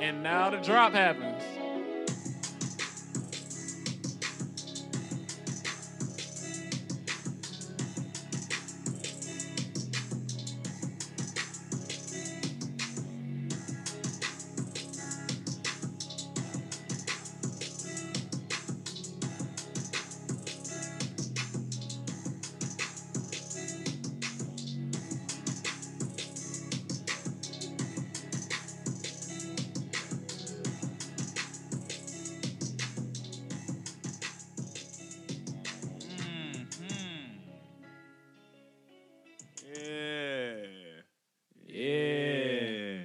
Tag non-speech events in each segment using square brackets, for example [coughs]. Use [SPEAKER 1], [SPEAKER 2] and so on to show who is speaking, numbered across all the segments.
[SPEAKER 1] And now the drop happens.
[SPEAKER 2] Yeah.
[SPEAKER 1] Yeah.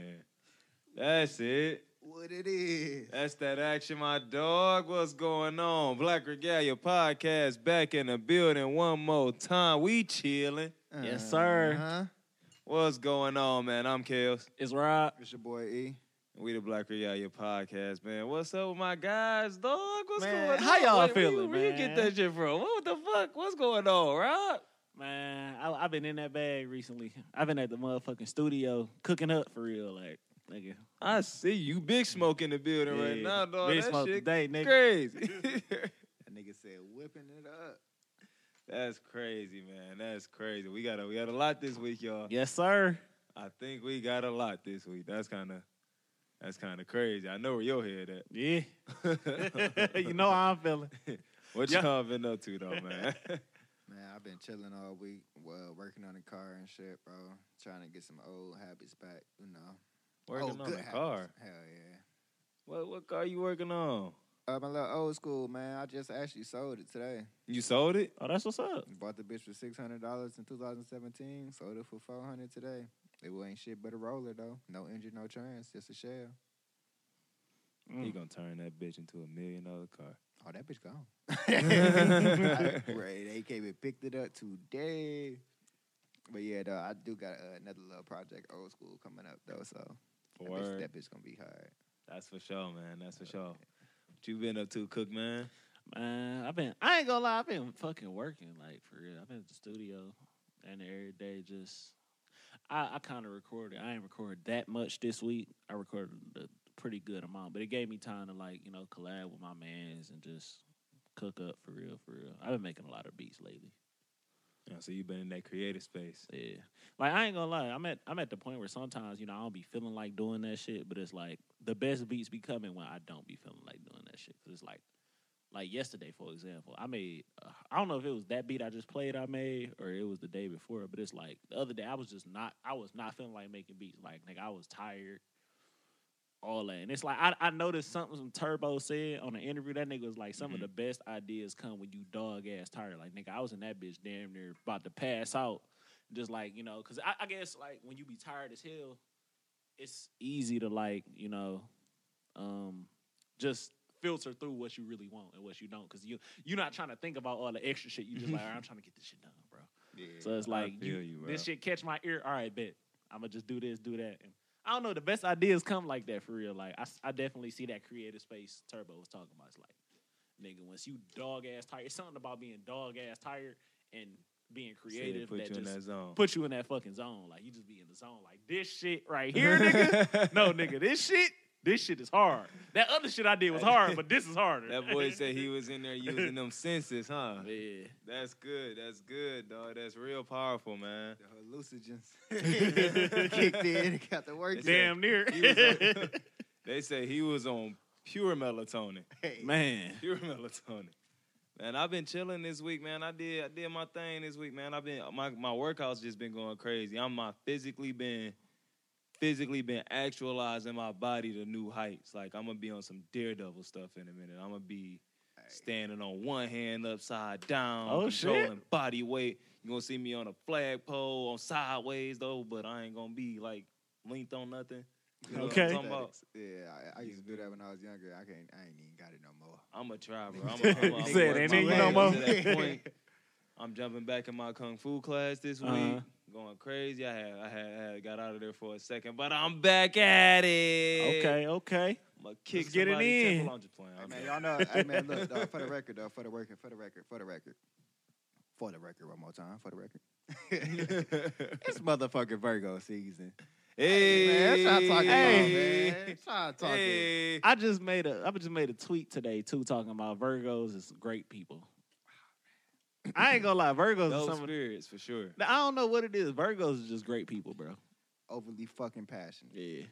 [SPEAKER 2] That's it.
[SPEAKER 3] What it is.
[SPEAKER 2] That's that action, my dog. What's going on? Black Regalia Podcast back in the building one more time. We chilling.
[SPEAKER 1] Yes, sir.
[SPEAKER 3] Uh-huh.
[SPEAKER 2] What's going on, man? I'm Kels.
[SPEAKER 1] It's Rob.
[SPEAKER 3] It's your boy E.
[SPEAKER 2] We the Black Regalia Podcast, man. What's up with my guys, dog? What's
[SPEAKER 3] Man,
[SPEAKER 2] going on?
[SPEAKER 1] how y'all
[SPEAKER 2] Where- where
[SPEAKER 1] feeling,
[SPEAKER 2] you- Where you
[SPEAKER 1] man?
[SPEAKER 2] get that shit from? What the fuck? What's going on, Rob?
[SPEAKER 1] Man, I, I've been in that bag recently. I've been at the motherfucking studio cooking up for real, like nigga.
[SPEAKER 2] I see you, Big Smoke in the building right
[SPEAKER 1] Yeah.
[SPEAKER 2] now, dog.
[SPEAKER 1] Big
[SPEAKER 2] that
[SPEAKER 1] smoke
[SPEAKER 2] shit
[SPEAKER 1] today, nigga.
[SPEAKER 2] [laughs] crazy.
[SPEAKER 3] That nigga said whipping it up.
[SPEAKER 2] That's crazy, man. That's crazy. We got a we got a lot this week, y'all.
[SPEAKER 1] Yes, sir.
[SPEAKER 2] I think we got a lot this week. That's kind of that's kind of crazy. I know where your head
[SPEAKER 1] Yeah. [laughs]
[SPEAKER 2] at. [laughs]
[SPEAKER 1] you know how I'm feeling.
[SPEAKER 2] what
[SPEAKER 1] Yeah.
[SPEAKER 2] y'all been up to
[SPEAKER 1] [laughs]
[SPEAKER 2] though, man? [laughs]
[SPEAKER 3] Man, I've been chilling all week, well, working on the car and shit, bro. Trying to get some old habits back, you know.
[SPEAKER 2] working
[SPEAKER 3] Old
[SPEAKER 2] on
[SPEAKER 3] Oh, good
[SPEAKER 2] the car.
[SPEAKER 3] habits. Hell yeah.
[SPEAKER 2] What what car you working on?
[SPEAKER 3] Uh, my little old school, man. I just actually sold it today.
[SPEAKER 2] You sold it?
[SPEAKER 1] Oh, that's what's up.
[SPEAKER 3] Bought the bitch for six hundred dollars in two thousand seventeen. Sold it for four hundred today. It wa- ain't shit but a roller though. No engine, no trans, just a shell.
[SPEAKER 1] Mm.
[SPEAKER 2] He gonna turn that bitch into a million dollar car.
[SPEAKER 3] Oh, that bitch gone. right, they came and picked it up today. But yeah, though, I do got uh, another little project, old school, coming up though. So that bitch,
[SPEAKER 2] Word.
[SPEAKER 3] that bitch gonna be hard.
[SPEAKER 2] That's for sure, man. That's for sure. What you been up to, Cook man?
[SPEAKER 1] Man, I've been I ain't gonna lie, I've been fucking working, like for real. I've been at the studio and every day just I, I kinda recorded. I ain't recorded that much this week. I recorded a pretty good amount, but it gave me time to like, you know, collab with my mans and just cook up for real, for real. I've been making a lot of beats lately.
[SPEAKER 2] Yeah, so you been in that creative space.
[SPEAKER 1] Yeah. Like I ain't gonna lie, I'm at I'm at the point where sometimes, you know, I don't be feeling like doing that shit, but it's like the best beats be coming when I don't be feeling like doing that shit. Cause it's like like yesterday, for example, I made uh, I don't know if it was that beat I just played I made or it was the day before, but it's like the other day I was just not I was not feeling like making beats. Like nigga, I was tired. All that. And it's like I, I noticed something some Turbo said on an interview. That nigga was like, some of
[SPEAKER 2] Mhm.
[SPEAKER 1] the best ideas come when you dog ass tired. Like nigga, I was in that bitch damn near about to pass out. Just like, you know, cause I, I guess like when you be tired as hell, it's easy to like, you know, um, just filter through what you really want and what you don't, because you you're not trying to think about all the extra shit. You just like, all right, I'm trying to get this shit done, bro.
[SPEAKER 3] Yeah.
[SPEAKER 1] So it's
[SPEAKER 2] I
[SPEAKER 1] like you,
[SPEAKER 2] feel you, bro.
[SPEAKER 1] this shit catch my ear. All right, bet I'm gonna just do this, do that. And I don't know. The best ideas come like that for real. Like I, s- I definitely see that creative space Turbo was talking about. It's like, nigga, once you dog ass tired, it's something about being dog ass tired and being
[SPEAKER 2] Said it
[SPEAKER 1] creative
[SPEAKER 2] put
[SPEAKER 1] that
[SPEAKER 2] you in
[SPEAKER 1] just
[SPEAKER 2] that zone.
[SPEAKER 1] put you in that fucking zone. Like you just be in the zone. Like this shit right
[SPEAKER 2] [laughs]
[SPEAKER 1] here, nigga. No, nigga, this shit, this shit is hard. That other shit I did was hard, but this is harder.
[SPEAKER 2] That boy said he was in there using them senses, huh?
[SPEAKER 1] [laughs] Yeah.
[SPEAKER 2] That's good. That's good, dog. That's real powerful, man.
[SPEAKER 3] The hallucinogens [laughs] kicked in and got the work. [laughs]
[SPEAKER 1] Damn near.
[SPEAKER 2] He was
[SPEAKER 1] [laughs]
[SPEAKER 2] on, [laughs] they say he was on pure melatonin.
[SPEAKER 3] Hey,
[SPEAKER 1] Man.
[SPEAKER 2] Pure melatonin. Man, I've been chilling this week, man. I did I did my thing this week, man. I've been my, my workouts just been going crazy. I'm my physically been physically been actualizing my body to new heights. Like I'm gonna be on some daredevil stuff in a minute. I'm gonna be
[SPEAKER 3] Hey.
[SPEAKER 2] standing on one hand upside down,
[SPEAKER 1] Oh,
[SPEAKER 2] controlling
[SPEAKER 1] shit.
[SPEAKER 2] body weight. You're gonna see me on a flagpole on sideways though, but I ain't gonna be like linked on nothing. You know what I'm
[SPEAKER 1] Okay.
[SPEAKER 2] talking about?
[SPEAKER 3] Yeah, I, I used to do that when I was younger. I can't. I ain't even got it no more.
[SPEAKER 2] I'm a try, bro. I'm a, I'm a, I'm
[SPEAKER 1] He
[SPEAKER 2] a
[SPEAKER 1] said,
[SPEAKER 2] work
[SPEAKER 1] "Ain't
[SPEAKER 2] my
[SPEAKER 1] it [laughs] you
[SPEAKER 2] way
[SPEAKER 1] no
[SPEAKER 2] up
[SPEAKER 1] more."
[SPEAKER 2] to that point. I'm jumping back in my kung fu class this week,
[SPEAKER 1] Uh-huh.
[SPEAKER 2] going crazy. I had, I had, I had got out of there for a second, but I'm back at it.
[SPEAKER 1] Okay, okay.
[SPEAKER 2] I'm gonna kick
[SPEAKER 1] Let's get it
[SPEAKER 2] somebody's
[SPEAKER 1] in.
[SPEAKER 2] temple. I'm just playing.
[SPEAKER 3] Hey,
[SPEAKER 2] I'm
[SPEAKER 3] man,
[SPEAKER 2] joking.
[SPEAKER 3] y'all know. Hey, man, look, dawg, for the record, though, for the record, for the record, for the record, [laughs] for the record, one more time, for the record. it's motherfucking Virgo season.
[SPEAKER 2] Hey,
[SPEAKER 3] Man, that's what I'm talking
[SPEAKER 1] Hey.
[SPEAKER 3] about, man. Try to talk it.
[SPEAKER 2] Hey.
[SPEAKER 1] I just made a I just made a tweet today too talking about Virgos is great people. I ain't gonna lie, Virgos are
[SPEAKER 2] Dope
[SPEAKER 1] some of-
[SPEAKER 2] spirits for sure.
[SPEAKER 1] Now, I don't know what it is. Virgos are just great people, bro.
[SPEAKER 3] Overly fucking passionate.
[SPEAKER 1] Yeah.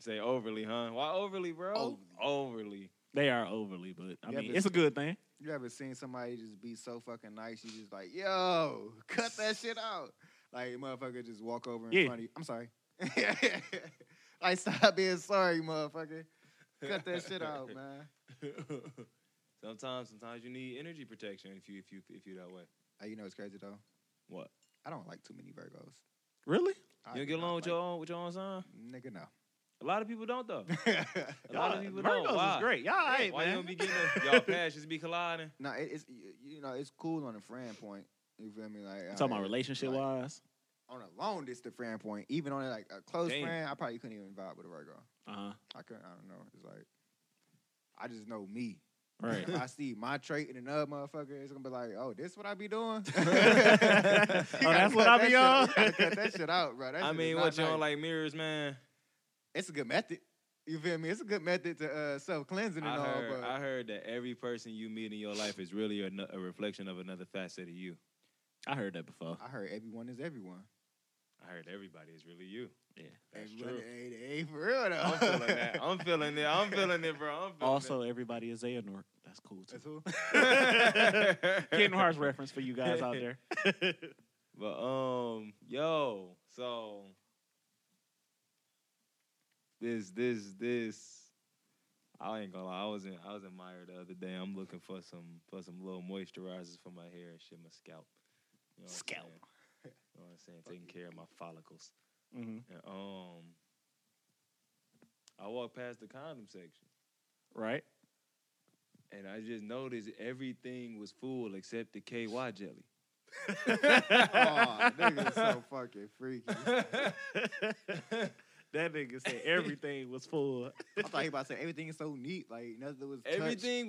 [SPEAKER 2] Say overly, huh? Why overly, bro? Overly.
[SPEAKER 1] They are overly, but I
[SPEAKER 3] Yeah,
[SPEAKER 1] mean
[SPEAKER 3] but-
[SPEAKER 1] it's a good thing.
[SPEAKER 3] You ever seen somebody just be so fucking nice? You just like, yo, cut that shit out. Like motherfucker, just walk over in
[SPEAKER 1] Yeah.
[SPEAKER 3] front of you. I'm sorry. [laughs] like stop being sorry, motherfucker. Cut that shit out,
[SPEAKER 2] [laughs]
[SPEAKER 3] [laughs] man.
[SPEAKER 2] sometimes, sometimes you need energy protection if you if you if you that way.
[SPEAKER 3] Hey, you know it's crazy though.
[SPEAKER 2] What?
[SPEAKER 3] I don't like too many Virgos.
[SPEAKER 1] Really?
[SPEAKER 3] I
[SPEAKER 2] You don't
[SPEAKER 3] do
[SPEAKER 2] get
[SPEAKER 3] not
[SPEAKER 2] along with
[SPEAKER 3] like-
[SPEAKER 2] your own with your own sign?
[SPEAKER 3] nigga. No.
[SPEAKER 2] A lot of people don't
[SPEAKER 3] [laughs]
[SPEAKER 2] though. [laughs] A lot
[SPEAKER 1] Y'all,
[SPEAKER 2] of people
[SPEAKER 1] Virgos
[SPEAKER 2] don't. Why?
[SPEAKER 1] is great. Y'all all right,
[SPEAKER 2] Why you
[SPEAKER 1] man.
[SPEAKER 2] don't be getting them-
[SPEAKER 1] [laughs]
[SPEAKER 2] y'all passions be colliding?
[SPEAKER 3] no, it, it's you, you know it's cool on a friend point. You feel me? Like
[SPEAKER 1] You
[SPEAKER 3] uh,
[SPEAKER 1] talking about relationship
[SPEAKER 3] like,
[SPEAKER 1] wise?
[SPEAKER 3] on a long distance friend point, even on like a close
[SPEAKER 2] Damn.
[SPEAKER 3] friend, I probably couldn't even vibe with a Virgo.
[SPEAKER 1] Uh huh.
[SPEAKER 3] I couldn't. I don't know. It's like I just know me.
[SPEAKER 1] Right.
[SPEAKER 2] [laughs]
[SPEAKER 3] If I see my trait in another motherfucker, it's gonna be like, oh, this what I be
[SPEAKER 2] [laughs]
[SPEAKER 3] doing. [laughs] oh,
[SPEAKER 2] Oh,
[SPEAKER 1] that's what I be on?
[SPEAKER 3] Cut that shit out, bro. That
[SPEAKER 2] I
[SPEAKER 3] shit is
[SPEAKER 2] mean,
[SPEAKER 3] not
[SPEAKER 2] what you
[SPEAKER 3] nice.
[SPEAKER 2] don't like mirrors, man?
[SPEAKER 3] It's a good method. You feel me? It's a good method to uh, self cleansing
[SPEAKER 2] I
[SPEAKER 3] and all.
[SPEAKER 2] heard,
[SPEAKER 3] but
[SPEAKER 2] I heard that every person you meet in your life is really a, a reflection of another facet of you.
[SPEAKER 1] I heard that before.
[SPEAKER 3] I heard everyone is everyone.
[SPEAKER 2] I heard everybody is really you.
[SPEAKER 1] Yeah.
[SPEAKER 2] that's
[SPEAKER 3] everyone
[SPEAKER 2] true.
[SPEAKER 3] Hey, hey, for real though.
[SPEAKER 2] I'm feeling that.
[SPEAKER 3] [laughs]
[SPEAKER 2] I'm feeling it. I'm feeling it, bro.
[SPEAKER 1] [laughs]
[SPEAKER 2] I'm feeling
[SPEAKER 1] Also, everybody is Xehanort. That's cool too.
[SPEAKER 3] That's
[SPEAKER 2] [laughs]
[SPEAKER 3] who?
[SPEAKER 1] [laughs]
[SPEAKER 2] it.
[SPEAKER 1] Kingdom Hearts reference for you guys out [laughs] there.
[SPEAKER 2] But um, yo, so this this this I ain't gonna lie, I was in I was in Meyer the other day. I'm looking for some for some little moisturizers for my hair and shit, my scalp. You know what I'm
[SPEAKER 1] Scalp.
[SPEAKER 2] saying? You know what I'm saying? Taking care of my follicles.
[SPEAKER 1] hmm
[SPEAKER 2] And, um I walked past the condom section
[SPEAKER 1] [laughs] Right?
[SPEAKER 2] and I just noticed everything was full except the KY
[SPEAKER 1] [laughs]
[SPEAKER 2] jelly. [laughs]
[SPEAKER 3] Aw, nigga, so fucking freaky.
[SPEAKER 1] [laughs] That nigga said everything was full.
[SPEAKER 3] I thought he about to say everything is so neat, like nothing was touched.
[SPEAKER 2] Everything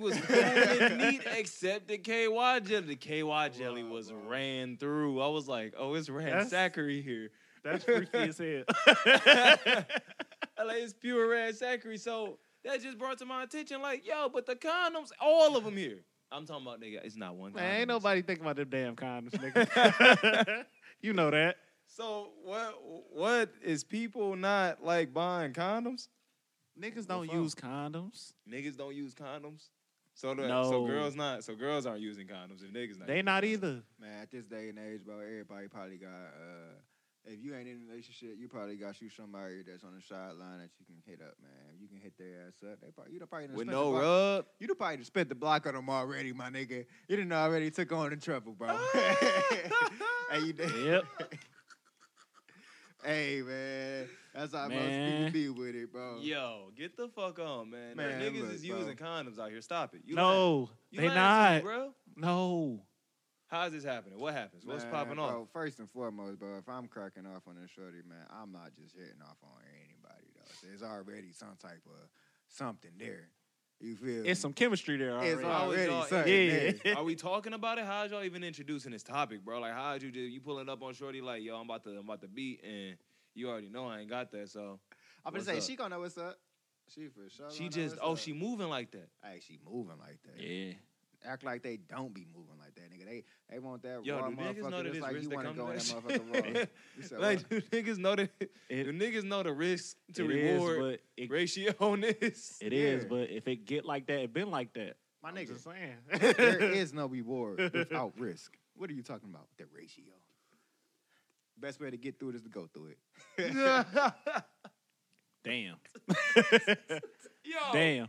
[SPEAKER 1] [laughs]
[SPEAKER 2] was cool and neat except the KY jelly. The KY jelly
[SPEAKER 3] Wow,
[SPEAKER 2] was
[SPEAKER 3] bro.
[SPEAKER 2] ran through. I was like, oh, it's ran
[SPEAKER 1] That's- [laughs]
[SPEAKER 2] Zachary here. [laughs]
[SPEAKER 1] That's freaky as hell.
[SPEAKER 2] I like, it's pure ran Zachary. So that just brought to my attention, like, yo, but the condoms, all of them here. I'm talking about, nigga, it's not
[SPEAKER 1] [laughs]
[SPEAKER 2] one.
[SPEAKER 1] Man, ain't
[SPEAKER 2] condom.
[SPEAKER 1] nobody thinking about them damn condoms, nigga. [laughs] you know that.
[SPEAKER 2] So what? What is people not like buying condoms?
[SPEAKER 1] Niggas
[SPEAKER 2] Well,
[SPEAKER 1] don't
[SPEAKER 2] fuck.
[SPEAKER 1] use condoms.
[SPEAKER 2] Niggas don't use condoms. So the, so
[SPEAKER 1] No.
[SPEAKER 2] girls not so girls aren't using condoms if niggas not.
[SPEAKER 1] They
[SPEAKER 2] using
[SPEAKER 1] not
[SPEAKER 2] condoms.
[SPEAKER 1] either.
[SPEAKER 3] Man, at this day and age, bro, everybody probably got. uh If you ain't in a relationship, you probably got you somebody that's on the sideline that you can hit up, man. You can hit their ass up. They probably you done probably done
[SPEAKER 2] With
[SPEAKER 3] spent
[SPEAKER 2] no
[SPEAKER 3] the block-
[SPEAKER 2] rub,
[SPEAKER 3] You done probably done spent the block on them already, my nigga. You done already took on the trouble, bro.
[SPEAKER 2] Ah!
[SPEAKER 3] [laughs] hey, you
[SPEAKER 2] [laughs]
[SPEAKER 3] did.
[SPEAKER 1] [laughs] Yep.
[SPEAKER 3] Hey, man, that's how
[SPEAKER 1] Man.
[SPEAKER 3] most people be with it, bro.
[SPEAKER 2] Yo, get the fuck on, man.
[SPEAKER 3] Man,
[SPEAKER 2] niggas
[SPEAKER 3] look,
[SPEAKER 2] is
[SPEAKER 3] bro.
[SPEAKER 2] using condoms out here. Stop it. You lying.
[SPEAKER 1] no,
[SPEAKER 2] You
[SPEAKER 1] they
[SPEAKER 2] lying to me,
[SPEAKER 1] not.
[SPEAKER 2] bro.
[SPEAKER 1] no.
[SPEAKER 2] How's this happening? What happens? What's
[SPEAKER 3] Man,
[SPEAKER 2] popping
[SPEAKER 3] bro,
[SPEAKER 2] off?
[SPEAKER 3] First and foremost, bro, if I'm cracking off on a shorty, man, I'm not just hitting off on anybody though. There's already some type of something there. You feel?
[SPEAKER 1] It's
[SPEAKER 3] me?
[SPEAKER 1] some chemistry there already.
[SPEAKER 3] It's
[SPEAKER 2] How is
[SPEAKER 3] already
[SPEAKER 2] y'all-
[SPEAKER 3] something
[SPEAKER 1] Yeah.
[SPEAKER 3] there.
[SPEAKER 2] [laughs]
[SPEAKER 1] some-
[SPEAKER 2] Are we talking about it? How's y'all even introducing this topic, bro? Like, how'd you do? You pulling up on Shorty, like, yo, I'm about to, I'm about to beat, and you already know I ain't got that, so
[SPEAKER 3] I'm gonna
[SPEAKER 2] What's
[SPEAKER 3] say
[SPEAKER 2] up?
[SPEAKER 3] she gonna know what's up. She for sure.
[SPEAKER 2] she
[SPEAKER 3] gonna know
[SPEAKER 2] just,
[SPEAKER 3] what's
[SPEAKER 2] oh,
[SPEAKER 3] up.
[SPEAKER 2] she moving like that.
[SPEAKER 3] Hey, she moving like that.
[SPEAKER 1] yeah.
[SPEAKER 3] Act like they don't be moving like that, nigga. They they want that
[SPEAKER 2] Yo,
[SPEAKER 3] raw
[SPEAKER 2] do niggas know
[SPEAKER 3] motherfucker.
[SPEAKER 2] that
[SPEAKER 3] Just
[SPEAKER 2] it's
[SPEAKER 3] like
[SPEAKER 2] risk
[SPEAKER 3] you
[SPEAKER 2] that
[SPEAKER 3] want to
[SPEAKER 2] comes
[SPEAKER 3] go in that
[SPEAKER 2] with [laughs]
[SPEAKER 3] motherfucker raw.
[SPEAKER 2] that
[SPEAKER 3] You
[SPEAKER 2] shit?
[SPEAKER 3] said,
[SPEAKER 2] like,
[SPEAKER 3] what?
[SPEAKER 2] do niggas know that?
[SPEAKER 1] It-
[SPEAKER 2] do niggas know the risk to
[SPEAKER 1] It is,
[SPEAKER 2] reward
[SPEAKER 1] but it,
[SPEAKER 2] ratio on this?
[SPEAKER 3] [laughs]
[SPEAKER 1] it is,
[SPEAKER 3] yeah.
[SPEAKER 1] but if it get like that, it been like that.
[SPEAKER 3] my
[SPEAKER 1] I'm
[SPEAKER 3] nigga,
[SPEAKER 1] just saying.
[SPEAKER 3] [laughs] there is no reward
[SPEAKER 1] [laughs]
[SPEAKER 3] without risk. What are you talking about? The ratio. Best way to get through it is to go through it.
[SPEAKER 2] [laughs]
[SPEAKER 1] Damn.
[SPEAKER 2] Yo,
[SPEAKER 1] Damn.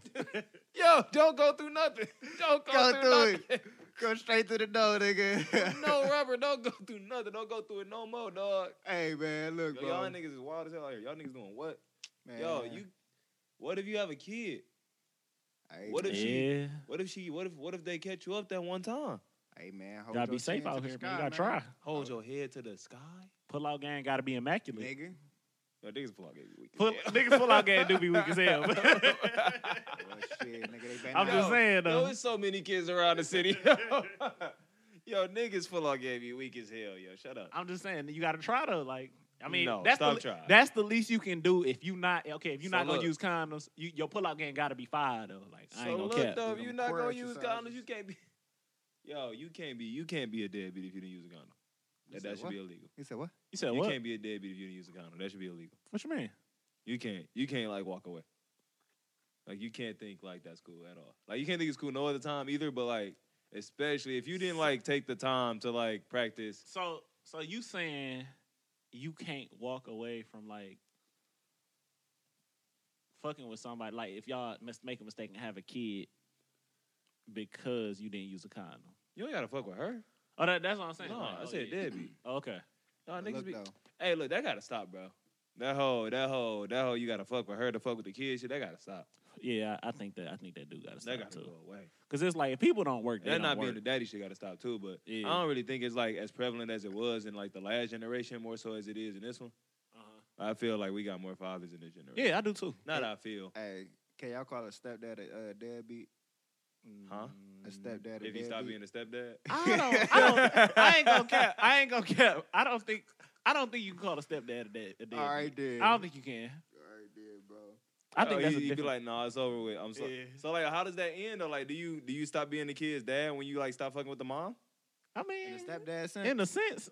[SPEAKER 2] Yo, don't go through nothing. [laughs] Don't go,
[SPEAKER 3] Go
[SPEAKER 2] through,
[SPEAKER 3] through go straight to the door, nigga. [laughs]
[SPEAKER 2] nothing. [laughs] no rubber. Don't go through nothing. Don't go through it no more, dog.
[SPEAKER 3] Hey man, look,
[SPEAKER 2] Yo,
[SPEAKER 3] bro.
[SPEAKER 2] y'all niggas is wild as hell out here. Y'all niggas doing what?
[SPEAKER 3] man.
[SPEAKER 2] Yo, you. What if you have a kid?
[SPEAKER 3] Hey,
[SPEAKER 2] what
[SPEAKER 3] man.
[SPEAKER 2] if she-
[SPEAKER 1] Yeah.
[SPEAKER 2] What if she? What if? What if they catch you up that one time?
[SPEAKER 3] Hey man, hold
[SPEAKER 1] Gotta
[SPEAKER 3] your
[SPEAKER 1] be safe
[SPEAKER 3] chin to
[SPEAKER 1] out
[SPEAKER 3] the
[SPEAKER 1] here,
[SPEAKER 3] sky,
[SPEAKER 1] man. You gotta try.
[SPEAKER 2] Hold your head to the sky.
[SPEAKER 1] Pull out game gotta be immaculate.
[SPEAKER 3] nigga.
[SPEAKER 2] Yo, niggas pull out every week.
[SPEAKER 1] Pull, Niggas pull out game do be weak as
[SPEAKER 2] [laughs]
[SPEAKER 1] hell. [laughs]
[SPEAKER 3] Well, shit, nigga, they been
[SPEAKER 1] I'm
[SPEAKER 3] out.
[SPEAKER 1] just saying
[SPEAKER 2] Yo,
[SPEAKER 1] though.
[SPEAKER 2] there's so many kids around the city. [laughs] yo, niggas pull out game. You weak as hell. Yo, shut up.
[SPEAKER 1] I'm just saying you gotta try to like I mean,
[SPEAKER 2] No,
[SPEAKER 1] that's
[SPEAKER 2] stop
[SPEAKER 1] the,
[SPEAKER 2] trying.
[SPEAKER 1] That's the least you can do if you not okay. If you're
[SPEAKER 2] So
[SPEAKER 1] not gonna
[SPEAKER 2] look.
[SPEAKER 1] use condoms, you, your pull-out game gotta be fired though. Like I
[SPEAKER 2] so
[SPEAKER 1] ain't
[SPEAKER 2] look
[SPEAKER 1] gonna cap.
[SPEAKER 2] though, if
[SPEAKER 3] Them
[SPEAKER 2] you not
[SPEAKER 3] core
[SPEAKER 2] gonna use
[SPEAKER 3] exercises.
[SPEAKER 2] condoms, you can't be. [laughs] Yo, you can't be. You can't be a deadbeat if you didn't use a condom.
[SPEAKER 3] You
[SPEAKER 2] That,
[SPEAKER 3] said
[SPEAKER 2] that should
[SPEAKER 3] what?
[SPEAKER 2] be illegal.
[SPEAKER 3] He said what?
[SPEAKER 1] You said
[SPEAKER 2] you
[SPEAKER 1] what?
[SPEAKER 2] can't be a deadbeat if you didn't use a condom. That should be illegal.
[SPEAKER 1] What you mean?
[SPEAKER 2] You can't. You can't like walk away. Like you can't think like that's cool at all. Like you can't think it's cool no other time either. But like especially if you didn't like take the time to like practice.
[SPEAKER 1] So so you saying you can't walk away from like fucking with somebody like if y'all mis- make a mistake and have a kid because you didn't use a condom.
[SPEAKER 2] You ain't gotta fuck with her.
[SPEAKER 1] Oh, that, that's what I'm saying.
[SPEAKER 2] No,
[SPEAKER 1] Like,
[SPEAKER 2] I
[SPEAKER 1] oh,
[SPEAKER 2] said
[SPEAKER 1] yeah.
[SPEAKER 2] deadbeat.
[SPEAKER 3] [clears throat]
[SPEAKER 1] Okay.
[SPEAKER 2] No,
[SPEAKER 3] But
[SPEAKER 2] niggas
[SPEAKER 3] look
[SPEAKER 2] be-
[SPEAKER 3] though,
[SPEAKER 2] Hey, look, that gotta stop, bro. That whole, that whole, that whole, you gotta fuck with her to fuck with the kids. Shit, that gotta stop.
[SPEAKER 1] Yeah, I, I think that I think that dude got to
[SPEAKER 2] That
[SPEAKER 1] stop
[SPEAKER 2] gotta
[SPEAKER 1] too.
[SPEAKER 2] go away.
[SPEAKER 1] Because it's like if people don't work, they
[SPEAKER 2] That
[SPEAKER 1] don't
[SPEAKER 2] not
[SPEAKER 1] work.
[SPEAKER 2] being the daddy shit gotta stop too. But
[SPEAKER 1] Yeah.
[SPEAKER 2] I don't really think it's like as prevalent as it was in like the last generation, more so as it is in this one.
[SPEAKER 1] Uh-huh.
[SPEAKER 2] I feel like we got more fathers in this generation.
[SPEAKER 1] Yeah, I do too.
[SPEAKER 2] not I feel.
[SPEAKER 3] hey, can y'all call a stepdad a uh, deadbeat?
[SPEAKER 2] Huh?
[SPEAKER 3] A stepdad a
[SPEAKER 2] If he stopped
[SPEAKER 3] deadbeat?
[SPEAKER 2] being a stepdad,
[SPEAKER 1] Mm. I don't. I, don't I ain't gonna cap. I ain't gonna cap. I don't think. I don't think you can call a stepdad a dad. A dad
[SPEAKER 3] All right, then.
[SPEAKER 1] I don't think you can.
[SPEAKER 3] All right, then, bro.
[SPEAKER 1] [laughs] I think
[SPEAKER 2] Oh,
[SPEAKER 1] that's
[SPEAKER 2] you,
[SPEAKER 1] a
[SPEAKER 2] you be
[SPEAKER 1] different.
[SPEAKER 2] like, nah, it's over with. I'm sorry.
[SPEAKER 1] Yeah.
[SPEAKER 2] So like, how does that end? Though, like, do you do you stop being the kid's dad when you like stop fucking with the mom?
[SPEAKER 1] I
[SPEAKER 3] And
[SPEAKER 1] mean,
[SPEAKER 3] the stepdad son?
[SPEAKER 1] in a sense,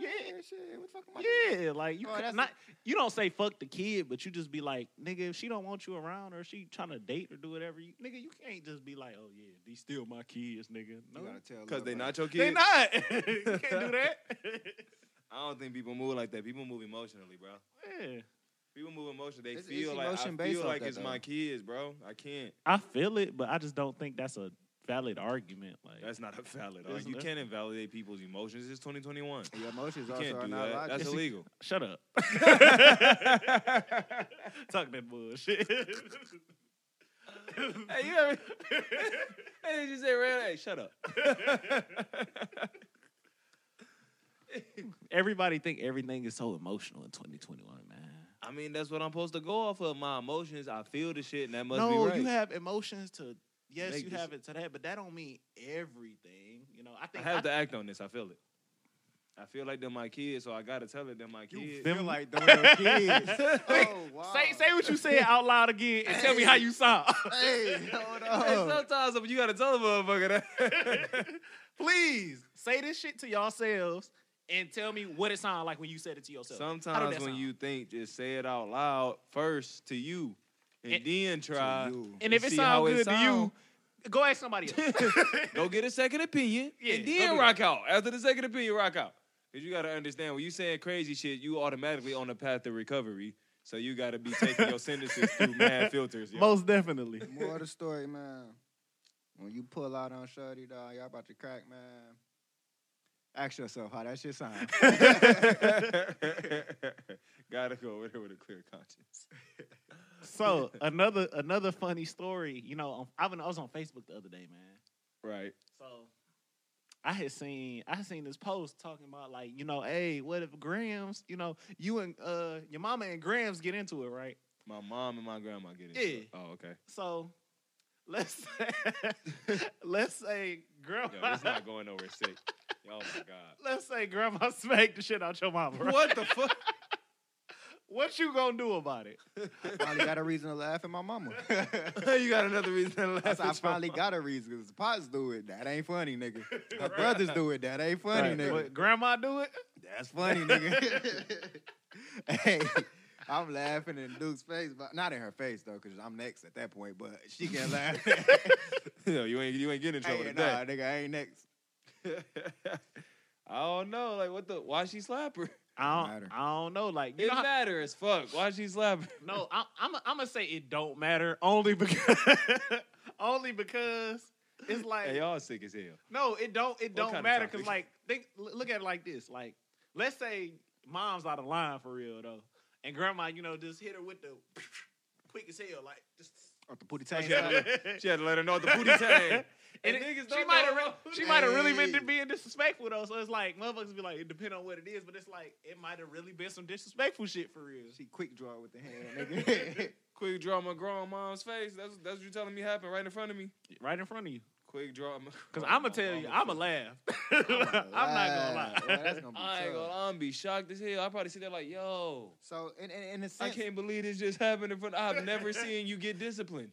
[SPEAKER 3] yeah,
[SPEAKER 1] yeah.
[SPEAKER 3] shit. What the fuck am I doing?
[SPEAKER 1] yeah. Like you,
[SPEAKER 3] Oh,
[SPEAKER 1] could
[SPEAKER 3] that's a-
[SPEAKER 1] not. You don't say fuck the kid, but you just be like, nigga, if she don't want you around or she trying to date or do whatever, you, nigga, you can't just be like, oh yeah, these still my kids, nigga. No,
[SPEAKER 3] You gotta tell
[SPEAKER 2] Because they
[SPEAKER 3] them,
[SPEAKER 2] not your kids.
[SPEAKER 1] they not. [laughs] you can't do that.
[SPEAKER 2] I don't think people move like that. People move emotionally, bro.
[SPEAKER 1] yeah.
[SPEAKER 2] People move emotionally. They
[SPEAKER 3] It's- it's
[SPEAKER 2] feel like I
[SPEAKER 3] emotion based
[SPEAKER 2] feel
[SPEAKER 3] off
[SPEAKER 2] like
[SPEAKER 3] that,
[SPEAKER 2] it's my
[SPEAKER 3] though.
[SPEAKER 2] kids, bro. I can't.
[SPEAKER 1] I feel it, but I just don't think that's a valid argument. Like
[SPEAKER 2] That's not a valid.
[SPEAKER 1] Isn't
[SPEAKER 2] argument. You
[SPEAKER 1] it?
[SPEAKER 2] can't invalidate people's emotions. It's 2021.
[SPEAKER 3] like, Your emotions
[SPEAKER 2] You
[SPEAKER 3] also
[SPEAKER 2] can't
[SPEAKER 3] are
[SPEAKER 2] do
[SPEAKER 3] not
[SPEAKER 2] that.
[SPEAKER 3] logical.
[SPEAKER 2] That's
[SPEAKER 1] It's a-
[SPEAKER 2] illegal.
[SPEAKER 1] Shut up. Talk that bullshit.
[SPEAKER 2] [laughs] Hey, you ever? hey, you just say, "Ran, hey, shut up."
[SPEAKER 1] [laughs] Everybody think everything is so emotional in 2021, man.
[SPEAKER 2] I mean, that's what I'm supposed to go off of. My emotions. I feel the shit, and that must
[SPEAKER 1] no,
[SPEAKER 2] be right.
[SPEAKER 1] you have emotions to yes,
[SPEAKER 2] Make
[SPEAKER 1] you
[SPEAKER 2] this-
[SPEAKER 1] have it to that, but that don't mean everything. You know, I
[SPEAKER 2] I
[SPEAKER 1] think
[SPEAKER 2] have
[SPEAKER 1] I-
[SPEAKER 2] to act on this. I feel it. I feel like they're my kids, so I gotta tell it they're my
[SPEAKER 3] You
[SPEAKER 2] [laughs] kids.
[SPEAKER 3] feel like doing your kids.
[SPEAKER 2] [laughs]
[SPEAKER 3] [laughs] oh,
[SPEAKER 1] [laughs]
[SPEAKER 3] wow.
[SPEAKER 1] say say what you said out loud again and tell me how you sound. [laughs]
[SPEAKER 3] Hey, [laughs] hold
[SPEAKER 2] Hey, [laughs]
[SPEAKER 3] on.
[SPEAKER 2] sometimes you gotta tell a motherfucker that.
[SPEAKER 1] Please say this shit to yourselves and tell me what it sounded like when you said it to yourself. How did
[SPEAKER 2] Sometimes
[SPEAKER 1] that
[SPEAKER 2] when
[SPEAKER 1] sound?
[SPEAKER 2] you think, just say it out loud first to you, and
[SPEAKER 1] And-
[SPEAKER 2] then try.
[SPEAKER 3] To you.
[SPEAKER 1] and if it
[SPEAKER 2] see how
[SPEAKER 1] sounds
[SPEAKER 2] it
[SPEAKER 1] good
[SPEAKER 2] sound.
[SPEAKER 1] to you, go ask somebody else. [laughs]
[SPEAKER 2] Go get a second opinion,
[SPEAKER 1] Yeah,
[SPEAKER 2] and
[SPEAKER 1] go
[SPEAKER 2] then
[SPEAKER 1] do
[SPEAKER 2] rock out. After the second opinion, rock out. Cause you gotta understand when you saying crazy shit, you automatically on the path to recovery. So you gotta be taking your [laughs] sentences through mad filters. yo.
[SPEAKER 1] Most definitely.
[SPEAKER 3] More of the story, man. When you pull out on Shorty, dog, y'all about to crack, man. Ask yourself how that
[SPEAKER 1] [laughs]
[SPEAKER 3] shit sound.
[SPEAKER 2] [laughs] Gotta go over there with a clear conscience.
[SPEAKER 1] So another another funny story. You know, um, I, been, I was on Facebook the other day, man.
[SPEAKER 2] Right.
[SPEAKER 1] So I had seen I had seen this post talking about like you know, hey, what if Grams? You know, you and uh your mama and Grams get into it, right?
[SPEAKER 2] My mom and my grandma get into
[SPEAKER 1] Yeah.
[SPEAKER 2] it. Oh, okay.
[SPEAKER 1] So [laughs] let's say, let's say grandma.
[SPEAKER 2] Yo, it's not going nowhere sick. Oh my god.
[SPEAKER 1] [laughs] Let's say grandma [laughs] smacked the shit out your mama. Right?
[SPEAKER 2] What the fuck? [laughs]
[SPEAKER 1] What you gonna do about it?
[SPEAKER 3] finally got a reason to laugh at my mama.
[SPEAKER 2] you got another reason to laugh.
[SPEAKER 3] That's
[SPEAKER 2] at
[SPEAKER 3] I
[SPEAKER 2] your
[SPEAKER 3] finally
[SPEAKER 2] mom.
[SPEAKER 3] got a reason. Cause the pops do it. That ain't
[SPEAKER 1] [laughs]
[SPEAKER 3] funny, nigga. Her brothers do it. That ain't funny,
[SPEAKER 1] Right,
[SPEAKER 3] nigga.
[SPEAKER 1] but grandma do it?
[SPEAKER 3] That's funny, nigga. hey, I'm laughing in Duke's face, but not in her face though, because I'm next at that point. But she can laugh. hey,
[SPEAKER 2] [laughs]
[SPEAKER 3] [laughs]
[SPEAKER 2] Yo, you ain't you ain't getting in trouble
[SPEAKER 3] nah,
[SPEAKER 2] today.
[SPEAKER 3] nigga, I ain't next.
[SPEAKER 2] [laughs] I don't know. Like what the why she slap her?
[SPEAKER 1] I
[SPEAKER 3] matter.
[SPEAKER 1] don't, I don't know. Like you
[SPEAKER 2] It
[SPEAKER 1] know how-
[SPEAKER 2] matter as fuck. Why she slap her?
[SPEAKER 1] No, I, I'm I'm gonna say it don't matter only because [laughs] only because it's like
[SPEAKER 2] Hey, y'all sick as hell.
[SPEAKER 1] no, it don't it
[SPEAKER 2] kind of
[SPEAKER 1] don't matter
[SPEAKER 2] topic?
[SPEAKER 1] because like think l- look at it like this like let's say mom's out of line for real though and grandma you know just hit her with the [laughs] quick as hell like just
[SPEAKER 3] Or the booty
[SPEAKER 2] She had, to
[SPEAKER 3] tank.
[SPEAKER 2] [laughs] let, she had to let her know the
[SPEAKER 1] [laughs]
[SPEAKER 2] booty tag.
[SPEAKER 1] and
[SPEAKER 2] And
[SPEAKER 1] it-
[SPEAKER 2] niggas
[SPEAKER 1] she
[SPEAKER 2] don't
[SPEAKER 1] might have
[SPEAKER 2] know.
[SPEAKER 1] re- she might have really
[SPEAKER 3] Hey.
[SPEAKER 1] been being disrespectful though so it's like motherfuckers be like it depend on what it is but it's like it might have really been some disrespectful shit for real
[SPEAKER 3] She quick draw with the hand, nigga. [laughs]
[SPEAKER 2] Quick draw my grown mom's face. That's that's what you telling me happened right in front of me.
[SPEAKER 1] right in front of you
[SPEAKER 2] Quick draw. [laughs]
[SPEAKER 1] Cause I'm gonna tell you, I'm gonna laugh. [laughs] I'm not gonna lie.
[SPEAKER 3] Well, that's gonna be
[SPEAKER 2] I ain't
[SPEAKER 3] tough.
[SPEAKER 2] gonna. lie, I'm be shocked as hell. I probably sit there like, yo,
[SPEAKER 3] So in in, in a
[SPEAKER 2] I
[SPEAKER 3] sense,
[SPEAKER 2] can't believe this just happened in front. I've never seen you get disciplined.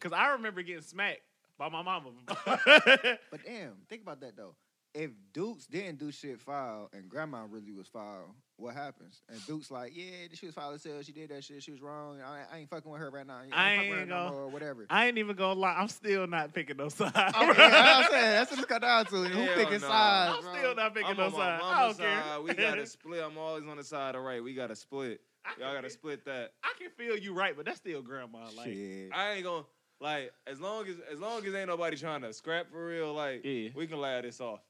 [SPEAKER 1] [laughs] Cause I remember getting smacked by my mama.
[SPEAKER 3] but damn, think about that though. If Dukes didn't do shit foul and Grandma really was foul, what happens? And Dukes like, yeah, she was foul as hell. She did that shit. She was wrong. I, I ain't fucking with her right
[SPEAKER 1] I
[SPEAKER 3] now. fucking with
[SPEAKER 1] ain't
[SPEAKER 3] her no
[SPEAKER 1] gonna-
[SPEAKER 3] more," or whatever.
[SPEAKER 1] I ain't even gonna lie. I'm still not picking no [laughs] sides.
[SPEAKER 3] [laughs] Okay,
[SPEAKER 1] bro.
[SPEAKER 3] yeah, I'm saying that's what it's cut down to. Who
[SPEAKER 2] Hell
[SPEAKER 3] picking
[SPEAKER 2] no.
[SPEAKER 3] sides?
[SPEAKER 1] I'm
[SPEAKER 3] bro?
[SPEAKER 1] still not picking
[SPEAKER 2] I'm
[SPEAKER 1] no
[SPEAKER 2] on my
[SPEAKER 1] side. I don't
[SPEAKER 2] mama's
[SPEAKER 1] care.
[SPEAKER 2] side. We [laughs] gotta split. I'm always on the side. All right, we gotta split.
[SPEAKER 1] I
[SPEAKER 2] Y'all
[SPEAKER 1] can
[SPEAKER 2] gotta
[SPEAKER 1] be-
[SPEAKER 2] split that.
[SPEAKER 1] I can feel you right, but that's still grandma. Like,
[SPEAKER 3] Shit.
[SPEAKER 2] I ain't gonna like as long as as long as ain't nobody trying to scrap for real. Like
[SPEAKER 1] Yeah.
[SPEAKER 2] we can lay this off.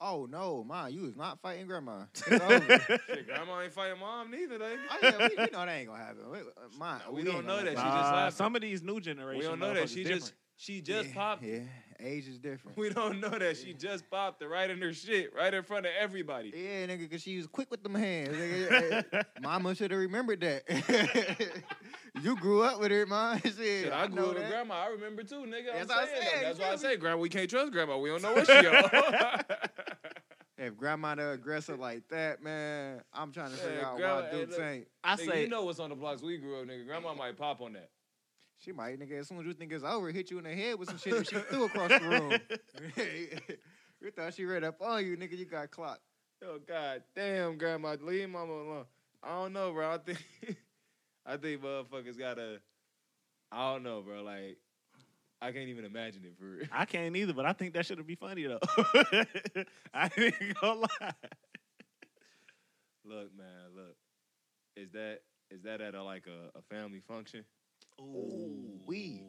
[SPEAKER 3] Oh no, Ma, you was not fighting Grandma.
[SPEAKER 2] [laughs]
[SPEAKER 3] It's over.
[SPEAKER 2] Shit, grandma ain't fighting mom neither. They.
[SPEAKER 3] oh yeah, we, we know that ain't gonna happen. We, Ma,
[SPEAKER 2] We don't
[SPEAKER 3] ain't
[SPEAKER 2] know
[SPEAKER 3] gonna
[SPEAKER 2] that.
[SPEAKER 3] let
[SPEAKER 2] She just laughing.
[SPEAKER 1] some of these new
[SPEAKER 2] We
[SPEAKER 1] generations.
[SPEAKER 2] don't know that she
[SPEAKER 1] motherfuckers
[SPEAKER 2] just she just
[SPEAKER 3] yeah,
[SPEAKER 2] popped.
[SPEAKER 3] Yeah, age is different.
[SPEAKER 2] We don't know that she just popped it right in her shit, right in front of everybody.
[SPEAKER 3] Yeah, nigga, because she was quick with them
[SPEAKER 2] [laughs]
[SPEAKER 3] hands. Nigga. Eh, Mama should have remembered that. [laughs] you grew up with it, mom. [laughs] Shit,
[SPEAKER 2] Shit, I grew
[SPEAKER 3] know
[SPEAKER 2] up with
[SPEAKER 3] that.
[SPEAKER 2] grandma. I remember too, nigga.
[SPEAKER 3] That's what
[SPEAKER 2] I'm
[SPEAKER 3] I
[SPEAKER 2] saying,
[SPEAKER 3] said,
[SPEAKER 2] though. That's why I
[SPEAKER 3] exactly.
[SPEAKER 2] say, grandma, we can't trust grandma. We don't [laughs] know what she on.
[SPEAKER 3] If grandma the aggressor like that, man, I'm trying to
[SPEAKER 2] Yeah,
[SPEAKER 3] figure out
[SPEAKER 2] grandma-
[SPEAKER 3] why
[SPEAKER 2] hey,
[SPEAKER 3] Duke's
[SPEAKER 2] look.
[SPEAKER 3] ain't.
[SPEAKER 1] [laughs] I
[SPEAKER 2] Nigga,
[SPEAKER 1] say
[SPEAKER 2] you know what's on the blocks we grew up, nigga. Grandma might pop on that.
[SPEAKER 3] She might, nigga, as soon as you think it's over, hit you in the head with some shit that she threw across the room.
[SPEAKER 2] [laughs]
[SPEAKER 3] [laughs] you thought she read up on you, nigga, you got clocked.
[SPEAKER 2] Yo, Oh, god damn, grandma, leave mama alone. I don't know, bro. I think [laughs] I think motherfuckers gotta I don't know, bro. Like I can't even imagine it for real.
[SPEAKER 1] [laughs]
[SPEAKER 2] [laughs]
[SPEAKER 1] I can't either, but I think that should be funny though. [laughs] I ain't gonna lie.
[SPEAKER 2] Look, man, look. Is that is that at a like a, a family function? [laughs]
[SPEAKER 3] Ooh, wee.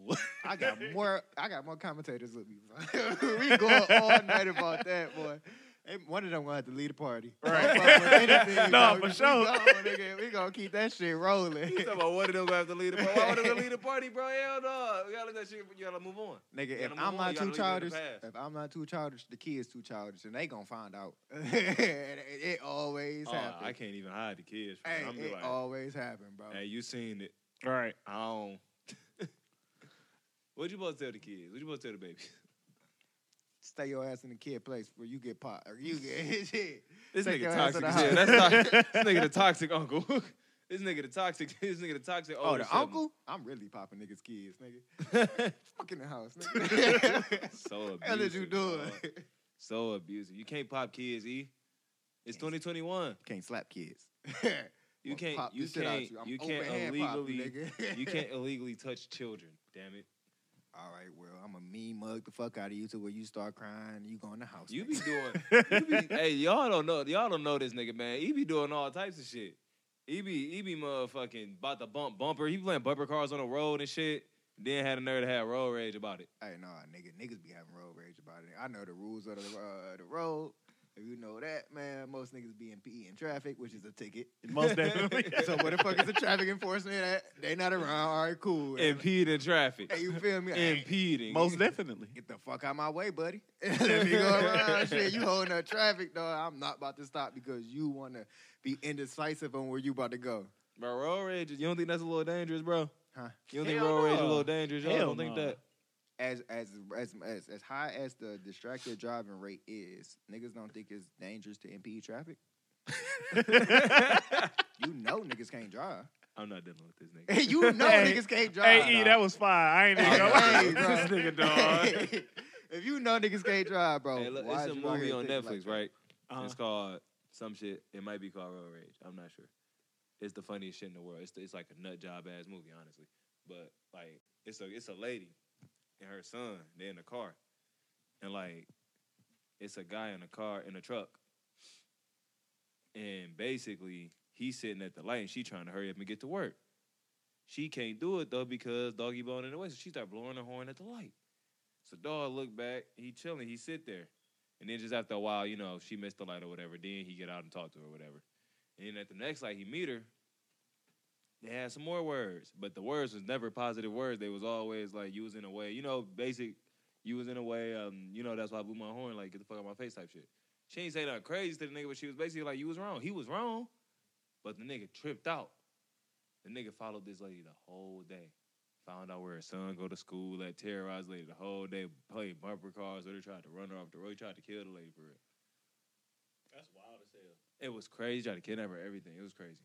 [SPEAKER 3] I got more. I got more commentators with me. Bro. [laughs] we going all night about that, boy. Hey, One of them gonna have to lead the party.
[SPEAKER 1] Right.
[SPEAKER 3] Don't fuck
[SPEAKER 2] [laughs]
[SPEAKER 3] with anything,
[SPEAKER 1] No,
[SPEAKER 3] bro.
[SPEAKER 1] for
[SPEAKER 3] We
[SPEAKER 1] sure.
[SPEAKER 3] going, nigga. We gonna keep that shit rolling,
[SPEAKER 2] You talking about one of them gonna have to lead the party. Why would they lead the party, bro? Hell no. We gotta let that shit you gotta move on.
[SPEAKER 3] nigga.
[SPEAKER 2] You
[SPEAKER 3] If
[SPEAKER 2] gotta move
[SPEAKER 3] I'm
[SPEAKER 2] on,
[SPEAKER 3] not
[SPEAKER 2] you gotta leave it
[SPEAKER 3] too
[SPEAKER 2] in the
[SPEAKER 3] childish,
[SPEAKER 2] past.
[SPEAKER 3] if I'm not too childish, the kids too childish, and they gonna find out. [laughs] it, it always
[SPEAKER 2] Oh,
[SPEAKER 3] happens.
[SPEAKER 2] I can't even hide the kids. Bro.
[SPEAKER 3] Hey,
[SPEAKER 2] I'm be
[SPEAKER 3] it
[SPEAKER 2] like,
[SPEAKER 3] always happen, bro.
[SPEAKER 2] hey, you seen it?
[SPEAKER 1] [laughs] All right.
[SPEAKER 2] I don't. [laughs] what you supposed to tell the kids? What you supposed to tell the [laughs] babies?
[SPEAKER 3] Stay your ass in the kid place where you get pot or you get [laughs] shit.
[SPEAKER 2] This
[SPEAKER 3] Take your
[SPEAKER 2] nigga
[SPEAKER 3] ass
[SPEAKER 2] toxic as
[SPEAKER 3] out
[SPEAKER 2] hell.
[SPEAKER 3] the
[SPEAKER 2] That's
[SPEAKER 1] house.
[SPEAKER 2] not, this
[SPEAKER 3] [laughs]
[SPEAKER 2] nigga the toxic uncle. [laughs] this nigga the toxic. [laughs] This nigga the toxic.
[SPEAKER 3] Oh,
[SPEAKER 2] older
[SPEAKER 3] the
[SPEAKER 2] sibling. [laughs]
[SPEAKER 3] uncle? I'm really popping niggas' kids, nigga. Fuck in the house, [laughs] nigga.
[SPEAKER 2] So abusive.
[SPEAKER 3] hell is you doing?
[SPEAKER 2] dog.
[SPEAKER 3] [laughs]
[SPEAKER 2] So abusive. You can't pop kids, e. It's 2021.
[SPEAKER 3] Can't slap [laughs] kids.
[SPEAKER 2] You
[SPEAKER 3] I'ma
[SPEAKER 2] can't.
[SPEAKER 3] pop
[SPEAKER 2] you
[SPEAKER 3] the shit out
[SPEAKER 2] can't.
[SPEAKER 3] you. I'm
[SPEAKER 2] You can't
[SPEAKER 3] overhand popping,
[SPEAKER 2] illegally.
[SPEAKER 3] nigga. [laughs]
[SPEAKER 2] you can't illegally touch children. Damn it.
[SPEAKER 3] All right, well, I'm a mean mug the fuck out of you to where you start crying. You go in the house.
[SPEAKER 2] You
[SPEAKER 3] nigga. [laughs]
[SPEAKER 2] be doing. You be, hey, y'all don't know. Y'all don't know this nigga, man. He be doing all types of shit. He be, he be motherfucking about to bump bumper. He playing bumper cars on the road and shit. Then had a nerd to have road rage about it.
[SPEAKER 3] Hey, nah, nigga, niggas be having road rage about it. I know the rules of the uh, the road. If you know that, man, most niggas be in PE in traffic, which is a ticket.
[SPEAKER 1] [laughs]
[SPEAKER 3] [laughs]
[SPEAKER 1] Most definitely.
[SPEAKER 2] [laughs]
[SPEAKER 3] so where the fuck is the traffic enforcement at? They not around. All right, cool.
[SPEAKER 2] Impeding traffic.
[SPEAKER 3] Hey, you feel me? Hey,
[SPEAKER 2] Impeding.
[SPEAKER 1] [laughs] Most definitely.
[SPEAKER 3] Get the fuck out my way, buddy. [laughs] Let me go around. Shit, you holding up traffic, dog. I'm not about to stop because you want to be indecisive on where you about to go.
[SPEAKER 2] Bro, road rage. You don't think that's a little dangerous, bro?
[SPEAKER 3] Huh?
[SPEAKER 2] You don't think
[SPEAKER 1] Hell
[SPEAKER 2] road rage is a
[SPEAKER 1] no.
[SPEAKER 2] little dangerous? Y'all
[SPEAKER 1] Hell
[SPEAKER 2] don't think
[SPEAKER 1] no.
[SPEAKER 2] that?
[SPEAKER 3] As as as as as high as the distracted driving rate is, niggas don't think it's dangerous to impede traffic.
[SPEAKER 1] [laughs]
[SPEAKER 3] You know niggas can't drive. [laughs]
[SPEAKER 2] I'm not dealing with this nigga.
[SPEAKER 3] you
[SPEAKER 1] [laughs]
[SPEAKER 3] know
[SPEAKER 1] Hey,
[SPEAKER 3] niggas can't drive.
[SPEAKER 1] Hey, E, that was fire. I ain't even gonna lie. [laughs]
[SPEAKER 3] Hey, bro.
[SPEAKER 2] This nigga
[SPEAKER 3] [laughs]
[SPEAKER 2] dog.
[SPEAKER 3] if you know niggas can't drive, bro,
[SPEAKER 2] Hey, look, it's
[SPEAKER 3] why is
[SPEAKER 2] a
[SPEAKER 3] you out
[SPEAKER 2] movie
[SPEAKER 3] here
[SPEAKER 2] on
[SPEAKER 3] thinking
[SPEAKER 2] Netflix,
[SPEAKER 3] like that?
[SPEAKER 2] right?
[SPEAKER 1] Uh-huh.
[SPEAKER 2] It's called some shit. It might be called Road Rage. I'm not sure. It's the funniest shit in the world. It's, it's like a nut job ass movie, honestly. But like, it's a it's a lady and her son. They're in the car, and like, it's a guy in a car in a truck, and basically he's sitting at the light and she trying to hurry up and get to work. She can't do it though because doggy bone in the way, so she start blowing her horn at the light. So dog look back, he chilling, he sit there. And then just after a while, you know, she missed the light or whatever. Then he get out and talk to her or whatever. And then at the next light, he meet her. They had some more words, but the words was never positive words. They was always like you was in a way, you know, basic. You was in a way, um, you know, that's why I blew my horn. Like get the fuck out of my face type shit. She ain't say nothing crazy to the nigga, but she was basically like you was wrong. He was wrong, but the nigga tripped out. The nigga followed this lady the whole day. Found out where her son go to school at, terrorized the lady the whole day, played bumper cars, or they tried to run her off the road, tried to kill the lady for it.
[SPEAKER 1] That's wild as hell.
[SPEAKER 2] It was crazy, tried to kidnap her, everything. It was crazy.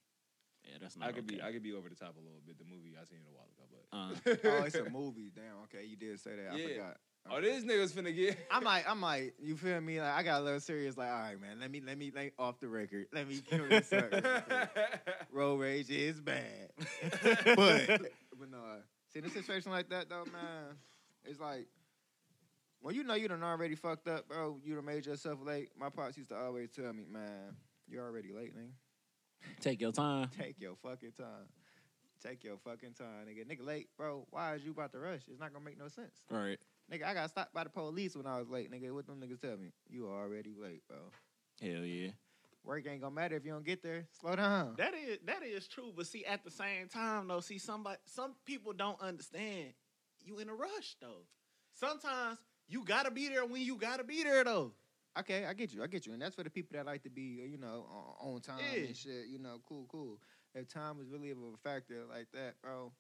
[SPEAKER 1] Yeah, that's not.
[SPEAKER 2] I could be
[SPEAKER 1] okay.
[SPEAKER 2] I could be over the top a little bit. The movie I seen it a while ago, but
[SPEAKER 1] Uh,
[SPEAKER 2] [laughs]
[SPEAKER 3] oh, it's a movie. Damn. Okay, you did say that.
[SPEAKER 2] Yeah.
[SPEAKER 3] I forgot.
[SPEAKER 2] oh, this nigga's finna [laughs] get.
[SPEAKER 3] I might, I might. You feel me? Like I got a little serious. Like, all right, man. Let me, let me, like, off the record. Let me kill this up. real quick. Road rage is bad,
[SPEAKER 2] [laughs]
[SPEAKER 3] but but no. uh, See, in a situation like that though, man, it's like when you know you done already fucked up, bro. You done made yourself late. My pops used to always tell me, man, you already late, nigga.
[SPEAKER 1] take your time.
[SPEAKER 3] Take your fucking time. Take your fucking time, nigga. Nigga late, bro. Why is you about to rush? It's not gonna make no sense.
[SPEAKER 1] All right.
[SPEAKER 3] Nigga, I got stopped by the police when I was late, nigga. What them niggas tell me? You already late, bro.
[SPEAKER 1] Hell yeah.
[SPEAKER 3] Work ain't gonna matter if you don't get there. Slow down.
[SPEAKER 1] That is that is true, but see, at the same time though, see somebody some people don't understand. You in a rush though. Sometimes you gotta be there when you gotta be there though.
[SPEAKER 3] Okay, I get you. I get you. And that's for the people that like to be, uh, you know, on, on time
[SPEAKER 1] Yeah.
[SPEAKER 3] and shit. You know, cool, cool. If time is really of a factor like that, bro,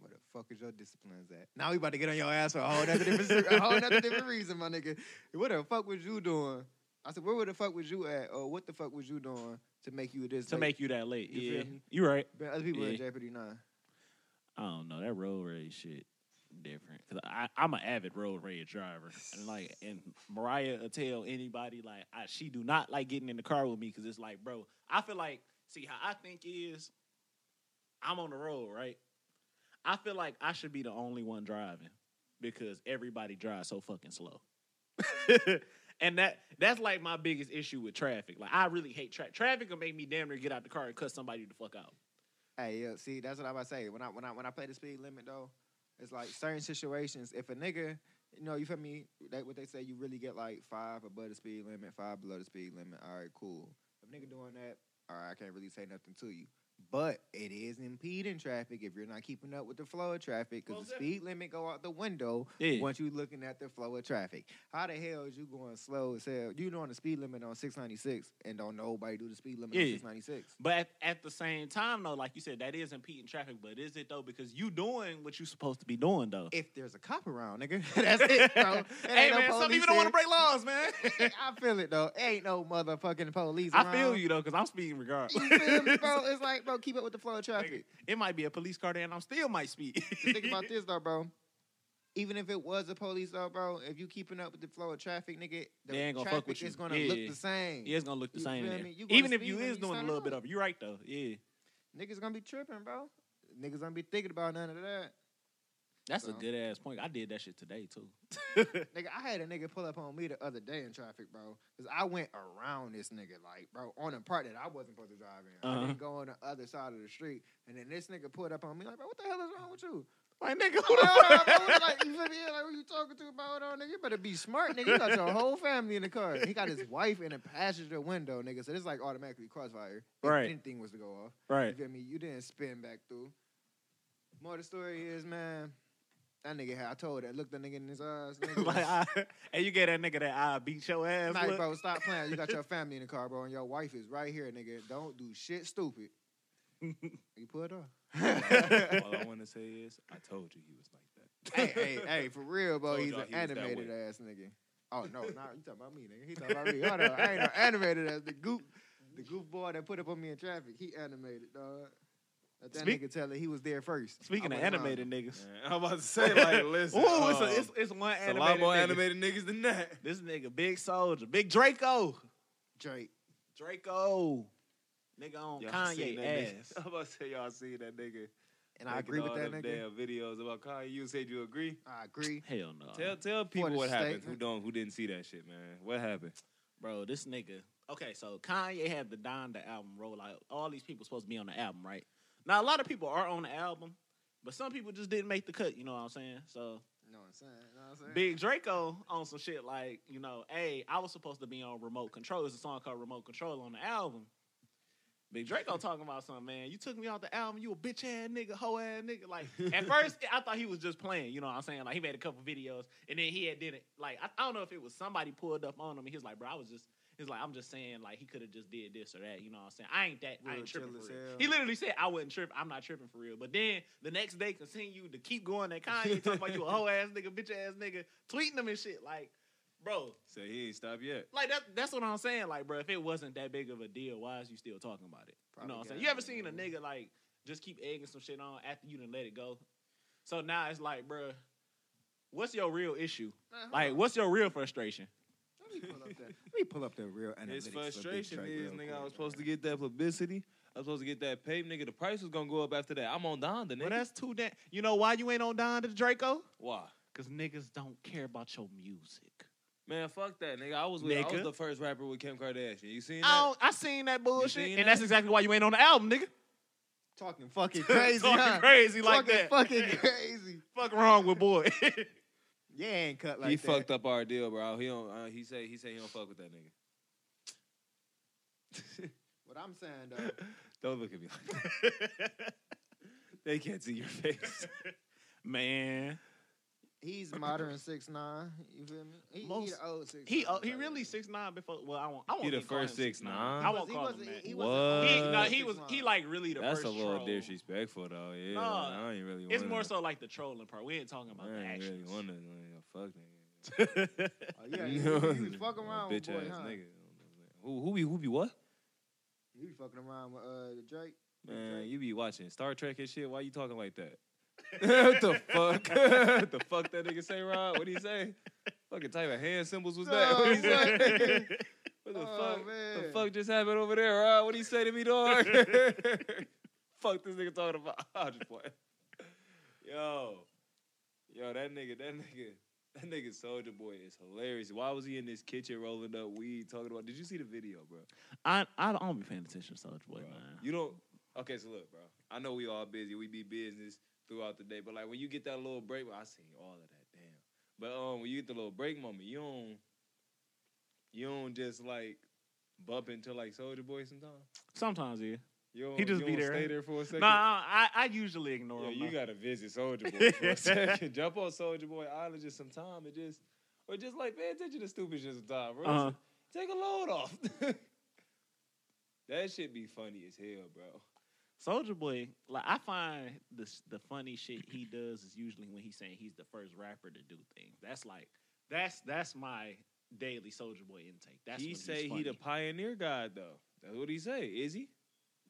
[SPEAKER 3] where the fuck is your disciplines at? Now we about to get on your ass for a whole nother different, a whole nother different reason, my nigga. What the fuck was you doing? I said, where were the fuck was you at, or what the fuck was you doing to make you this?
[SPEAKER 1] To
[SPEAKER 3] late?
[SPEAKER 1] make you that late.
[SPEAKER 3] You
[SPEAKER 1] yeah.
[SPEAKER 3] feel me?
[SPEAKER 1] You right.
[SPEAKER 3] Man, other people in
[SPEAKER 1] Yeah.
[SPEAKER 3] jeopardy now.
[SPEAKER 1] I don't know. That road rage shit different. Cause I, I'm an avid road rage driver. And like and Mariah will tell anybody like I, she do not like getting in the car with me because it's like, bro, I feel like see how I think is I'm on the road, right? I feel like I should be the only one driving because everybody drives so fucking slow. [laughs] and that that's like my biggest issue with traffic. Like I really hate traffic. Traffic will make me damn near get out the car and cut somebody the fuck out.
[SPEAKER 3] Hey, yeah, see, that's what I'm about to say. When I when I when I play the speed limit though, it's like certain situations. If a nigga, you know, you feel me? That what they say. You really get like five above the speed limit, five below the speed limit. All right, cool. If nigga doing that, all right, I can't really say nothing to you. But it is impeding traffic if you're not keeping up with the flow of traffic because
[SPEAKER 1] Most
[SPEAKER 3] the speed limit go out the window
[SPEAKER 1] Yeah.
[SPEAKER 3] once you looking at the flow of traffic. How the hell is you going slow as hell? You doing the speed limit on 696 and don't nobody do the speed limit on
[SPEAKER 1] Yeah.
[SPEAKER 3] 696.
[SPEAKER 1] But at, at the same time, though, like you said, that is impeding traffic. But is it though? Because you doing what you supposed to be doing, though.
[SPEAKER 3] if there's a cop around, nigga. [laughs] That's
[SPEAKER 1] [laughs]
[SPEAKER 3] it, bro. It
[SPEAKER 1] hey
[SPEAKER 3] ain't no
[SPEAKER 1] man, some
[SPEAKER 3] police
[SPEAKER 1] people don't want to break
[SPEAKER 3] here.
[SPEAKER 1] laws,
[SPEAKER 3] [laughs]
[SPEAKER 1] man.
[SPEAKER 3] I feel it though. Ain't no motherfucking police.
[SPEAKER 1] [laughs] I feel
[SPEAKER 3] around.
[SPEAKER 1] you though, because I'm speeding regardless.
[SPEAKER 3] You feel me, bro? It's like, bro, keep up with the flow of traffic.
[SPEAKER 1] [laughs] it might be a police car there, and I'm still might
[SPEAKER 3] [laughs]
[SPEAKER 1] speed.
[SPEAKER 3] Think about this though, bro. Even if it was a police though, bro, if you keeping up with the flow of traffic, nigga, the
[SPEAKER 1] They ain't gonna
[SPEAKER 3] traffic
[SPEAKER 1] fuck with you.
[SPEAKER 3] is gonna
[SPEAKER 1] Yeah.
[SPEAKER 3] look the same.
[SPEAKER 1] [laughs] Yeah, it's gonna look the
[SPEAKER 3] You
[SPEAKER 1] same.
[SPEAKER 3] feel
[SPEAKER 1] in there.
[SPEAKER 3] me? You gonna
[SPEAKER 1] Even if
[SPEAKER 3] speed
[SPEAKER 1] you
[SPEAKER 3] when
[SPEAKER 1] is
[SPEAKER 3] you
[SPEAKER 1] doing a
[SPEAKER 3] sign
[SPEAKER 1] little
[SPEAKER 3] up.
[SPEAKER 1] bit of it, you're right though. Yeah,
[SPEAKER 3] Niggas gonna be tripping, bro. Niggas gonna be thinking about none of that.
[SPEAKER 1] that's a
[SPEAKER 3] So-
[SPEAKER 1] good ass point. I did that shit today too.
[SPEAKER 3] [laughs] Nigga, I had a nigga pull up on me the other day in traffic, bro. Because I went around this nigga, like, bro, on a part that I wasn't supposed to drive in. I
[SPEAKER 1] Uh-huh.
[SPEAKER 3] didn't go on the other side of the street. And then this nigga pulled up on me, like, bro, what the hell is wrong with you?
[SPEAKER 1] Like nigga, [laughs]
[SPEAKER 3] What the hell, bro? What- like, you feel me? Like, what you talking to about, oh, nigga? You better be smart, nigga. You got
[SPEAKER 1] [laughs]
[SPEAKER 3] your whole family in the car. He got his wife in the passenger window, nigga. So this, like, automatically crossfire. If
[SPEAKER 1] Right.
[SPEAKER 3] anything was to go off.
[SPEAKER 1] right? [laughs]
[SPEAKER 3] You feel me? You didn't spin back through. More the story is, man, that nigga had, I told that, looked that nigga in his
[SPEAKER 1] [laughs]
[SPEAKER 3] eyes. Nigga,
[SPEAKER 1] like, I, and you get that nigga that I beat your ass.
[SPEAKER 3] Nah,
[SPEAKER 1] look. [laughs]
[SPEAKER 3] bro, stop playing. You got [laughs] your family in the car, bro, and your wife is right here, nigga. Don't do shit [laughs] stupid. you put off.
[SPEAKER 2] All I want to say is, I told you he was like that.
[SPEAKER 3] hey, [laughs] hey, hey, for real, bro.
[SPEAKER 2] Told
[SPEAKER 3] He's
[SPEAKER 2] y'all
[SPEAKER 3] an
[SPEAKER 2] he was that
[SPEAKER 3] animated
[SPEAKER 2] way.
[SPEAKER 3] ass nigga. Oh no, nah, you talking about me, nigga. He talking about me. Hold on, I [laughs] ain't no animated ass. The goof, the goof boy that put up on me in traffic. He animated, dog. Let that
[SPEAKER 1] Speak-
[SPEAKER 3] nigga tell it he was there first.
[SPEAKER 1] Speaking
[SPEAKER 3] I
[SPEAKER 1] of
[SPEAKER 3] went around
[SPEAKER 1] animated
[SPEAKER 3] him.
[SPEAKER 1] niggas,
[SPEAKER 2] I'm about to say,
[SPEAKER 1] [laughs]
[SPEAKER 2] [laughs] like, listen.
[SPEAKER 1] ooh, it's,
[SPEAKER 2] um,
[SPEAKER 1] a, it's, it's one
[SPEAKER 2] it's a
[SPEAKER 1] animated.
[SPEAKER 2] lot more
[SPEAKER 1] nigga.
[SPEAKER 2] animated niggas than that.
[SPEAKER 1] This nigga, big soldier, big Draco,
[SPEAKER 3] Drake,
[SPEAKER 1] Draco, nigga on
[SPEAKER 2] seen
[SPEAKER 1] Kanye
[SPEAKER 2] that
[SPEAKER 1] ass.
[SPEAKER 2] nigga- [laughs]
[SPEAKER 1] [laughs]
[SPEAKER 2] I'm about to say, y'all seen that nigga.
[SPEAKER 3] and I
[SPEAKER 2] making
[SPEAKER 3] agree with
[SPEAKER 2] all
[SPEAKER 3] that
[SPEAKER 2] them
[SPEAKER 3] nigga.
[SPEAKER 2] Damn videos about Kanye. You said you agree.
[SPEAKER 3] I agree.
[SPEAKER 1] Hell no,
[SPEAKER 2] Tell tell people
[SPEAKER 3] the
[SPEAKER 2] what happened. Who
[SPEAKER 3] statement.
[SPEAKER 2] don't? Who didn't see that shit, man? What happened?
[SPEAKER 1] bro, this nigga. Okay, so Kanye had the Donda album roll out. All these people supposed to be on the album, right? Now a lot of people are on the album, but some people just didn't make the cut. You know what I'm saying? So
[SPEAKER 3] You know what I'm saying? You know what I'm saying?
[SPEAKER 1] Big Draco on some shit like, you know, hey, I was supposed to be on Remote Control. It's a song called Remote Control on the album. Big Draco talking about something, man. You took me off the album. You a bitch ass nigga, hoe ass nigga. Like
[SPEAKER 3] [laughs]
[SPEAKER 1] at first, I thought he was just playing. You know what I'm saying? Like he made a couple videos, and then he had did it. Like I, I don't know if it was somebody pulled up on him. And he was like, bro, I was just. He's like, I'm just saying, like he could have just did this or that. You know what I'm saying? I ain't that. I
[SPEAKER 3] Real
[SPEAKER 1] ain't tripping
[SPEAKER 3] chill
[SPEAKER 1] for
[SPEAKER 3] as
[SPEAKER 1] real.
[SPEAKER 3] hell.
[SPEAKER 1] He literally said, I wasn't tripping. I'm not tripping for real. But then the next day, continued to keep going at Kanye talking about you a hoe ass nigga, bitch ass nigga, tweeting him and shit. Like, bro,
[SPEAKER 2] So he ain't stop yet.
[SPEAKER 1] like that, that's what I'm saying. Like, bro, if it wasn't that big of a deal, why is you still talking about it? you know what I'm saying? You ever seen a
[SPEAKER 3] Propaganda.
[SPEAKER 1] nigga like just keep egging some shit on after you done let it go? So now it's like, bro, what's your real issue?
[SPEAKER 3] Man, hold
[SPEAKER 1] Like,
[SPEAKER 3] on.
[SPEAKER 1] what's your real frustration?
[SPEAKER 3] Let me
[SPEAKER 1] [laughs]
[SPEAKER 3] pull up that. Let me pull up that real analytics.
[SPEAKER 2] His
[SPEAKER 3] for Big
[SPEAKER 2] frustration
[SPEAKER 3] Drake
[SPEAKER 2] is,
[SPEAKER 3] real
[SPEAKER 2] nigga,
[SPEAKER 3] quick.
[SPEAKER 2] I was supposed to get that publicity. I was supposed to get that paid, nigga. The price was gonna go up after that. I'm on Donda, nigga.
[SPEAKER 1] Well, that's too damn. You know why you ain't on Don to Draco?
[SPEAKER 2] Why?
[SPEAKER 1] Cause niggas don't care about your music.
[SPEAKER 2] Man, fuck that, nigga. I was with, I was
[SPEAKER 1] Nigga.
[SPEAKER 2] the first rapper with Kim Kardashian. You seen
[SPEAKER 1] I
[SPEAKER 2] that?
[SPEAKER 1] don't, I seen that bullshit,
[SPEAKER 2] seen
[SPEAKER 1] and
[SPEAKER 2] that?
[SPEAKER 1] that's exactly why you ain't on the album, nigga. [laughs]
[SPEAKER 3] talking
[SPEAKER 2] [laughs]
[SPEAKER 3] fucking crazy,
[SPEAKER 1] Talking
[SPEAKER 3] huh?
[SPEAKER 1] crazy like
[SPEAKER 3] talking
[SPEAKER 1] that.
[SPEAKER 3] fucking crazy.
[SPEAKER 1] [laughs] Fuck wrong with boy. [laughs]
[SPEAKER 3] Yeah, ain't cut like
[SPEAKER 2] he
[SPEAKER 3] that.
[SPEAKER 2] fucked up our deal, bro. He don't. Uh, he say he say he don't fuck with that nigga.
[SPEAKER 3] What I'm saying though,
[SPEAKER 2] don't look at me like that.
[SPEAKER 3] [laughs]
[SPEAKER 2] They can't see your face.
[SPEAKER 1] Man,
[SPEAKER 3] he's modern six nine. You feel me? He, he
[SPEAKER 1] Most-
[SPEAKER 3] the old six.
[SPEAKER 1] he oh, he really six nine before. Well, I won't. I won't
[SPEAKER 2] He the
[SPEAKER 1] even call
[SPEAKER 2] first
[SPEAKER 1] him
[SPEAKER 2] 6'9"..
[SPEAKER 1] I won't
[SPEAKER 3] he
[SPEAKER 1] call him
[SPEAKER 3] wasn't-
[SPEAKER 1] that.
[SPEAKER 3] he- he
[SPEAKER 2] What?
[SPEAKER 3] wasn't
[SPEAKER 1] He,
[SPEAKER 3] old
[SPEAKER 1] no,
[SPEAKER 2] Uh,
[SPEAKER 1] he was
[SPEAKER 3] 6'9".
[SPEAKER 1] he like really the
[SPEAKER 2] That's
[SPEAKER 1] first
[SPEAKER 2] a little
[SPEAKER 1] troll.
[SPEAKER 2] disrespectful, though. Yeah,
[SPEAKER 1] Nah,
[SPEAKER 2] I ain't really.
[SPEAKER 1] It's
[SPEAKER 2] wanna-
[SPEAKER 1] more so like the trolling part. We ain't talking about
[SPEAKER 2] I
[SPEAKER 1] the
[SPEAKER 2] ain't really
[SPEAKER 1] actions.
[SPEAKER 2] wanna, like, fuck nigga. [laughs]
[SPEAKER 3] Oh, yeah, he,
[SPEAKER 2] You know?
[SPEAKER 3] he
[SPEAKER 2] [laughs]
[SPEAKER 3] was fucking around with
[SPEAKER 2] bitch
[SPEAKER 3] boy,
[SPEAKER 2] ass
[SPEAKER 3] huh?
[SPEAKER 2] nigga. Who who be who be what?
[SPEAKER 3] He was fucking around with uh Drake. Big
[SPEAKER 2] Man,
[SPEAKER 3] Drake.
[SPEAKER 2] you be watching Star Trek and shit. Why you talking
[SPEAKER 1] [laughs]
[SPEAKER 2] like that? what the fuck? [laughs] What the fuck that nigga say, Rod? What he say? Fucking type of hand symbols was that?
[SPEAKER 1] [laughs]
[SPEAKER 2] What he [laughs] say? What the
[SPEAKER 3] Oh,
[SPEAKER 2] fuck? The
[SPEAKER 3] man.
[SPEAKER 2] fuck just happened over there, Rod? What he say to me, dog? [laughs] fuck this nigga talking about. [laughs] i just playing. Yo, yo, that nigga, that nigga. That nigga Soldier Boy is hilarious. Why was he in this kitchen rolling up weed talking about? Did you see the video, bro?
[SPEAKER 1] I I don't be paying attention to Soulja Boy,
[SPEAKER 2] Bro,
[SPEAKER 1] man.
[SPEAKER 2] You don't. Okay, so look, bro. I know we all busy. We be business throughout the day, but like when you get that little break, I seen all of that. Damn. But um, when you get the little break moment, you don't. You don't just like bump into like Soldier Boy sometimes.
[SPEAKER 1] Sometimes yeah.
[SPEAKER 2] You don't,
[SPEAKER 1] He just
[SPEAKER 2] you
[SPEAKER 1] be
[SPEAKER 2] don't
[SPEAKER 1] there.
[SPEAKER 2] Stay there for a second.
[SPEAKER 1] Nah, I, I usually ignore
[SPEAKER 2] Yo,
[SPEAKER 1] him.
[SPEAKER 2] you
[SPEAKER 1] though.
[SPEAKER 2] gotta visit Soldier Boy
[SPEAKER 1] [laughs]
[SPEAKER 2] for a second. Jump on Soldier Boy Island just some time and just, or just like pay attention to stupid shit some time, bro.
[SPEAKER 1] Uh-huh.
[SPEAKER 2] Take a load off. [laughs] that shit be funny as hell, bro.
[SPEAKER 1] Soldier Boy, like I find the s- the funny shit he does is usually when he's saying he's the first rapper to do things. That's like that's that's my daily Soldier Boy intake. That's
[SPEAKER 2] he
[SPEAKER 1] when
[SPEAKER 2] say
[SPEAKER 1] he's
[SPEAKER 2] he the
[SPEAKER 1] funny.
[SPEAKER 2] pioneer guy though. That's what he say. Is he?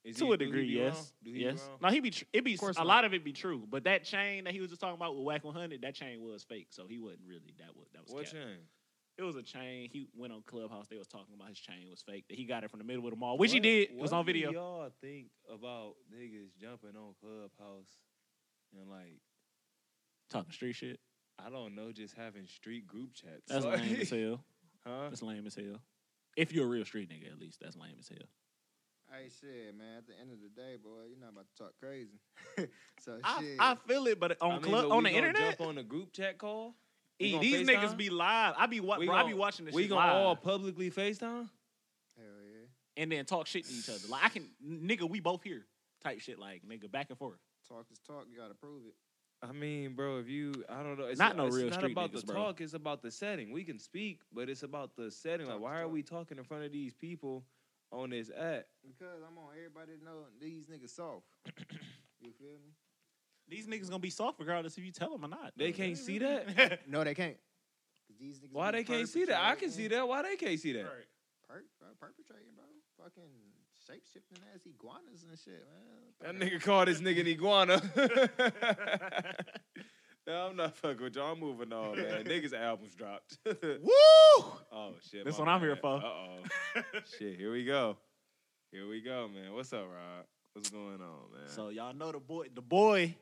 [SPEAKER 2] Is
[SPEAKER 1] to
[SPEAKER 2] he-
[SPEAKER 1] a
[SPEAKER 2] do he
[SPEAKER 1] degree,
[SPEAKER 2] be
[SPEAKER 1] yes,
[SPEAKER 2] wrong? Do he
[SPEAKER 1] yes.
[SPEAKER 2] wrong?
[SPEAKER 1] Now he be tr- it be
[SPEAKER 3] Of
[SPEAKER 1] s-
[SPEAKER 3] course
[SPEAKER 1] a
[SPEAKER 3] not.
[SPEAKER 1] lot of it be true, but that chain that he was just talking about with Whack 100, that chain was fake, so he wasn't really that was that was
[SPEAKER 2] What
[SPEAKER 1] cap.
[SPEAKER 2] chain?
[SPEAKER 1] It was a chain. He went on Clubhouse. They was talking about his chain was fake. That he got it from the middle of the mall, which he
[SPEAKER 2] What-
[SPEAKER 1] did. It was
[SPEAKER 2] what
[SPEAKER 1] on
[SPEAKER 2] do
[SPEAKER 1] video.
[SPEAKER 2] Y'all think about niggas jumping on Clubhouse and like
[SPEAKER 1] Talking street shit.
[SPEAKER 2] I don't know, just having street group chats.
[SPEAKER 1] That's
[SPEAKER 2] Like, [laughs]
[SPEAKER 1] lame as hell.
[SPEAKER 2] Huh?
[SPEAKER 1] That's lame as hell. If you're a real street nigga, at least that's lame as hell.
[SPEAKER 3] Hey, shit, man. At the end of the day, boy, you're not about to talk crazy. [laughs] so
[SPEAKER 1] I,
[SPEAKER 3] shit.
[SPEAKER 1] I feel it, but on
[SPEAKER 2] I mean,
[SPEAKER 1] club
[SPEAKER 2] but
[SPEAKER 1] on
[SPEAKER 2] we
[SPEAKER 1] the
[SPEAKER 2] gonna
[SPEAKER 1] internet,
[SPEAKER 2] jump on a group chat call. we
[SPEAKER 1] eh,
[SPEAKER 2] gonna
[SPEAKER 1] these
[SPEAKER 2] FaceTime?
[SPEAKER 1] niggas be live. I be wa-
[SPEAKER 2] We
[SPEAKER 1] bro, I be
[SPEAKER 2] gon-
[SPEAKER 1] watching this
[SPEAKER 2] we
[SPEAKER 1] shit
[SPEAKER 2] gonna
[SPEAKER 1] live
[SPEAKER 2] all publicly Facetime.
[SPEAKER 3] Hell yeah.
[SPEAKER 1] and then talk shit to each other. Like I can, nigga, we both here type shit. Like nigga, back and forth.
[SPEAKER 3] Talk is talk. You gotta prove it.
[SPEAKER 2] I mean, bro, if you, I don't know, it's
[SPEAKER 1] Not no real
[SPEAKER 2] It's not
[SPEAKER 1] street
[SPEAKER 2] about
[SPEAKER 1] niggas,
[SPEAKER 2] the
[SPEAKER 1] bro.
[SPEAKER 2] talk; it's about the setting. We can speak, but it's about the setting. Like,
[SPEAKER 3] Talk
[SPEAKER 2] why
[SPEAKER 3] to
[SPEAKER 2] are
[SPEAKER 3] talk.
[SPEAKER 2] we talking in front of these people on this app?
[SPEAKER 3] Because I'm on everybody to know these niggas soft. [coughs] you feel me?
[SPEAKER 1] These niggas gonna be soft regardless if you tell them or not.
[SPEAKER 2] They
[SPEAKER 1] though.
[SPEAKER 2] can't see that?
[SPEAKER 1] [laughs] Right.
[SPEAKER 3] No, they can't. 'Cause These niggas
[SPEAKER 2] Why
[SPEAKER 3] be
[SPEAKER 2] they can't see that? I can see
[SPEAKER 3] perpetrating-
[SPEAKER 2] that. Why they can't see that?
[SPEAKER 3] Per- bro, perpetrating, bro. Fucking shape shifting ass iguanas and shit, man.
[SPEAKER 2] That nigga called this nigga an [laughs] iguana. no, I'm not fucking with y'all. I'm moving on, man. Niggas' albums dropped. [laughs]
[SPEAKER 1] Woo!
[SPEAKER 2] oh shit.
[SPEAKER 1] That's what I'm here for.
[SPEAKER 2] Uh oh. shit. Here we go. Here we go, man. What's up, Rod? What's going on, man?
[SPEAKER 1] So y'all know the boy, the boy,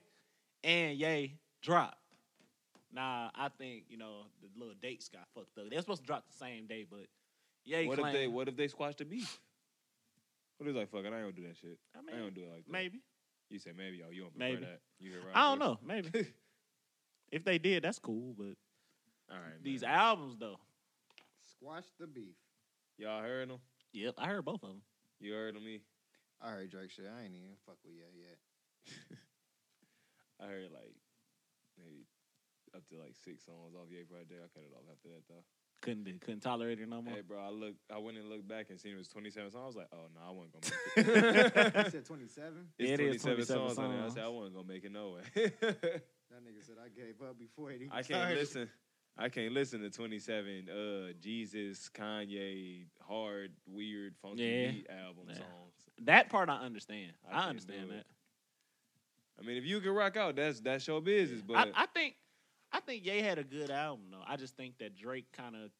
[SPEAKER 1] and Yay drop. Nah, I think you know the little dates got fucked up. They're supposed to drop the same day, but Yay
[SPEAKER 2] what if
[SPEAKER 1] claimed-
[SPEAKER 2] they what if they squash the beef? What if like fuck it, I ain't gonna do that shit.
[SPEAKER 1] I
[SPEAKER 2] I ain't
[SPEAKER 1] mean,
[SPEAKER 2] gonna do it like that.
[SPEAKER 1] maybe.
[SPEAKER 2] You say maybe, oh, you don't prefer
[SPEAKER 1] Maybe.
[SPEAKER 2] that. You hear
[SPEAKER 1] I don't know. Maybe. if they did, that's cool. But
[SPEAKER 2] [laughs] All right,
[SPEAKER 1] these
[SPEAKER 2] man.
[SPEAKER 1] albums, though.
[SPEAKER 3] Squash the beef.
[SPEAKER 2] y'all heard them.
[SPEAKER 1] Yep, I heard both of them.
[SPEAKER 2] You heard 'em, me.
[SPEAKER 3] I heard Drake shit. I ain't even fuck with yeah
[SPEAKER 2] [laughs]
[SPEAKER 3] yet.
[SPEAKER 2] I heard like maybe up to like six songs off Ye Project. I cut it off after that though.
[SPEAKER 1] Couldn't do- couldn't tolerate it no more.
[SPEAKER 2] Hey, bro, I looked. I went and looked back and seen it was 27 songs. I was like, oh no, I wasn't gonna make it.
[SPEAKER 1] [laughs]
[SPEAKER 2] [laughs]
[SPEAKER 3] He said 27.
[SPEAKER 2] it's
[SPEAKER 1] It
[SPEAKER 2] 27,
[SPEAKER 1] is 27
[SPEAKER 2] songs. on there. I said I
[SPEAKER 1] songs.
[SPEAKER 2] wasn't gonna make it no [laughs] way.
[SPEAKER 3] That nigga said I gave up before it even
[SPEAKER 2] I can't
[SPEAKER 3] started.
[SPEAKER 2] listen. I can't listen to 27 uh Jesus Kanye hard weird funky
[SPEAKER 1] Yeah.
[SPEAKER 2] beat album
[SPEAKER 1] Yeah.
[SPEAKER 2] songs.
[SPEAKER 1] That part I understand.
[SPEAKER 2] I
[SPEAKER 1] I,
[SPEAKER 2] can't
[SPEAKER 1] understand
[SPEAKER 2] do
[SPEAKER 1] that.
[SPEAKER 2] it. I mean, if you can rock out, that's that's your business. But
[SPEAKER 1] I, I think I think Ye had a good album though. I just think that Drake kind of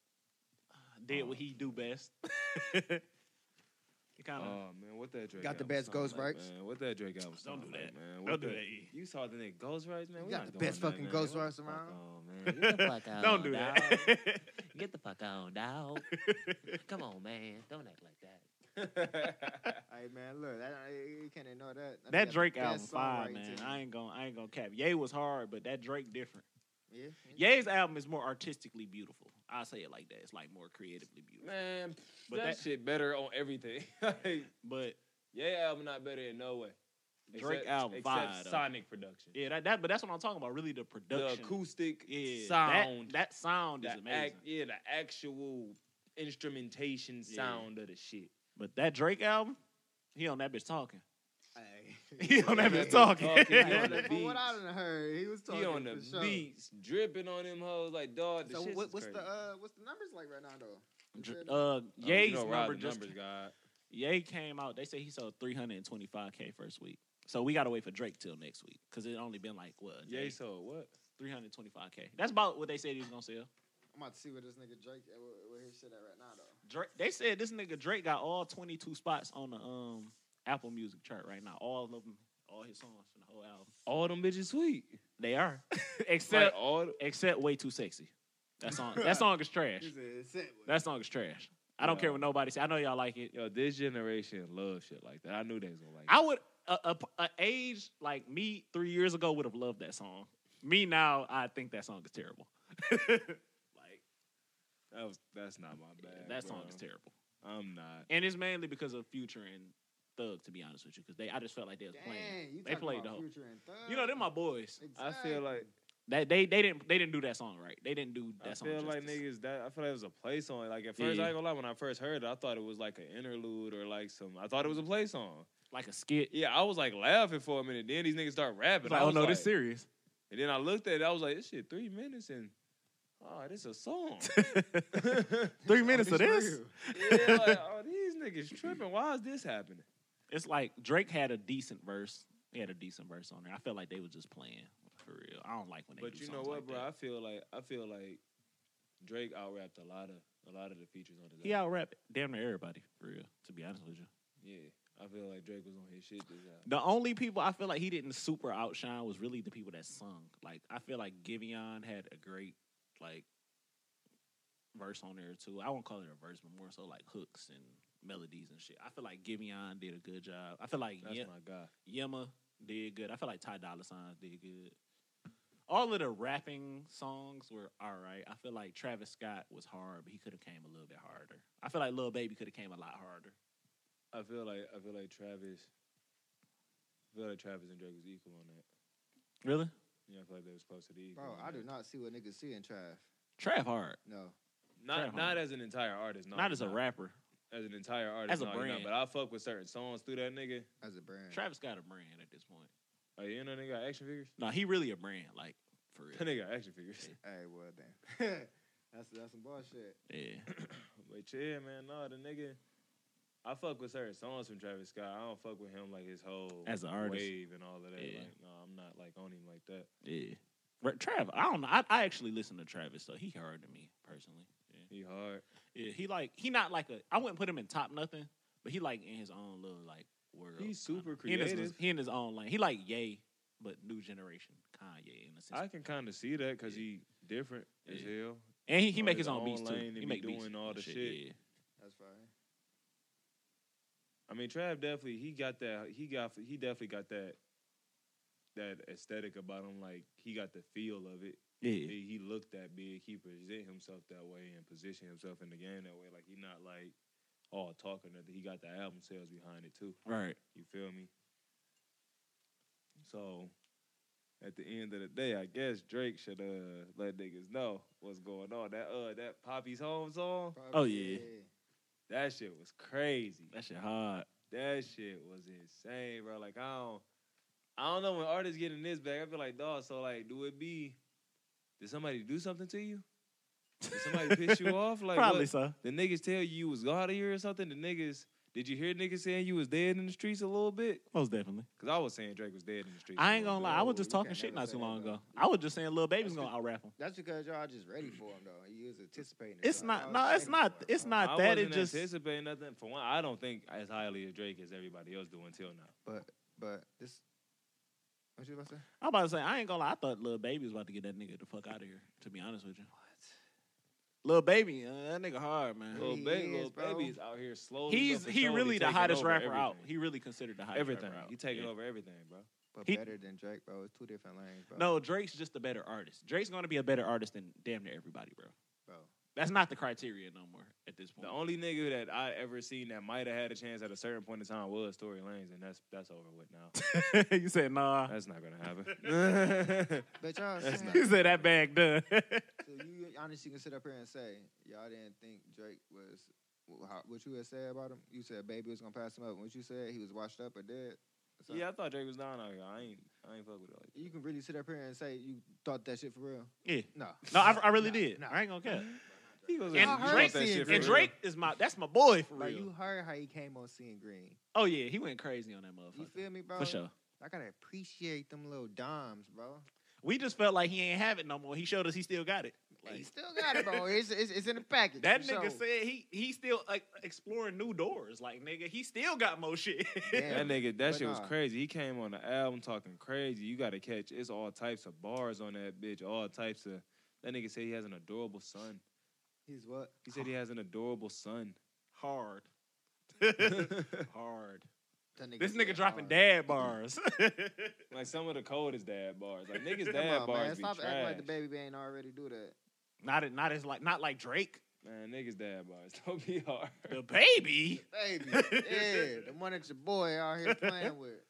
[SPEAKER 1] did what he do best. [laughs] he kind of
[SPEAKER 2] oh man, what that Drake
[SPEAKER 3] Got the
[SPEAKER 2] album
[SPEAKER 3] best
[SPEAKER 2] sound
[SPEAKER 3] Ghost
[SPEAKER 2] like,
[SPEAKER 3] Rights?
[SPEAKER 2] Man? What that Drake album?
[SPEAKER 1] Don't
[SPEAKER 2] sound
[SPEAKER 1] do
[SPEAKER 2] like,
[SPEAKER 1] that.
[SPEAKER 2] man. What
[SPEAKER 1] don't do
[SPEAKER 2] the-
[SPEAKER 1] that. E.
[SPEAKER 2] You saw the nigga Ghost Rights, man.
[SPEAKER 3] You
[SPEAKER 2] We
[SPEAKER 3] got
[SPEAKER 2] not
[SPEAKER 3] the
[SPEAKER 2] doing
[SPEAKER 3] best
[SPEAKER 2] that,
[SPEAKER 3] fucking
[SPEAKER 2] man.
[SPEAKER 3] Ghost
[SPEAKER 2] What the
[SPEAKER 3] Rights
[SPEAKER 2] fuck
[SPEAKER 3] around.
[SPEAKER 2] on, man.
[SPEAKER 3] [laughs]
[SPEAKER 4] Get the
[SPEAKER 1] [laughs]
[SPEAKER 4] fuck on,
[SPEAKER 1] Don't do
[SPEAKER 4] dawg.
[SPEAKER 1] that.
[SPEAKER 4] Get the fuck on, dog. Come on, man. Don't act like that.
[SPEAKER 3] Hey man, look, that, I- you can't ignore that. nigga
[SPEAKER 1] [laughs]
[SPEAKER 3] got
[SPEAKER 1] that
[SPEAKER 3] the
[SPEAKER 1] Drake
[SPEAKER 3] best
[SPEAKER 1] album fire,
[SPEAKER 3] songwriting
[SPEAKER 1] man.
[SPEAKER 3] team.
[SPEAKER 1] I ain't gonna I ain't gonna cap. Ye was hard, but that Drake different.
[SPEAKER 3] yeah,
[SPEAKER 1] Ye's album is more artistically beautiful. I say it like that. It's like more creatively beautiful.
[SPEAKER 2] man,
[SPEAKER 1] But
[SPEAKER 2] that,
[SPEAKER 1] that-
[SPEAKER 2] shit better on everything. [laughs] like,
[SPEAKER 1] But
[SPEAKER 2] yeah, album not better in no way.
[SPEAKER 1] Drake
[SPEAKER 2] Except-
[SPEAKER 1] album
[SPEAKER 2] except
[SPEAKER 1] fire, though.
[SPEAKER 2] Sonic production.
[SPEAKER 1] yeah, that, that but that's what I'm talking about. Really, the
[SPEAKER 2] the
[SPEAKER 1] production,
[SPEAKER 2] acoustic
[SPEAKER 1] yeah, that-
[SPEAKER 2] sound.
[SPEAKER 1] That, sound is
[SPEAKER 2] the
[SPEAKER 1] amazing.
[SPEAKER 2] act- yeah, the actual instrumentation
[SPEAKER 1] Yeah.
[SPEAKER 2] sound of the shit.
[SPEAKER 1] But that Drake album, he on that bitch talking.
[SPEAKER 2] [laughs]
[SPEAKER 3] Hey.
[SPEAKER 1] He on that
[SPEAKER 3] Yeah,
[SPEAKER 1] bitch
[SPEAKER 3] he
[SPEAKER 1] talking.
[SPEAKER 2] talking, he on
[SPEAKER 3] Like,
[SPEAKER 2] the
[SPEAKER 3] from what I
[SPEAKER 2] beats.
[SPEAKER 3] done heard, he was talking
[SPEAKER 2] He on
[SPEAKER 3] for
[SPEAKER 2] the
[SPEAKER 3] sure.
[SPEAKER 2] beats, dripping on them hoes like dog. The
[SPEAKER 3] So
[SPEAKER 2] shit's
[SPEAKER 3] what,
[SPEAKER 2] is
[SPEAKER 3] what's the
[SPEAKER 2] crazy.
[SPEAKER 3] uh, what's the numbers like right now though?
[SPEAKER 1] Dr- uh,
[SPEAKER 2] Oh, you
[SPEAKER 1] Ye's
[SPEAKER 2] know Rob
[SPEAKER 1] number
[SPEAKER 2] the
[SPEAKER 1] just
[SPEAKER 2] numbers guy.
[SPEAKER 1] Ye came out. They say he sold 325k first week. So we gotta wait for Drake till next week because it only been like what? a
[SPEAKER 2] Ye
[SPEAKER 1] day?
[SPEAKER 2] sold what?
[SPEAKER 1] 325k. That's about what they said he was gonna sell.
[SPEAKER 3] I'm about to see where this nigga Drake uh, where, where his shit at right now though.
[SPEAKER 1] Drake, they said this nigga Drake got all 22 spots on the um Apple Music chart right now. All of them, all his songs from the whole album.
[SPEAKER 2] All them bitches sweet.
[SPEAKER 1] They [laughs] are,
[SPEAKER 2] Like
[SPEAKER 1] except
[SPEAKER 2] all. The,
[SPEAKER 1] except way too sexy. That song, [laughs] that song is trash.
[SPEAKER 3] He said, "It's it."
[SPEAKER 1] That song is trash. I don't care what nobody say. I know y'all like it.
[SPEAKER 2] yo, this generation love shit like that. I knew they was gonna like.
[SPEAKER 1] I would a, a, a age like me three years ago would have loved that song. Me now, I think that song is terrible. [laughs] like
[SPEAKER 2] it. That was, that's not my bad.
[SPEAKER 1] that
[SPEAKER 2] bro.
[SPEAKER 1] song is terrible,
[SPEAKER 2] I'm not.
[SPEAKER 1] and it's mainly because of Future and Thug. To be honest with you, because they I just felt like they was playing.
[SPEAKER 3] Dang, you
[SPEAKER 1] They
[SPEAKER 3] talking
[SPEAKER 1] played the
[SPEAKER 3] about
[SPEAKER 1] whole-
[SPEAKER 3] Future and Thug?
[SPEAKER 1] You know, they're my boys.
[SPEAKER 2] I feel like
[SPEAKER 1] That they they didn't they didn't do that song right. They didn't do that
[SPEAKER 2] I
[SPEAKER 1] song.
[SPEAKER 2] feel like
[SPEAKER 1] justice.
[SPEAKER 2] niggas that I feel like it was a play song. Like at first,
[SPEAKER 1] Yeah.
[SPEAKER 2] I ain't gonna lie, when I first heard it, I thought it was like an interlude or like some. I thought it was a play song.
[SPEAKER 1] like a skit.
[SPEAKER 2] Yeah, I was like laughing for a minute. Then these niggas start rapping.
[SPEAKER 1] It's like,
[SPEAKER 2] I
[SPEAKER 1] oh
[SPEAKER 2] was
[SPEAKER 1] no,
[SPEAKER 2] like,
[SPEAKER 1] this serious. [laughs]
[SPEAKER 2] And then I looked at it. I was like, this shit three minutes and oh, this
[SPEAKER 1] [laughs]
[SPEAKER 2] a song.
[SPEAKER 1] Three minutes of this.
[SPEAKER 2] yeah, like, oh, these niggas tripping. Why is this happening?
[SPEAKER 1] It's like Drake had a decent verse. He had a decent verse on there. I felt like they were just playing for real. I don't like when they.
[SPEAKER 2] But
[SPEAKER 1] do
[SPEAKER 2] you know
[SPEAKER 1] songs
[SPEAKER 2] what,
[SPEAKER 1] like
[SPEAKER 2] bro?
[SPEAKER 1] That.
[SPEAKER 2] I feel like I feel like Drake out rapped a lot of a lot of the features on the
[SPEAKER 1] He out rap damn near everybody for real. To be honest with you,
[SPEAKER 2] Yeah, I feel like Drake was on his shit this album.
[SPEAKER 1] the only people I feel like he didn't super outshine was really the people that sung. Like I feel like Giveon had a great like verse on there too. I won't call it a verse, but more so like hooks and melodies and shit. I feel like Giveon did a good job. I feel like
[SPEAKER 2] That's
[SPEAKER 1] yeah.
[SPEAKER 2] my guy.
[SPEAKER 1] Yema did good. I feel like Ty Dolla Sign did good. All of the rapping songs were all right. I feel like Travis Scott was hard, but he could have came a little bit harder. I feel like Lil Baby could have came a lot harder.
[SPEAKER 2] I feel like I feel like Travis. I feel like Travis and Drake was equal on that.
[SPEAKER 1] Really?
[SPEAKER 2] Yeah, I feel like they was close to the equal.
[SPEAKER 3] bro,
[SPEAKER 2] on
[SPEAKER 3] I
[SPEAKER 2] that.
[SPEAKER 3] do not see what niggas see in Trav.
[SPEAKER 1] Trav hard.
[SPEAKER 3] No,
[SPEAKER 1] Trav
[SPEAKER 2] Not
[SPEAKER 1] hard.
[SPEAKER 2] not as an entire artist. No,
[SPEAKER 1] Not as a
[SPEAKER 2] no.
[SPEAKER 1] rapper.
[SPEAKER 2] As an entire artist.
[SPEAKER 1] As a
[SPEAKER 2] no, he not,
[SPEAKER 1] brand.
[SPEAKER 2] but I fuck with certain songs through that nigga.
[SPEAKER 3] as a brand.
[SPEAKER 1] Travis got a brand at this point.
[SPEAKER 2] Oh, you know, nigga got action figures.
[SPEAKER 1] No, he really a brand, like for
[SPEAKER 2] That
[SPEAKER 1] real.
[SPEAKER 2] nigga got action figures. [laughs]
[SPEAKER 3] Hey, well then, [laughs] that's that's some bullshit.
[SPEAKER 1] Yeah.
[SPEAKER 2] But yeah, man, no, the nigga. I fuck with certain songs from Travis Scott. I don't fuck with him like his whole
[SPEAKER 1] As an artist.
[SPEAKER 2] wave and all of that.
[SPEAKER 1] Yeah.
[SPEAKER 2] Like, no, I'm not like on him like that.
[SPEAKER 1] Yeah. Ra- Trav, I don't know. I, I actually listen to Travis, so he hard to me personally. Yeah.
[SPEAKER 2] He hard.
[SPEAKER 1] Yeah, he like he not like a. I wouldn't put him in top nothing, but he like in his own little like world.
[SPEAKER 2] He's super
[SPEAKER 1] kinda. He in his-
[SPEAKER 2] creative.
[SPEAKER 1] He in his, own lane. He like Yay, but new generation Kanye in a sense.
[SPEAKER 2] I can kind of see that because
[SPEAKER 1] Yeah.
[SPEAKER 2] he different as
[SPEAKER 1] Yeah.
[SPEAKER 2] hell.
[SPEAKER 1] and he, he
[SPEAKER 2] on
[SPEAKER 1] make
[SPEAKER 2] his
[SPEAKER 1] his own
[SPEAKER 2] own
[SPEAKER 1] beats too.
[SPEAKER 2] lane and
[SPEAKER 1] He
[SPEAKER 2] be
[SPEAKER 1] make beats
[SPEAKER 2] doing
[SPEAKER 1] and
[SPEAKER 2] all the shit.
[SPEAKER 1] Yeah.
[SPEAKER 3] That's fine.
[SPEAKER 2] I mean, Trav definitely he got that. He got he definitely got that that aesthetic about him. Like he got the feel of it.
[SPEAKER 1] Yeah.
[SPEAKER 2] He, he looked that big. He present himself that way and position himself in the game that way. Like he not like all talking. that He got the album sales behind it too.
[SPEAKER 1] Right.
[SPEAKER 2] You feel me? So, at the end of the day, I guess Drake should uh let niggas know what's going on. That uh that Poppy's Home song,
[SPEAKER 1] Oh, yeah.
[SPEAKER 2] that shit was crazy.
[SPEAKER 1] That shit hard.
[SPEAKER 2] That shit was insane, bro. Like I don't, I don't know when artists getting this back. I feel like dog. So like, do it be? Did somebody do something to you? Did somebody
[SPEAKER 1] [laughs]
[SPEAKER 2] piss you off? Like
[SPEAKER 1] Probably
[SPEAKER 2] what?
[SPEAKER 1] so.
[SPEAKER 2] The niggas tell you you was out of here or something. The niggas, did you hear niggas saying you was dead in the streets a little bit?
[SPEAKER 1] Most definitely.
[SPEAKER 2] Cause I was saying Drake was dead in the streets.
[SPEAKER 1] I
[SPEAKER 2] a
[SPEAKER 1] ain't
[SPEAKER 2] little
[SPEAKER 1] gonna lie. I was
[SPEAKER 3] you
[SPEAKER 1] just
[SPEAKER 3] can't
[SPEAKER 1] talking shit
[SPEAKER 3] never
[SPEAKER 1] not
[SPEAKER 3] say
[SPEAKER 1] too
[SPEAKER 3] that,
[SPEAKER 1] long
[SPEAKER 3] though.
[SPEAKER 1] ago. I was just saying Lil Baby's gonna outrap him.
[SPEAKER 3] That's because y'all just ready for him though. You was anticipating. it. oh,
[SPEAKER 1] It's
[SPEAKER 3] Y'all
[SPEAKER 1] not.
[SPEAKER 3] was
[SPEAKER 1] No, it's
[SPEAKER 3] waiting
[SPEAKER 1] not. It's not
[SPEAKER 2] bit. I
[SPEAKER 3] for it, bro.
[SPEAKER 1] that. It
[SPEAKER 2] wasn't
[SPEAKER 1] just.
[SPEAKER 2] anticipating nothing. For one, I don't think as highly of Drake as everybody else do until now.
[SPEAKER 3] But but this. What you about to say?
[SPEAKER 1] I'm about to say. I ain't gonna lie. I thought Lil Baby was about to get that nigga the fuck out of here. To be honest with you. What? Lil Baby, uh, that nigga hard man.
[SPEAKER 2] Little
[SPEAKER 3] He
[SPEAKER 2] baby,
[SPEAKER 3] is,
[SPEAKER 2] little
[SPEAKER 3] bro.
[SPEAKER 2] baby is out here slowly. but
[SPEAKER 1] He's
[SPEAKER 2] for
[SPEAKER 1] he
[SPEAKER 2] surely
[SPEAKER 1] really the
[SPEAKER 2] taking
[SPEAKER 1] hottest
[SPEAKER 2] over
[SPEAKER 1] rapper
[SPEAKER 2] everything.
[SPEAKER 1] out. He really considered the hottest
[SPEAKER 2] everything.
[SPEAKER 1] rapper out.
[SPEAKER 2] He taking
[SPEAKER 1] Yeah.
[SPEAKER 2] over everything, bro.
[SPEAKER 3] But
[SPEAKER 1] He-
[SPEAKER 3] better than Drake, bro. It's two different lanes, bro.
[SPEAKER 1] No, Drake's just a better artist. Drake's gonna be a better artist than damn near everybody, bro.
[SPEAKER 3] bro.
[SPEAKER 1] That's not the criteria no more at this point.
[SPEAKER 2] The only nigga that I ever seen that might have had a chance at a certain point in time was Tory Lanez, and that's that's over with
[SPEAKER 1] [laughs]
[SPEAKER 2] now.
[SPEAKER 3] [laughs]
[SPEAKER 1] you said nah.
[SPEAKER 2] That's not gonna happen.
[SPEAKER 1] [laughs]
[SPEAKER 3] But y'all,
[SPEAKER 2] That's
[SPEAKER 3] saying,
[SPEAKER 1] You said that bag done. [laughs]
[SPEAKER 3] so you honestly can sit up here and say y'all didn't think Drake was wh- how, what you had said about him. You said baby was gonna pass him up. What you said he was washed up or dead. So
[SPEAKER 2] yeah, I thought Drake was down out here. I ain't I ain't fuck with it. Like
[SPEAKER 3] You can really sit up here and say you thought that shit for real.
[SPEAKER 1] yeah.
[SPEAKER 3] No,
[SPEAKER 1] No, I, I really
[SPEAKER 3] Nah,
[SPEAKER 1] did.
[SPEAKER 3] nah.
[SPEAKER 1] I ain't gonna care.
[SPEAKER 2] he was
[SPEAKER 1] And
[SPEAKER 3] I heard
[SPEAKER 1] Drake,
[SPEAKER 3] that shit
[SPEAKER 1] and
[SPEAKER 3] for real.
[SPEAKER 1] Drake is my that's my boy for
[SPEAKER 3] Like
[SPEAKER 1] real.
[SPEAKER 3] you heard how he came on seeing green.
[SPEAKER 1] oh yeah, he went crazy on that
[SPEAKER 3] You
[SPEAKER 1] motherfucker
[SPEAKER 3] feel me, bro?
[SPEAKER 1] for sure.
[SPEAKER 3] I gotta appreciate them little dimes, bro.
[SPEAKER 1] We just felt like he ain't have it no more. He showed us he still got it.
[SPEAKER 3] he
[SPEAKER 1] Like,
[SPEAKER 3] still got it, bro. It's, it's, it's in the package.
[SPEAKER 1] that
[SPEAKER 3] for
[SPEAKER 1] nigga
[SPEAKER 3] sure.
[SPEAKER 1] said he he still like exploring new doors. Like nigga, he still got more shit. [laughs]
[SPEAKER 3] Yeah.
[SPEAKER 2] That nigga, that
[SPEAKER 3] But
[SPEAKER 2] shit was
[SPEAKER 3] nah.
[SPEAKER 2] crazy. He came on the album talking crazy. You got to catch. It's all types of bars on that bitch. All types of. That nigga said he has an adorable son.
[SPEAKER 3] He's what?
[SPEAKER 2] He said he has an adorable
[SPEAKER 3] [laughs]
[SPEAKER 2] son.
[SPEAKER 1] Hard. Hard.
[SPEAKER 3] That
[SPEAKER 1] This
[SPEAKER 3] said
[SPEAKER 1] nigga dropping
[SPEAKER 3] hard.
[SPEAKER 1] dad bars. [laughs]
[SPEAKER 2] Like some of the coldest dad bars. Like niggas
[SPEAKER 3] Come
[SPEAKER 2] dad
[SPEAKER 3] on,
[SPEAKER 2] bars
[SPEAKER 3] man.
[SPEAKER 2] be
[SPEAKER 3] Stop acting
[SPEAKER 2] trash.
[SPEAKER 3] like the baby ain't already do that.
[SPEAKER 1] not a- not as like not like Drake.
[SPEAKER 2] Man, niggas dad [laughs] bars don't be hard.
[SPEAKER 1] The
[SPEAKER 3] [laughs]
[SPEAKER 1] baby.
[SPEAKER 3] Baby, yeah, the one that your boy out here playing [laughs] with.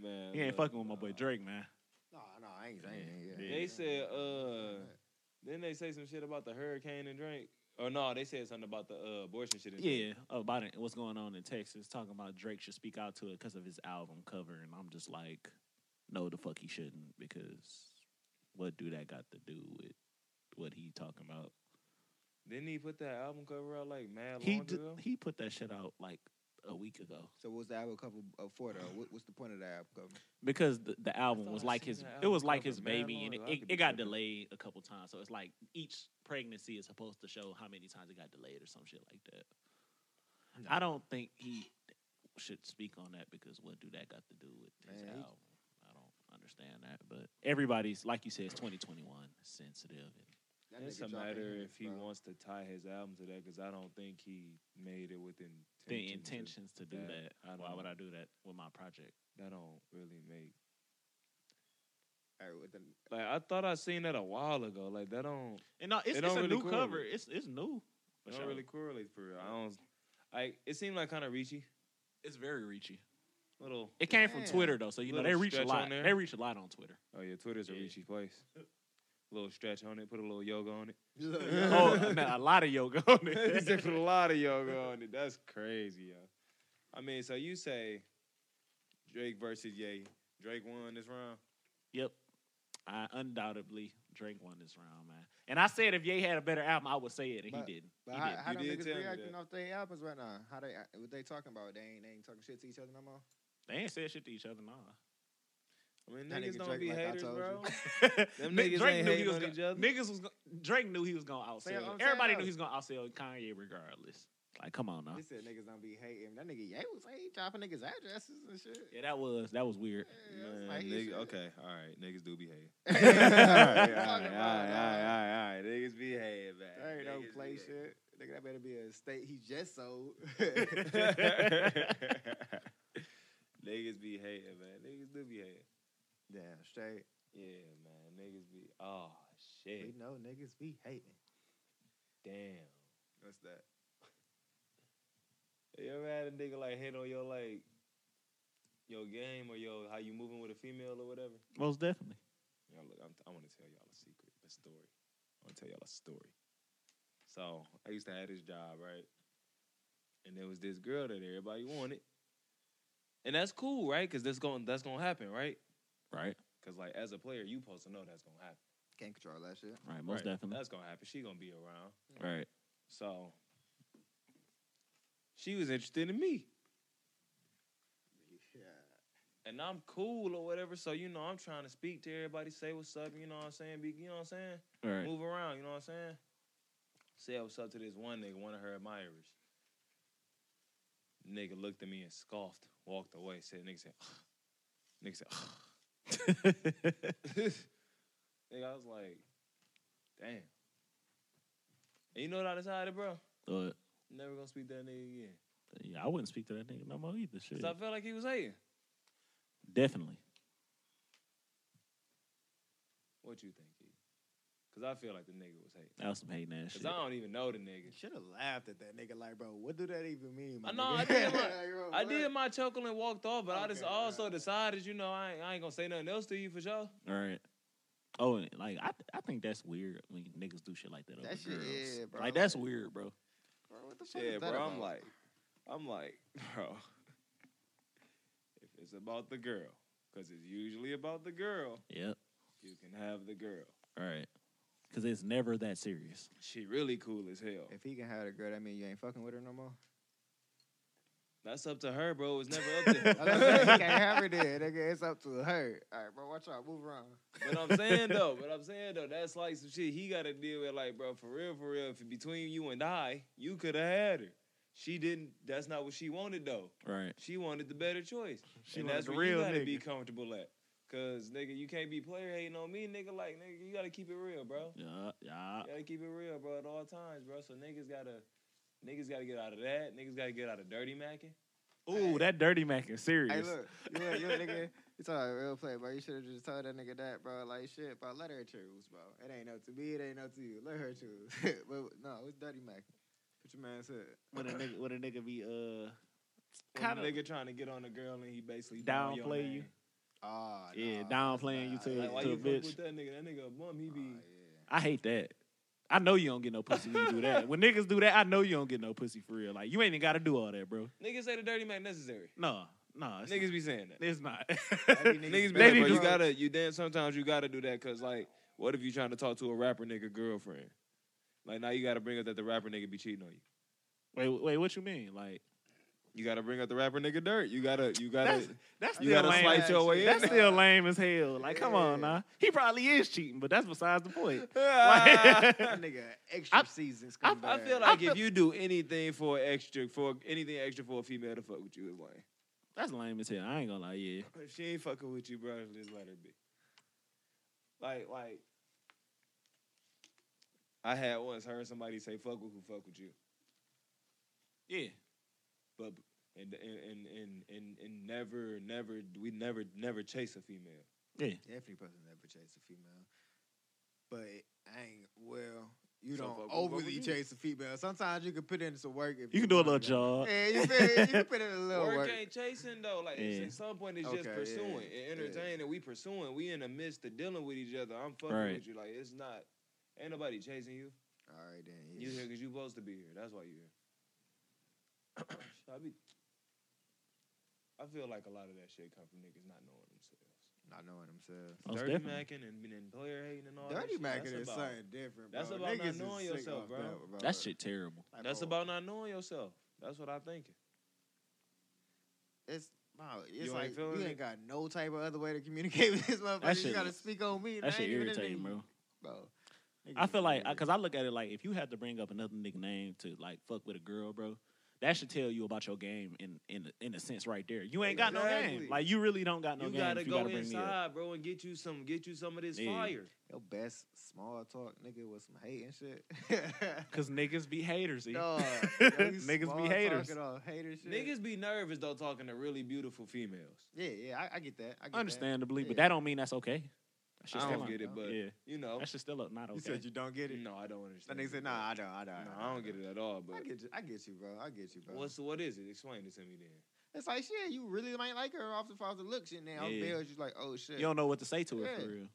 [SPEAKER 2] Man,
[SPEAKER 1] He ain't
[SPEAKER 2] look,
[SPEAKER 1] fucking with my boy
[SPEAKER 2] dog.
[SPEAKER 1] Drake, man.
[SPEAKER 3] No, no, I ain't saying
[SPEAKER 1] Yeah.
[SPEAKER 3] it.
[SPEAKER 1] They
[SPEAKER 3] Yeah,
[SPEAKER 2] They said, uh, then they say some shit about the hurricane and Drake. Or no, they said something about the uh, abortion shit. and
[SPEAKER 1] Yeah,
[SPEAKER 2] Drake.
[SPEAKER 1] about it, what's going on in Texas, talking about Drake should speak out to it because of his album cover, and I'm just like, no, the fuck he shouldn't because what do that got to do with what he talking about?
[SPEAKER 2] Didn't he put that album cover out like mad long
[SPEAKER 1] He d-
[SPEAKER 2] ago?
[SPEAKER 1] he put that shit out like a week ago
[SPEAKER 3] So what's the album cover uh, for though? What, what's the point of the album cover?
[SPEAKER 1] because the, the album
[SPEAKER 2] thought
[SPEAKER 1] was
[SPEAKER 2] I
[SPEAKER 1] like
[SPEAKER 2] seen
[SPEAKER 1] his
[SPEAKER 2] that
[SPEAKER 1] it
[SPEAKER 2] album
[SPEAKER 1] was like
[SPEAKER 2] cover
[SPEAKER 1] his
[SPEAKER 2] mad
[SPEAKER 1] baby,
[SPEAKER 2] long
[SPEAKER 1] and it,
[SPEAKER 2] ago. I
[SPEAKER 1] it,
[SPEAKER 2] could be
[SPEAKER 1] it got
[SPEAKER 2] tripping.
[SPEAKER 1] delayed a couple times, so it's like each pregnancy is supposed to show how many times it got delayed or some shit like that. I don't think he should speak on that because what do that got to do with his
[SPEAKER 3] Man, he-
[SPEAKER 1] album? I don't understand that. But everybody's like you said, it's 2021, it's sensitive. And
[SPEAKER 3] That
[SPEAKER 2] It's
[SPEAKER 3] nigga
[SPEAKER 2] a
[SPEAKER 3] dropping
[SPEAKER 2] matter
[SPEAKER 3] hits,
[SPEAKER 2] if he
[SPEAKER 3] bro.
[SPEAKER 2] wants to tie his album to that because I don't think he made it with intention.
[SPEAKER 1] the intentions to do
[SPEAKER 2] that-
[SPEAKER 1] that.
[SPEAKER 2] I
[SPEAKER 1] Why
[SPEAKER 2] don't-
[SPEAKER 1] would I do that with my project?
[SPEAKER 2] That don't really make.
[SPEAKER 3] All right, [laughs] with the-
[SPEAKER 2] Like I thought I seen that a while ago. Like that don't.
[SPEAKER 1] And no, it's,
[SPEAKER 2] It
[SPEAKER 1] it's
[SPEAKER 2] don't
[SPEAKER 1] a
[SPEAKER 2] really
[SPEAKER 1] new
[SPEAKER 2] correlate.
[SPEAKER 1] cover. It's it's new. For
[SPEAKER 2] it don't
[SPEAKER 1] sure.
[SPEAKER 2] really correlate for real. I don't. I it seemed like kind of reachy.
[SPEAKER 1] It's very reachy.
[SPEAKER 2] Little.
[SPEAKER 1] It came
[SPEAKER 3] Yeah.
[SPEAKER 1] from Twitter though, so you know
[SPEAKER 2] Little
[SPEAKER 1] they reach a
[SPEAKER 2] stretch
[SPEAKER 1] lot.
[SPEAKER 2] on there.
[SPEAKER 1] They reach a lot on
[SPEAKER 2] [laughs]
[SPEAKER 1] Twitter.
[SPEAKER 2] Oh yeah, Twitter's a
[SPEAKER 1] Yeah.
[SPEAKER 2] reachy place. little stretch on it. Put a little yoga on it.
[SPEAKER 1] oh, man, a lot of yoga on
[SPEAKER 2] [laughs] He said
[SPEAKER 1] it. [laughs]
[SPEAKER 2] put a lot of yoga on it. That's crazy, yo. I mean, so you say Drake versus Ye. Drake won this round.
[SPEAKER 1] yep, I undoubtedly Drake won this round, man. And I said if Ye had a better album, I would say it, and
[SPEAKER 3] But-
[SPEAKER 1] he didn't.
[SPEAKER 3] But
[SPEAKER 1] he
[SPEAKER 3] how,
[SPEAKER 1] didn't.
[SPEAKER 3] how
[SPEAKER 2] You
[SPEAKER 3] them
[SPEAKER 2] Oh, did
[SPEAKER 3] niggas
[SPEAKER 2] tell me
[SPEAKER 3] reacting
[SPEAKER 2] that.
[SPEAKER 3] off their albums right now? How they what they talking about? They ain't they ain't talking shit to each other no more.
[SPEAKER 1] They ain't said shit to each other, nah.
[SPEAKER 2] I mean,
[SPEAKER 3] That
[SPEAKER 2] niggas
[SPEAKER 3] nigga
[SPEAKER 2] don't
[SPEAKER 3] Drake
[SPEAKER 2] be
[SPEAKER 3] like I
[SPEAKER 2] haters,
[SPEAKER 3] told
[SPEAKER 2] bro.
[SPEAKER 3] you.
[SPEAKER 2] [laughs]
[SPEAKER 3] [laughs]
[SPEAKER 1] [laughs]
[SPEAKER 2] Them
[SPEAKER 1] Nick-
[SPEAKER 2] niggas ain't
[SPEAKER 1] he
[SPEAKER 2] hating
[SPEAKER 1] was
[SPEAKER 2] on
[SPEAKER 1] gonna,
[SPEAKER 2] each other.
[SPEAKER 1] Niggas was go- Drake knew he was gonna
[SPEAKER 3] Say what
[SPEAKER 1] outsell.
[SPEAKER 3] I'm
[SPEAKER 1] Everybody
[SPEAKER 3] saying,
[SPEAKER 1] knew
[SPEAKER 3] though.
[SPEAKER 1] he was gonna outsell Kanye regardless. Like, come on now.
[SPEAKER 3] He said niggas don't be hating. That nigga Ye was he dropping niggas addresses and shit.
[SPEAKER 1] Yeah, that was that was
[SPEAKER 2] [laughs]
[SPEAKER 1] weird.
[SPEAKER 3] Yeah, I was
[SPEAKER 2] Man,
[SPEAKER 3] like, he
[SPEAKER 2] nigga-
[SPEAKER 3] should- [laughs]
[SPEAKER 2] okay, all right, niggas do behave.
[SPEAKER 3] What
[SPEAKER 2] all
[SPEAKER 3] you
[SPEAKER 2] right, all right, all
[SPEAKER 3] talking
[SPEAKER 2] right, all
[SPEAKER 3] about, dog?
[SPEAKER 2] right, all right, niggas behave, man.
[SPEAKER 3] There ain't no
[SPEAKER 2] Niggas
[SPEAKER 3] play
[SPEAKER 2] behave.
[SPEAKER 3] shit. Nigga, that better be a state he just sold.
[SPEAKER 2] [laughs]
[SPEAKER 3] [laughs]
[SPEAKER 2] niggas be hating, man. Niggas do be hating.
[SPEAKER 3] Damn straight.
[SPEAKER 2] Yeah, man. Niggas be. Oh
[SPEAKER 3] We
[SPEAKER 2] shit.
[SPEAKER 3] know niggas be hating.
[SPEAKER 2] Damn.
[SPEAKER 3] What's that?
[SPEAKER 2] You ever had a nigga like hit on your like your game or your how you moving with a female or whatever?
[SPEAKER 1] Most definitely.
[SPEAKER 2] Y'all look, I'm, I want to tell y'all a secret, a story. I want to tell y'all a story. So I used to have this job, right? And there was this girl that everybody wanted, and that's cool, right? Because that's going that's gonna happen, right?
[SPEAKER 1] Right.
[SPEAKER 2] Because like as a player, you supposed to know that's gonna happen.
[SPEAKER 3] Can't control that shit.
[SPEAKER 1] Right. Most
[SPEAKER 2] right?
[SPEAKER 1] definitely.
[SPEAKER 2] that's gonna happen. She gonna be around.
[SPEAKER 1] right.
[SPEAKER 2] So she was interested in me. And I'm cool or whatever. So, you know, I'm trying to speak to everybody, say what's up, you know what I'm saying? Be, you know what I'm saying?
[SPEAKER 1] Right.
[SPEAKER 2] Move around, you know what I'm saying? Say what's up to this one nigga, one of her admirers. Nigga looked at me and scoffed, walked away, said, nigga said, nigga said, [laughs] nigga, I was like, damn. And you know what I decided, bro?
[SPEAKER 1] But
[SPEAKER 2] Never gonna speak to that nigga again.
[SPEAKER 1] yeah, I wouldn't speak to that nigga no more either. Shit.
[SPEAKER 2] Cause I felt like he was hating.
[SPEAKER 1] Definitely.
[SPEAKER 2] What you think, E? Cause I feel like the nigga was hating.
[SPEAKER 1] That was some hating ass
[SPEAKER 2] Cause
[SPEAKER 1] shit.
[SPEAKER 2] I don't even know the [laughs] nigga.
[SPEAKER 5] Should have laughed at that nigga. Like, bro, what do that even mean? my
[SPEAKER 2] I know, I
[SPEAKER 5] nigga?
[SPEAKER 2] did my-
[SPEAKER 3] [laughs] Like, bro,
[SPEAKER 2] I
[SPEAKER 3] what?
[SPEAKER 2] did my chuckle and walked off, but I just
[SPEAKER 5] Okay,
[SPEAKER 2] also
[SPEAKER 5] right.
[SPEAKER 2] decided, you know, I ain't, I ain't gonna say nothing else to you for sure.
[SPEAKER 1] All right. Oh, and like I, I think that's weird when niggas do shit like that. Over
[SPEAKER 3] That shit,
[SPEAKER 1] girls.
[SPEAKER 3] yeah, bro.
[SPEAKER 1] Like that's weird, bro.
[SPEAKER 3] Bro, what the fuck
[SPEAKER 2] Yeah,
[SPEAKER 3] is
[SPEAKER 2] bro.
[SPEAKER 3] that
[SPEAKER 2] I'm
[SPEAKER 3] about?
[SPEAKER 2] like, I'm like, [laughs] bro. If it's about the girl, cause it's usually about the girl,
[SPEAKER 1] Yep.
[SPEAKER 2] you can have the girl.
[SPEAKER 1] All right. Because it's never that serious.
[SPEAKER 2] She really cool as hell.
[SPEAKER 3] if he can have a girl, that mean you ain't fucking with her no
[SPEAKER 2] [laughs]
[SPEAKER 3] more.
[SPEAKER 2] That's up to her, bro. It's
[SPEAKER 3] [laughs]
[SPEAKER 2] never up
[SPEAKER 3] Unless he
[SPEAKER 2] to.
[SPEAKER 3] can't have her there, nigga. It's up to her. All right, bro. Watch out. Move around.
[SPEAKER 2] [laughs] But I'm saying though, but I'm saying though, that's like some shit he gotta deal with. Like, bro, for real, for real. If it between you and I, you could have had her. She didn't. That's not what she wanted though.
[SPEAKER 1] Right.
[SPEAKER 2] She wanted the better choice,
[SPEAKER 5] She
[SPEAKER 2] and
[SPEAKER 5] wanted
[SPEAKER 2] that's
[SPEAKER 5] the
[SPEAKER 2] what
[SPEAKER 5] real
[SPEAKER 2] you gotta
[SPEAKER 5] nigga.
[SPEAKER 2] be comfortable at. Cause nigga, you can't be player hating on me, nigga. Like, nigga, you gotta keep it real, bro.
[SPEAKER 1] Yeah. Yeah.
[SPEAKER 2] You gotta keep it real, bro, at all times, bro. So niggas gotta, niggas gotta get out of that. Niggas gotta get out of dirty macking.
[SPEAKER 1] Ooh, that dirty Mac is serious.
[SPEAKER 3] Hey, look, you a, you a nigga. You talking about real play, bro. You should have just told that nigga that, bro. Like shit, bro. Let her choose, bro. It ain't no to me. It ain't no to you. Let her choose. [laughs] but no, it's Dirty Mac. Put your man's head.
[SPEAKER 1] When a nigga, when a nigga be uh,
[SPEAKER 2] When a
[SPEAKER 1] Kinda-
[SPEAKER 2] nigga trying to get on a girl and he basically down your
[SPEAKER 1] Downplay
[SPEAKER 2] man.
[SPEAKER 1] you.
[SPEAKER 3] Oh,
[SPEAKER 1] yeah,
[SPEAKER 3] nah,
[SPEAKER 1] downplaying you
[SPEAKER 3] that's
[SPEAKER 1] to,
[SPEAKER 3] not-
[SPEAKER 2] Like, why
[SPEAKER 1] to a
[SPEAKER 2] you fuck
[SPEAKER 1] bitch.
[SPEAKER 2] with that nigga? That nigga a bum. He
[SPEAKER 3] Aw,
[SPEAKER 2] be.
[SPEAKER 3] Oh, yeah.
[SPEAKER 1] I hate that. I know you don't get no pussy when you do
[SPEAKER 3] [laughs]
[SPEAKER 1] that. When niggas do that, I know you don't get no pussy for real. Like you ain't even got to do all that, bro.
[SPEAKER 2] Niggas say the dirty Mac necessary.
[SPEAKER 1] No, no, it's
[SPEAKER 2] Niggas be saying
[SPEAKER 1] Not.
[SPEAKER 2] that.
[SPEAKER 1] It's not. [laughs]
[SPEAKER 2] Niggas be
[SPEAKER 1] They
[SPEAKER 2] like,
[SPEAKER 1] be
[SPEAKER 2] bro, you
[SPEAKER 1] doing-
[SPEAKER 2] gotta, you damn. Sometimes you gotta do that, cause like, what if you trying to talk to a rapper nigga girlfriend? Like now you gotta bring up that the rapper nigga be cheating on you.
[SPEAKER 1] wait, wait, what you mean? Like
[SPEAKER 2] You gotta bring up the rapper nigga dirt. You gotta, you gotta.
[SPEAKER 1] That's- that's
[SPEAKER 2] You
[SPEAKER 1] still
[SPEAKER 2] gotta
[SPEAKER 1] lame.
[SPEAKER 2] slice your way in
[SPEAKER 1] That's
[SPEAKER 2] there.
[SPEAKER 1] still lame as hell. Like, come on,
[SPEAKER 3] Yeah.
[SPEAKER 1] nah. He probably is cheating, but that's besides the point.
[SPEAKER 2] [laughs] I,
[SPEAKER 1] Like-
[SPEAKER 3] That nigga extra
[SPEAKER 1] I-
[SPEAKER 3] seasons.
[SPEAKER 1] I-
[SPEAKER 2] I feel like if you do anything for extra, for anything extra for a female to fuck with you, it's like
[SPEAKER 1] That's lame as hell. I ain't gonna lie. Yeah,
[SPEAKER 2] if she ain't fucking with you, bro, just let her be. Like, like. I had once heard somebody say "fuck with who fuck with you,"
[SPEAKER 1] yeah.
[SPEAKER 2] but and and and and and never, never, we never, never chase a female.
[SPEAKER 3] definitely person never chase a female, but I ain't well. You
[SPEAKER 2] So
[SPEAKER 3] don't
[SPEAKER 2] fuck with- fuck with
[SPEAKER 3] overly
[SPEAKER 2] you.
[SPEAKER 3] chase a female. Sometimes you can put in some work. If
[SPEAKER 1] You can do a little
[SPEAKER 3] want to.
[SPEAKER 1] job.
[SPEAKER 3] Yeah, you, feel, you can put in a little
[SPEAKER 2] Work
[SPEAKER 3] work.
[SPEAKER 2] ain't chasing though. Like it's-
[SPEAKER 1] Yeah.
[SPEAKER 2] at some point, it's
[SPEAKER 3] Okay,
[SPEAKER 2] just
[SPEAKER 3] yeah,
[SPEAKER 2] pursuing
[SPEAKER 3] yeah.
[SPEAKER 2] and entertaining. We pursuing. We in the midst of dealing with each other. I'm fucking
[SPEAKER 1] Right.
[SPEAKER 2] with you. Like it's not. Ain't nobody chasing you.
[SPEAKER 3] All right then.
[SPEAKER 2] You
[SPEAKER 3] yeah.
[SPEAKER 2] here because you supposed to be here. That's why you [coughs] here. I be. I feel like a lot of that shit come from niggas not knowing themselves.
[SPEAKER 3] Not knowing themselves.
[SPEAKER 1] Most
[SPEAKER 2] Dirty
[SPEAKER 1] definitely.
[SPEAKER 2] macking and being player hating and all that.
[SPEAKER 3] Dirty
[SPEAKER 2] shit,
[SPEAKER 3] Mac
[SPEAKER 2] that's
[SPEAKER 3] is
[SPEAKER 2] about-
[SPEAKER 3] something different. Bro.
[SPEAKER 2] that's about not
[SPEAKER 3] Niggas is
[SPEAKER 2] knowing
[SPEAKER 3] sick
[SPEAKER 2] yourself,
[SPEAKER 3] off
[SPEAKER 2] bro.
[SPEAKER 3] that, bro.
[SPEAKER 1] That shit terrible.
[SPEAKER 3] Like,
[SPEAKER 2] That's
[SPEAKER 3] bro,
[SPEAKER 2] about not knowing yourself. That's what I think.
[SPEAKER 3] It's, bro, it's
[SPEAKER 2] ain't
[SPEAKER 3] like
[SPEAKER 2] feeling
[SPEAKER 3] you
[SPEAKER 2] it?
[SPEAKER 3] ain't got no type of other way to communicate [laughs] with this motherfucker.
[SPEAKER 1] That
[SPEAKER 3] you
[SPEAKER 1] shit-
[SPEAKER 3] gotta speak on me. and I
[SPEAKER 1] That shit
[SPEAKER 3] ain't even in
[SPEAKER 1] irritating,
[SPEAKER 3] it,
[SPEAKER 1] bro.
[SPEAKER 3] bro. Niggas
[SPEAKER 1] I
[SPEAKER 3] is
[SPEAKER 1] feel like
[SPEAKER 3] weird.
[SPEAKER 1] because I look at it like if you had to bring up another nigga name to like fuck with a girl, bro, that should tell you about your game in in in a sense right there. You ain't got no
[SPEAKER 2] Exactly.
[SPEAKER 1] game. Like you really don't got no
[SPEAKER 2] you
[SPEAKER 1] game.
[SPEAKER 2] gotta
[SPEAKER 1] if you
[SPEAKER 2] go
[SPEAKER 1] gotta bring me up.
[SPEAKER 2] inside, bro, and get you some, get you some of this
[SPEAKER 1] Yeah.
[SPEAKER 2] fire.
[SPEAKER 3] your best small talk nigga with some hate and shit. [laughs]
[SPEAKER 1] Cause niggas be haters. E. [laughs]
[SPEAKER 2] [laughs]
[SPEAKER 3] Dog, yo, you
[SPEAKER 1] niggas
[SPEAKER 3] small
[SPEAKER 1] be haters.
[SPEAKER 3] talking all hater shit.
[SPEAKER 2] Niggas be nervous though talking to really beautiful females.
[SPEAKER 3] Yeah, yeah, I, I get that. I get that.
[SPEAKER 1] Understandably, but
[SPEAKER 3] Yeah.
[SPEAKER 1] that don't mean that's okay. That
[SPEAKER 2] I
[SPEAKER 1] shit's
[SPEAKER 2] don't
[SPEAKER 1] still
[SPEAKER 2] get
[SPEAKER 1] up.
[SPEAKER 2] it, but
[SPEAKER 1] yeah,
[SPEAKER 2] you know,
[SPEAKER 1] that shit's still up. Not okay.
[SPEAKER 5] You said you don't get it.
[SPEAKER 2] no, I don't
[SPEAKER 5] That
[SPEAKER 2] understand.
[SPEAKER 5] nigga said,
[SPEAKER 2] bro.
[SPEAKER 5] Nah, I don't. I don't.
[SPEAKER 2] no, I don't get it at all. But
[SPEAKER 5] I get you. I get you, bro. I get you, bro.
[SPEAKER 2] what's what is it? Explain it to me then.
[SPEAKER 3] It's like shit. You really might like her off the off the looks, and then off
[SPEAKER 1] Yeah.
[SPEAKER 3] Bell's just like, oh shit.
[SPEAKER 1] you don't know what to say to her
[SPEAKER 3] Yeah.
[SPEAKER 1] for real.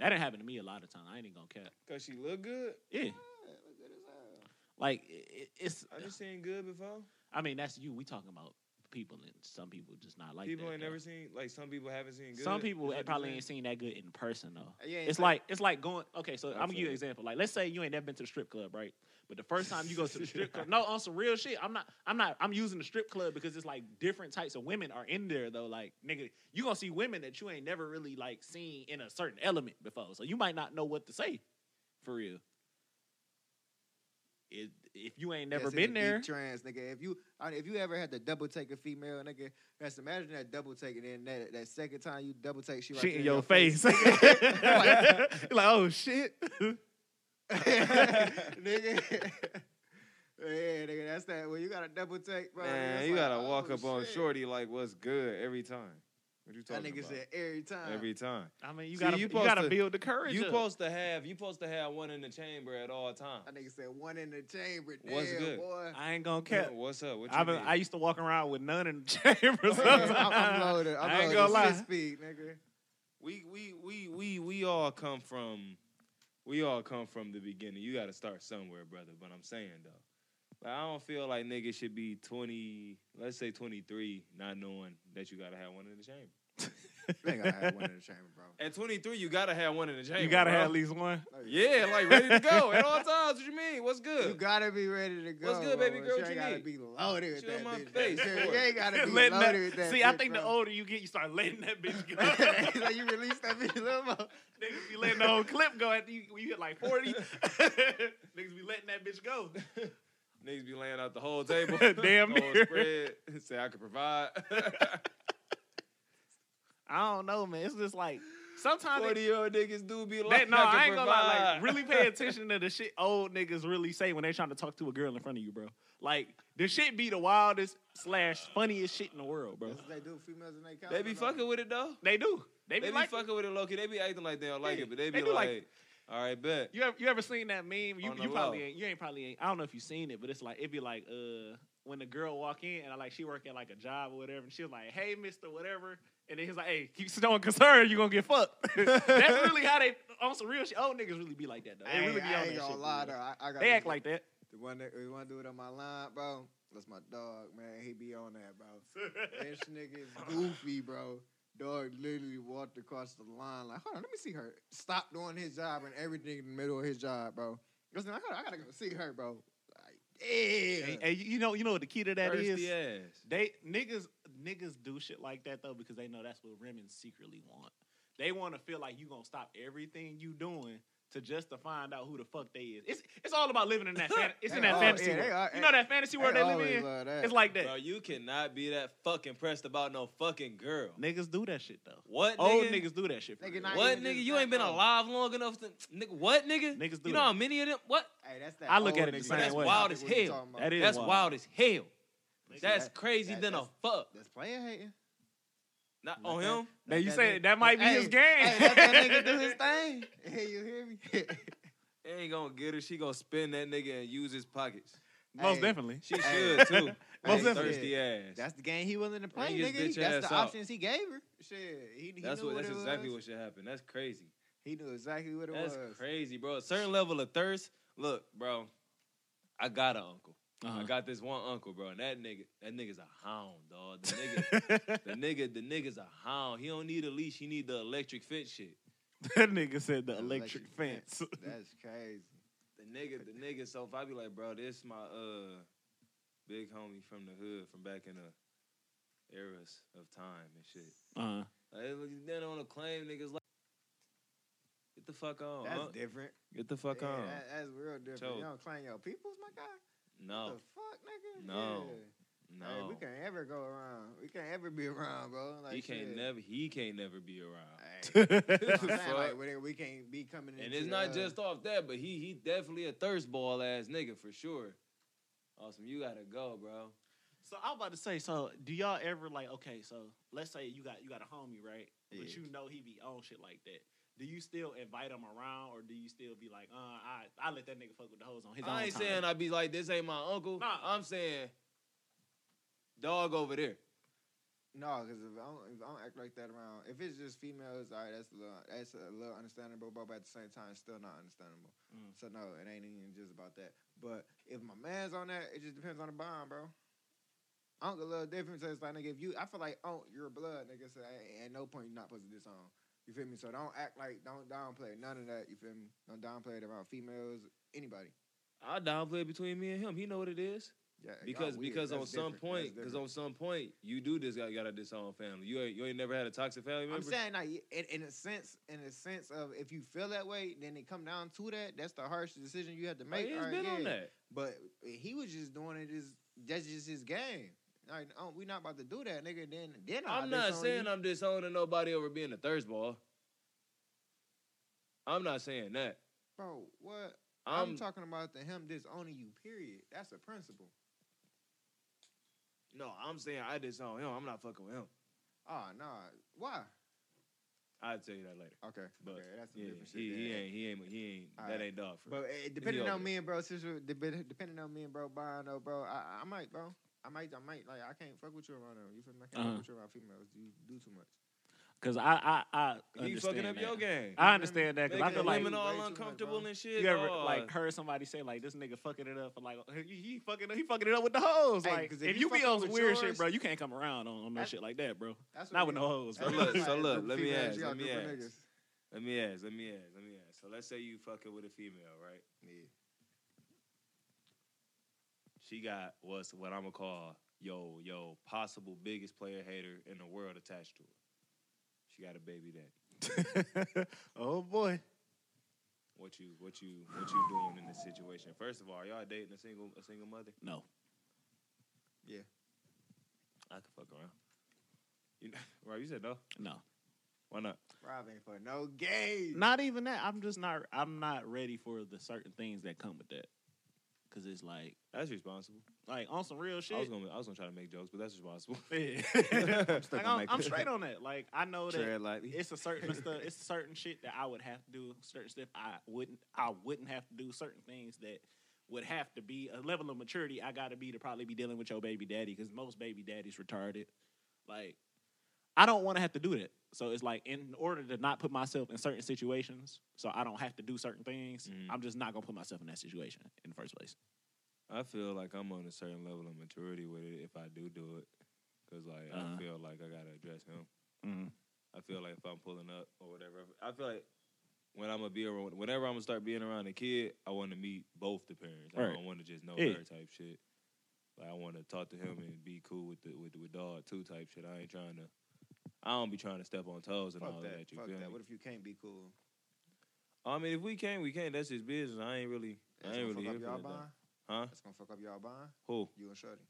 [SPEAKER 1] That didn't happen to me a lot of time. I ain't even gonna cap.
[SPEAKER 2] Cause she look good.
[SPEAKER 1] Yeah,
[SPEAKER 3] Yeah, Ah, look good as hell.
[SPEAKER 1] like it, it's.
[SPEAKER 2] I just seen good before.
[SPEAKER 1] I mean, that's you. We talking about people, and some people just not like
[SPEAKER 2] people
[SPEAKER 1] that,
[SPEAKER 2] ain't
[SPEAKER 1] though.
[SPEAKER 2] never seen like some people haven't seen good.
[SPEAKER 1] Some
[SPEAKER 2] Is
[SPEAKER 1] people
[SPEAKER 2] that what
[SPEAKER 1] probably
[SPEAKER 2] you're
[SPEAKER 1] ain't
[SPEAKER 2] saying?
[SPEAKER 1] seen that good in person though.
[SPEAKER 3] Yeah,
[SPEAKER 1] It's like it's like going. Okay, so I'm gonna give you
[SPEAKER 2] Okay.
[SPEAKER 1] an example. Like, let's say you ain't never been to the strip club, right? But the first time you go to the strip [laughs] club, no, on some real shit. I'm not. I'm not. I'm using the strip club because it's like different types of women are in there though. Like, nigga, you gonna see women that you ain't never really like seen in a certain element before. So you might not know what to say, for real. It, if you ain't never
[SPEAKER 3] That's
[SPEAKER 1] been
[SPEAKER 3] in the
[SPEAKER 1] there,
[SPEAKER 3] deep Trans nigga. If you I mean, if you ever had to double take a female nigga, that's imagine that double take and then that, that second time you double take she right
[SPEAKER 1] shit
[SPEAKER 3] there
[SPEAKER 1] in your face.
[SPEAKER 3] [laughs]
[SPEAKER 1] like, [laughs] like, oh shit.
[SPEAKER 3] nigga. yeah, nigga, that's that. Well, you gotta double take, bro.
[SPEAKER 2] Man,
[SPEAKER 3] It's
[SPEAKER 2] you
[SPEAKER 3] like,
[SPEAKER 2] gotta walk
[SPEAKER 3] oh,
[SPEAKER 2] up on
[SPEAKER 3] shit.
[SPEAKER 2] shorty like what's good every time. What you
[SPEAKER 3] That
[SPEAKER 2] talking
[SPEAKER 3] nigga
[SPEAKER 2] about?
[SPEAKER 3] said every time.
[SPEAKER 2] every time.
[SPEAKER 1] I mean, you
[SPEAKER 2] See,
[SPEAKER 1] gotta
[SPEAKER 2] you
[SPEAKER 1] you,
[SPEAKER 2] supposed
[SPEAKER 1] gotta
[SPEAKER 2] to-
[SPEAKER 1] build the courage.
[SPEAKER 2] You
[SPEAKER 1] up.
[SPEAKER 2] supposed to have you supposed to have one in the chamber at all times.
[SPEAKER 3] that nigga said one in the chamber.
[SPEAKER 2] What's
[SPEAKER 3] Damn,
[SPEAKER 2] good?
[SPEAKER 3] boy.
[SPEAKER 1] I ain't gonna cap.
[SPEAKER 2] What's up? What you
[SPEAKER 1] I've been,
[SPEAKER 2] need?
[SPEAKER 1] I used to walk around with none in the [laughs] chamber.
[SPEAKER 3] I'm,
[SPEAKER 1] sometimes.
[SPEAKER 3] I'm loaded. I'm
[SPEAKER 1] I ain't
[SPEAKER 3] loaded.
[SPEAKER 1] gonna lie.
[SPEAKER 3] Six Speed, nigga.
[SPEAKER 2] we we we we we all come from we all come from the beginning. You got to start somewhere, brother. But I'm saying though, like, I don't feel like niggas should be 20, let's say 23, not knowing that you got to have one in the chamber.
[SPEAKER 3] You ain't gotta have one in the chamber, bro.
[SPEAKER 2] At 23, you got to have one in the chamber.
[SPEAKER 1] You gotta
[SPEAKER 2] bro.
[SPEAKER 1] have at least one.
[SPEAKER 3] No, you-
[SPEAKER 2] [laughs] yeah, like ready to go at all times. What you mean? What's
[SPEAKER 3] You
[SPEAKER 2] good?
[SPEAKER 3] gotta be ready to go.
[SPEAKER 2] What's good,
[SPEAKER 3] bro.
[SPEAKER 2] baby girl?
[SPEAKER 3] You
[SPEAKER 2] What
[SPEAKER 3] ain't
[SPEAKER 2] you
[SPEAKER 3] gotta
[SPEAKER 2] need?
[SPEAKER 3] be loaded with
[SPEAKER 2] Chill
[SPEAKER 3] that
[SPEAKER 2] my
[SPEAKER 3] bitch.
[SPEAKER 2] face,
[SPEAKER 3] You
[SPEAKER 2] boy.
[SPEAKER 1] [laughs]
[SPEAKER 3] ain't gotta be
[SPEAKER 1] Letting that-
[SPEAKER 3] loaded with that
[SPEAKER 1] see,
[SPEAKER 3] bitch,
[SPEAKER 1] I think
[SPEAKER 3] bro.
[SPEAKER 1] the [laughs]
[SPEAKER 3] [laughs]
[SPEAKER 1] older you get, you start letting that bitch go. [laughs]
[SPEAKER 3] It's like you release that bitch a little more.
[SPEAKER 1] Niggas be letting the whole clip go after you, when you hit like forty. Niggas be letting that bitch go.
[SPEAKER 2] Niggas be laying out the whole
[SPEAKER 1] [laughs]
[SPEAKER 2] table.
[SPEAKER 1] Damn
[SPEAKER 2] Whole
[SPEAKER 1] near.
[SPEAKER 2] spread. [laughs] Say I
[SPEAKER 1] [laughs]
[SPEAKER 2] could provide. [laughs]
[SPEAKER 1] I don't know, man. It's just like sometimes it-
[SPEAKER 2] 40 year old niggas do be like,
[SPEAKER 1] that, no,
[SPEAKER 2] could
[SPEAKER 1] I ain't gonna lie. Like,
[SPEAKER 2] provide."
[SPEAKER 1] really pay attention to the shit old niggas really say when they trying to talk to a girl in front of you, bro. Like, the shit be the wildest slash funniest shit in the world, bro.
[SPEAKER 3] That's what they do. Females in they count.
[SPEAKER 2] They be fucking with it though.
[SPEAKER 1] They do. They be,
[SPEAKER 2] They be,
[SPEAKER 1] like,
[SPEAKER 2] fucking with it, Loki. They be acting like they don't like
[SPEAKER 1] Yeah,
[SPEAKER 2] it, but they
[SPEAKER 1] they
[SPEAKER 2] be
[SPEAKER 1] do
[SPEAKER 2] like,
[SPEAKER 1] like-
[SPEAKER 2] "All right, bet."
[SPEAKER 1] You ever, you ever seen that meme? You,
[SPEAKER 2] On the
[SPEAKER 1] you probably
[SPEAKER 2] low.
[SPEAKER 1] ain't, you ain't probably ain't, I don't know if you seen it, but it's like it'd be like uh when the girl walk in and I like she work at like a job or whatever and she's like, "Hey, Mister whatever." And then he's like, "Hey, keep showing concern, [laughs] you gonna get fucked." [laughs] That's
[SPEAKER 2] [laughs]
[SPEAKER 1] really how they on some real shit. Old niggas really be like that though.
[SPEAKER 3] I
[SPEAKER 1] They
[SPEAKER 3] ain't,
[SPEAKER 1] really be
[SPEAKER 3] I
[SPEAKER 1] on
[SPEAKER 3] ain't
[SPEAKER 1] that
[SPEAKER 3] gonna
[SPEAKER 1] shit.
[SPEAKER 3] lie
[SPEAKER 1] for
[SPEAKER 3] though.
[SPEAKER 1] real.
[SPEAKER 3] I, I got
[SPEAKER 1] They act like
[SPEAKER 3] [laughs]
[SPEAKER 1] that.
[SPEAKER 3] the one that the one dude on my line, bro. That's my dog, man. He be on that, bro. this nigga is goofy, bro. Dog literally walked across the line like, hold on, let me see her. Stop doing his job and everything in the middle of his job, bro. Listen, I gotta, I gotta go see her, bro. Like,
[SPEAKER 1] And,
[SPEAKER 3] yeah.
[SPEAKER 1] and you you know, you know what the key to that is.
[SPEAKER 2] Thirsty ass.
[SPEAKER 1] They niggas niggas do shit like that though because they know that's what women secretly want. They want to feel like you gonna stop everything you doing to just to find out who the fuck they is. It's it's all about living in that fan,
[SPEAKER 3] [laughs]
[SPEAKER 1] it's in
[SPEAKER 3] They
[SPEAKER 1] that
[SPEAKER 3] all-
[SPEAKER 1] fantasy
[SPEAKER 3] yeah, they
[SPEAKER 1] world.
[SPEAKER 3] are-
[SPEAKER 1] you know that fantasy world they live
[SPEAKER 3] always
[SPEAKER 1] in.
[SPEAKER 3] love that.
[SPEAKER 1] It's like that.
[SPEAKER 2] Bro, you cannot be that fucking pressed about no fucking girl.
[SPEAKER 1] Niggas do that shit though.
[SPEAKER 2] What
[SPEAKER 1] Old
[SPEAKER 2] nigga?
[SPEAKER 1] niggas do that shit. For
[SPEAKER 3] Nigga,
[SPEAKER 1] real.
[SPEAKER 3] not
[SPEAKER 2] What
[SPEAKER 3] even
[SPEAKER 2] nigga?
[SPEAKER 3] just
[SPEAKER 2] You
[SPEAKER 3] that,
[SPEAKER 2] ain't been
[SPEAKER 3] though.
[SPEAKER 2] alive long enough to nigga. What nigga?
[SPEAKER 1] Niggas do
[SPEAKER 2] You know how
[SPEAKER 1] that.
[SPEAKER 2] many of them? What?
[SPEAKER 3] Hey, that's that
[SPEAKER 1] I look
[SPEAKER 3] old
[SPEAKER 1] at it the
[SPEAKER 3] nigga
[SPEAKER 1] same
[SPEAKER 3] that's
[SPEAKER 1] way.
[SPEAKER 3] wild
[SPEAKER 2] That's
[SPEAKER 3] as hell.
[SPEAKER 2] wild
[SPEAKER 1] that is
[SPEAKER 2] That's wild. as hell.
[SPEAKER 1] Niggas-
[SPEAKER 2] That's
[SPEAKER 3] that-
[SPEAKER 2] crazy
[SPEAKER 3] that-
[SPEAKER 2] than a
[SPEAKER 3] that's-
[SPEAKER 2] fuck.
[SPEAKER 3] That's player hating.
[SPEAKER 2] Not on him.
[SPEAKER 1] Now you
[SPEAKER 3] That-
[SPEAKER 1] say that might be
[SPEAKER 3] hey,
[SPEAKER 1] his game.
[SPEAKER 3] Hey, let that nigga
[SPEAKER 1] [laughs]
[SPEAKER 3] do his thing. Hey, you hear me?
[SPEAKER 2] They ain't gonna get her. She gonna spin that nigga and use his pockets.
[SPEAKER 1] Most
[SPEAKER 3] Hey,
[SPEAKER 1] definitely. [laughs]
[SPEAKER 2] She
[SPEAKER 3] Hey.
[SPEAKER 2] should too.
[SPEAKER 1] Most
[SPEAKER 2] Hey,
[SPEAKER 1] definitely.
[SPEAKER 2] thirsty ass.
[SPEAKER 3] That's the game he willing to play,
[SPEAKER 2] Ring his
[SPEAKER 3] nigga.
[SPEAKER 2] bitch
[SPEAKER 3] That's
[SPEAKER 2] ass
[SPEAKER 3] the
[SPEAKER 2] out.
[SPEAKER 3] options he gave her. Shit, he, he
[SPEAKER 2] That's
[SPEAKER 3] knew
[SPEAKER 2] what.
[SPEAKER 3] what
[SPEAKER 2] That's
[SPEAKER 3] it
[SPEAKER 2] exactly
[SPEAKER 3] was.
[SPEAKER 2] what should happen. That's crazy.
[SPEAKER 3] He knew exactly what it
[SPEAKER 2] That's
[SPEAKER 3] was.
[SPEAKER 2] crazy, bro. A certain level of thirst. Look, bro, I got an uncle. I
[SPEAKER 1] Uh-huh.
[SPEAKER 2] got this one uncle, bro, and that nigga, that nigga's a hound, dog. The
[SPEAKER 3] [laughs]
[SPEAKER 2] nigga, the nigga, the nigga's a hound. He don't need a leash. He need the electric fit shit.
[SPEAKER 1] that nigga said the
[SPEAKER 3] The
[SPEAKER 1] electric
[SPEAKER 3] electric
[SPEAKER 1] fence.
[SPEAKER 3] That's crazy.
[SPEAKER 2] The nigga, the nigga. So if I be like, bro, this my uh big homie from the hood, from back in the eras of time and shit.
[SPEAKER 1] Uh-huh.
[SPEAKER 2] Like, they look- they don't want to claim niggas like. Get the fuck on.
[SPEAKER 3] That's
[SPEAKER 2] huh?
[SPEAKER 3] different.
[SPEAKER 2] Get the Oh, uh, fuck
[SPEAKER 3] Yeah,
[SPEAKER 2] on.
[SPEAKER 3] that- that's real different.
[SPEAKER 2] Told.
[SPEAKER 3] You don't claim your peoples, my guy.
[SPEAKER 2] No,
[SPEAKER 3] What the fuck, nigga?
[SPEAKER 2] No.
[SPEAKER 3] Yeah.
[SPEAKER 2] no.
[SPEAKER 3] Hey, we can't ever go around. We can't ever be around, bro. Like,
[SPEAKER 2] he can't
[SPEAKER 3] shit.
[SPEAKER 2] never. He can't never be around. [laughs]
[SPEAKER 3] Hey, I'm
[SPEAKER 1] Uh-huh. [laughs]
[SPEAKER 3] saying,
[SPEAKER 2] Fuck.
[SPEAKER 3] like, we- we can't be coming
[SPEAKER 2] And
[SPEAKER 3] into
[SPEAKER 2] it's
[SPEAKER 3] the-
[SPEAKER 2] not just off that, but he he definitely a thirst ball ass nigga for sure. Awesome, you gotta go, bro.
[SPEAKER 1] So I was about to say, so do y'all ever like, okay, so let's say you got you got a homie, right?
[SPEAKER 3] Yeah.
[SPEAKER 1] But you know he be on shit like that. do you still invite him around, or do you still be like, uh, I I let that nigga fuck with the hoes on his own
[SPEAKER 2] I ain't
[SPEAKER 1] time?
[SPEAKER 2] saying I be like this ain't my uncle.
[SPEAKER 1] Nah.
[SPEAKER 2] I'm saying dog over there.
[SPEAKER 3] No, because if I don't, if I don't act like that around, if it's just females, all right, that's a little, that's a little understandable, but at the same time, it's still not understandable.
[SPEAKER 1] Mm.
[SPEAKER 3] So no, it ain't even just about that. But if my man's on that, it just depends on the bond, bro. I don't get a little difference. It's like nigga, if you, I feel like oh, your blood, nigga. So at, at no point you're not supposed to do this on. You feel me? So don't act like don't downplay none of that. You feel me? Don't downplay it around females, anybody.
[SPEAKER 2] I downplay it between me and him. He know what it is
[SPEAKER 3] Yeah, y'all
[SPEAKER 2] because
[SPEAKER 3] weird.
[SPEAKER 2] because on
[SPEAKER 3] That's
[SPEAKER 2] some point
[SPEAKER 3] different. That's
[SPEAKER 2] because
[SPEAKER 3] different.
[SPEAKER 2] on some point you do this. You gotta disown family. You ain't, you ain't never had a toxic family member.
[SPEAKER 3] I'm saying like in, in a sense, in a sense of if you feel that way, then it come down to that. That's the harsh decision you have to
[SPEAKER 2] Like,
[SPEAKER 3] make.
[SPEAKER 2] Oh, it's
[SPEAKER 3] All right,
[SPEAKER 2] been on
[SPEAKER 3] yeah.
[SPEAKER 2] that.
[SPEAKER 3] But he was just doing it. Is that's just his game? Like oh, we not about to do that, nigga. Then then I'll
[SPEAKER 2] I'm not
[SPEAKER 3] disown
[SPEAKER 2] saying uh,
[SPEAKER 3] you.
[SPEAKER 2] I'm disowning nobody over being a thirst ball. I'm not saying that.
[SPEAKER 3] bro. What I'm,
[SPEAKER 2] I'm
[SPEAKER 3] talking about the him disowning you. Period. That's a principle.
[SPEAKER 2] no. I'm saying I disown him. I'm not fucking with him.
[SPEAKER 3] Oh no, why?
[SPEAKER 2] I'll tell you that later.
[SPEAKER 3] Okay,
[SPEAKER 2] But,
[SPEAKER 3] okay, that's some
[SPEAKER 2] Yeah,
[SPEAKER 3] different shit.
[SPEAKER 2] he, he
[SPEAKER 3] there.
[SPEAKER 2] ain't he ain't he ain't that
[SPEAKER 3] Alright.
[SPEAKER 2] ain't dog for.
[SPEAKER 3] But eh, depending
[SPEAKER 2] over
[SPEAKER 3] on
[SPEAKER 2] it.
[SPEAKER 3] me and bro, since we're dep- depending on me and bro, buying though, bro, I, I might, bro, I might, I might, like, I can't fuck with you around them. You feel me? I can't
[SPEAKER 1] Uh-huh.
[SPEAKER 3] fuck with you around females. You do too much.
[SPEAKER 1] Cause I I I
[SPEAKER 2] You
[SPEAKER 1] understand
[SPEAKER 2] fucking up
[SPEAKER 1] that.
[SPEAKER 2] your game.
[SPEAKER 1] I understand that because I
[SPEAKER 2] Making
[SPEAKER 1] feel
[SPEAKER 2] the
[SPEAKER 1] like
[SPEAKER 2] women
[SPEAKER 3] Way too
[SPEAKER 2] all
[SPEAKER 3] much,
[SPEAKER 2] uncomfortable
[SPEAKER 3] bro.
[SPEAKER 2] and shit.
[SPEAKER 1] you ever
[SPEAKER 2] dog.
[SPEAKER 1] like heard somebody say like this nigga fucking it up for like he, he fucking he fucking it up with the hoes.
[SPEAKER 3] Hey,
[SPEAKER 1] Like
[SPEAKER 3] 'cause
[SPEAKER 1] if,
[SPEAKER 3] if you
[SPEAKER 1] you be
[SPEAKER 3] fucking
[SPEAKER 1] on
[SPEAKER 3] with
[SPEAKER 1] some weird shit,
[SPEAKER 3] yours-
[SPEAKER 1] bro, you can't come around on, on no
[SPEAKER 3] That's-
[SPEAKER 1] shit like that, bro.
[SPEAKER 3] That's
[SPEAKER 1] Not
[SPEAKER 3] what
[SPEAKER 1] with
[SPEAKER 3] it
[SPEAKER 1] no
[SPEAKER 3] is.
[SPEAKER 1] hoes,
[SPEAKER 3] That's
[SPEAKER 1] bro.
[SPEAKER 2] So
[SPEAKER 3] what
[SPEAKER 2] look,
[SPEAKER 3] it is.
[SPEAKER 2] so
[SPEAKER 3] Like,
[SPEAKER 2] look,
[SPEAKER 3] group of
[SPEAKER 2] let me
[SPEAKER 3] females,
[SPEAKER 2] ask,
[SPEAKER 3] you got
[SPEAKER 2] let me
[SPEAKER 3] a group of
[SPEAKER 2] ask.
[SPEAKER 3] niggas.
[SPEAKER 2] let me ask. Let me ask. Let me ask. So let's say you fucking with a female, right?
[SPEAKER 3] Yeah.
[SPEAKER 2] She got what's what I'm gonna call yo yo possible biggest player hater in the world attached to her. She got a baby daddy.
[SPEAKER 1] [laughs] oh boy.
[SPEAKER 2] What you what you what you doing in this situation? First of all, are y'all dating a single a single mother?
[SPEAKER 1] [laughs] No.
[SPEAKER 2] I could fuck around. You know, [laughs] right? You said no.
[SPEAKER 1] No.
[SPEAKER 2] Why not?
[SPEAKER 3] Rob ain't for no game.
[SPEAKER 1] Not even that. I'm just not I'm not ready for the certain things that come with that. Cause it's like
[SPEAKER 2] That's responsible.
[SPEAKER 1] like on some real
[SPEAKER 2] I was
[SPEAKER 1] shit.
[SPEAKER 2] gonna I was gonna try to make jokes, but
[SPEAKER 1] [laughs]
[SPEAKER 2] that's [laughs] responsible.
[SPEAKER 1] Yeah.
[SPEAKER 2] I'm
[SPEAKER 1] Like, I'm, I'm straight
[SPEAKER 2] [laughs]
[SPEAKER 1] on that. Like I know that
[SPEAKER 2] Tread lightly.
[SPEAKER 1] it's a certain stuff. It's certain shit that I would have to do. Certain stuff I wouldn't. I wouldn't have to do. Certain things that would have to be a level of maturity I got to be to probably be dealing with your baby daddy because most baby daddies retarded. Like I don't want to have to do that. So it's like in order to not put myself in certain situations, so I don't have to do certain things.
[SPEAKER 2] Mhm.
[SPEAKER 1] I'm just not gonna put myself in that situation in the first place.
[SPEAKER 2] I feel like I'm on a certain level of maturity with it if I do do it, because like
[SPEAKER 1] Uh-huh.
[SPEAKER 2] I feel like I gotta address him.
[SPEAKER 1] Mhm.
[SPEAKER 2] I feel like if I'm pulling up or whatever, I feel like when I'm gonna be around, whenever I'm gonna start being around a kid, I want to meet both the parents. I
[SPEAKER 1] Right.
[SPEAKER 2] don't want to just know
[SPEAKER 1] Yeah.
[SPEAKER 2] her type shit. Like I want to talk to him and be cool with the with with dog too type shit. I ain't trying to. I don't be trying to step on toes and all
[SPEAKER 3] Fuck
[SPEAKER 2] of
[SPEAKER 3] that.
[SPEAKER 2] that. You
[SPEAKER 3] Fuck
[SPEAKER 2] feel
[SPEAKER 3] that.
[SPEAKER 2] me?
[SPEAKER 3] What if you can't be cool?
[SPEAKER 2] I mean, if we can't, we can't. That's his business. I ain't really.
[SPEAKER 3] That's
[SPEAKER 2] I ain't
[SPEAKER 3] gonna
[SPEAKER 2] really
[SPEAKER 3] fuck
[SPEAKER 2] here
[SPEAKER 3] up
[SPEAKER 2] for
[SPEAKER 3] y'all
[SPEAKER 2] that.
[SPEAKER 3] bond.
[SPEAKER 2] Huh?
[SPEAKER 3] That's gonna fuck up y'all bond.
[SPEAKER 2] Who?
[SPEAKER 3] You and Shorty.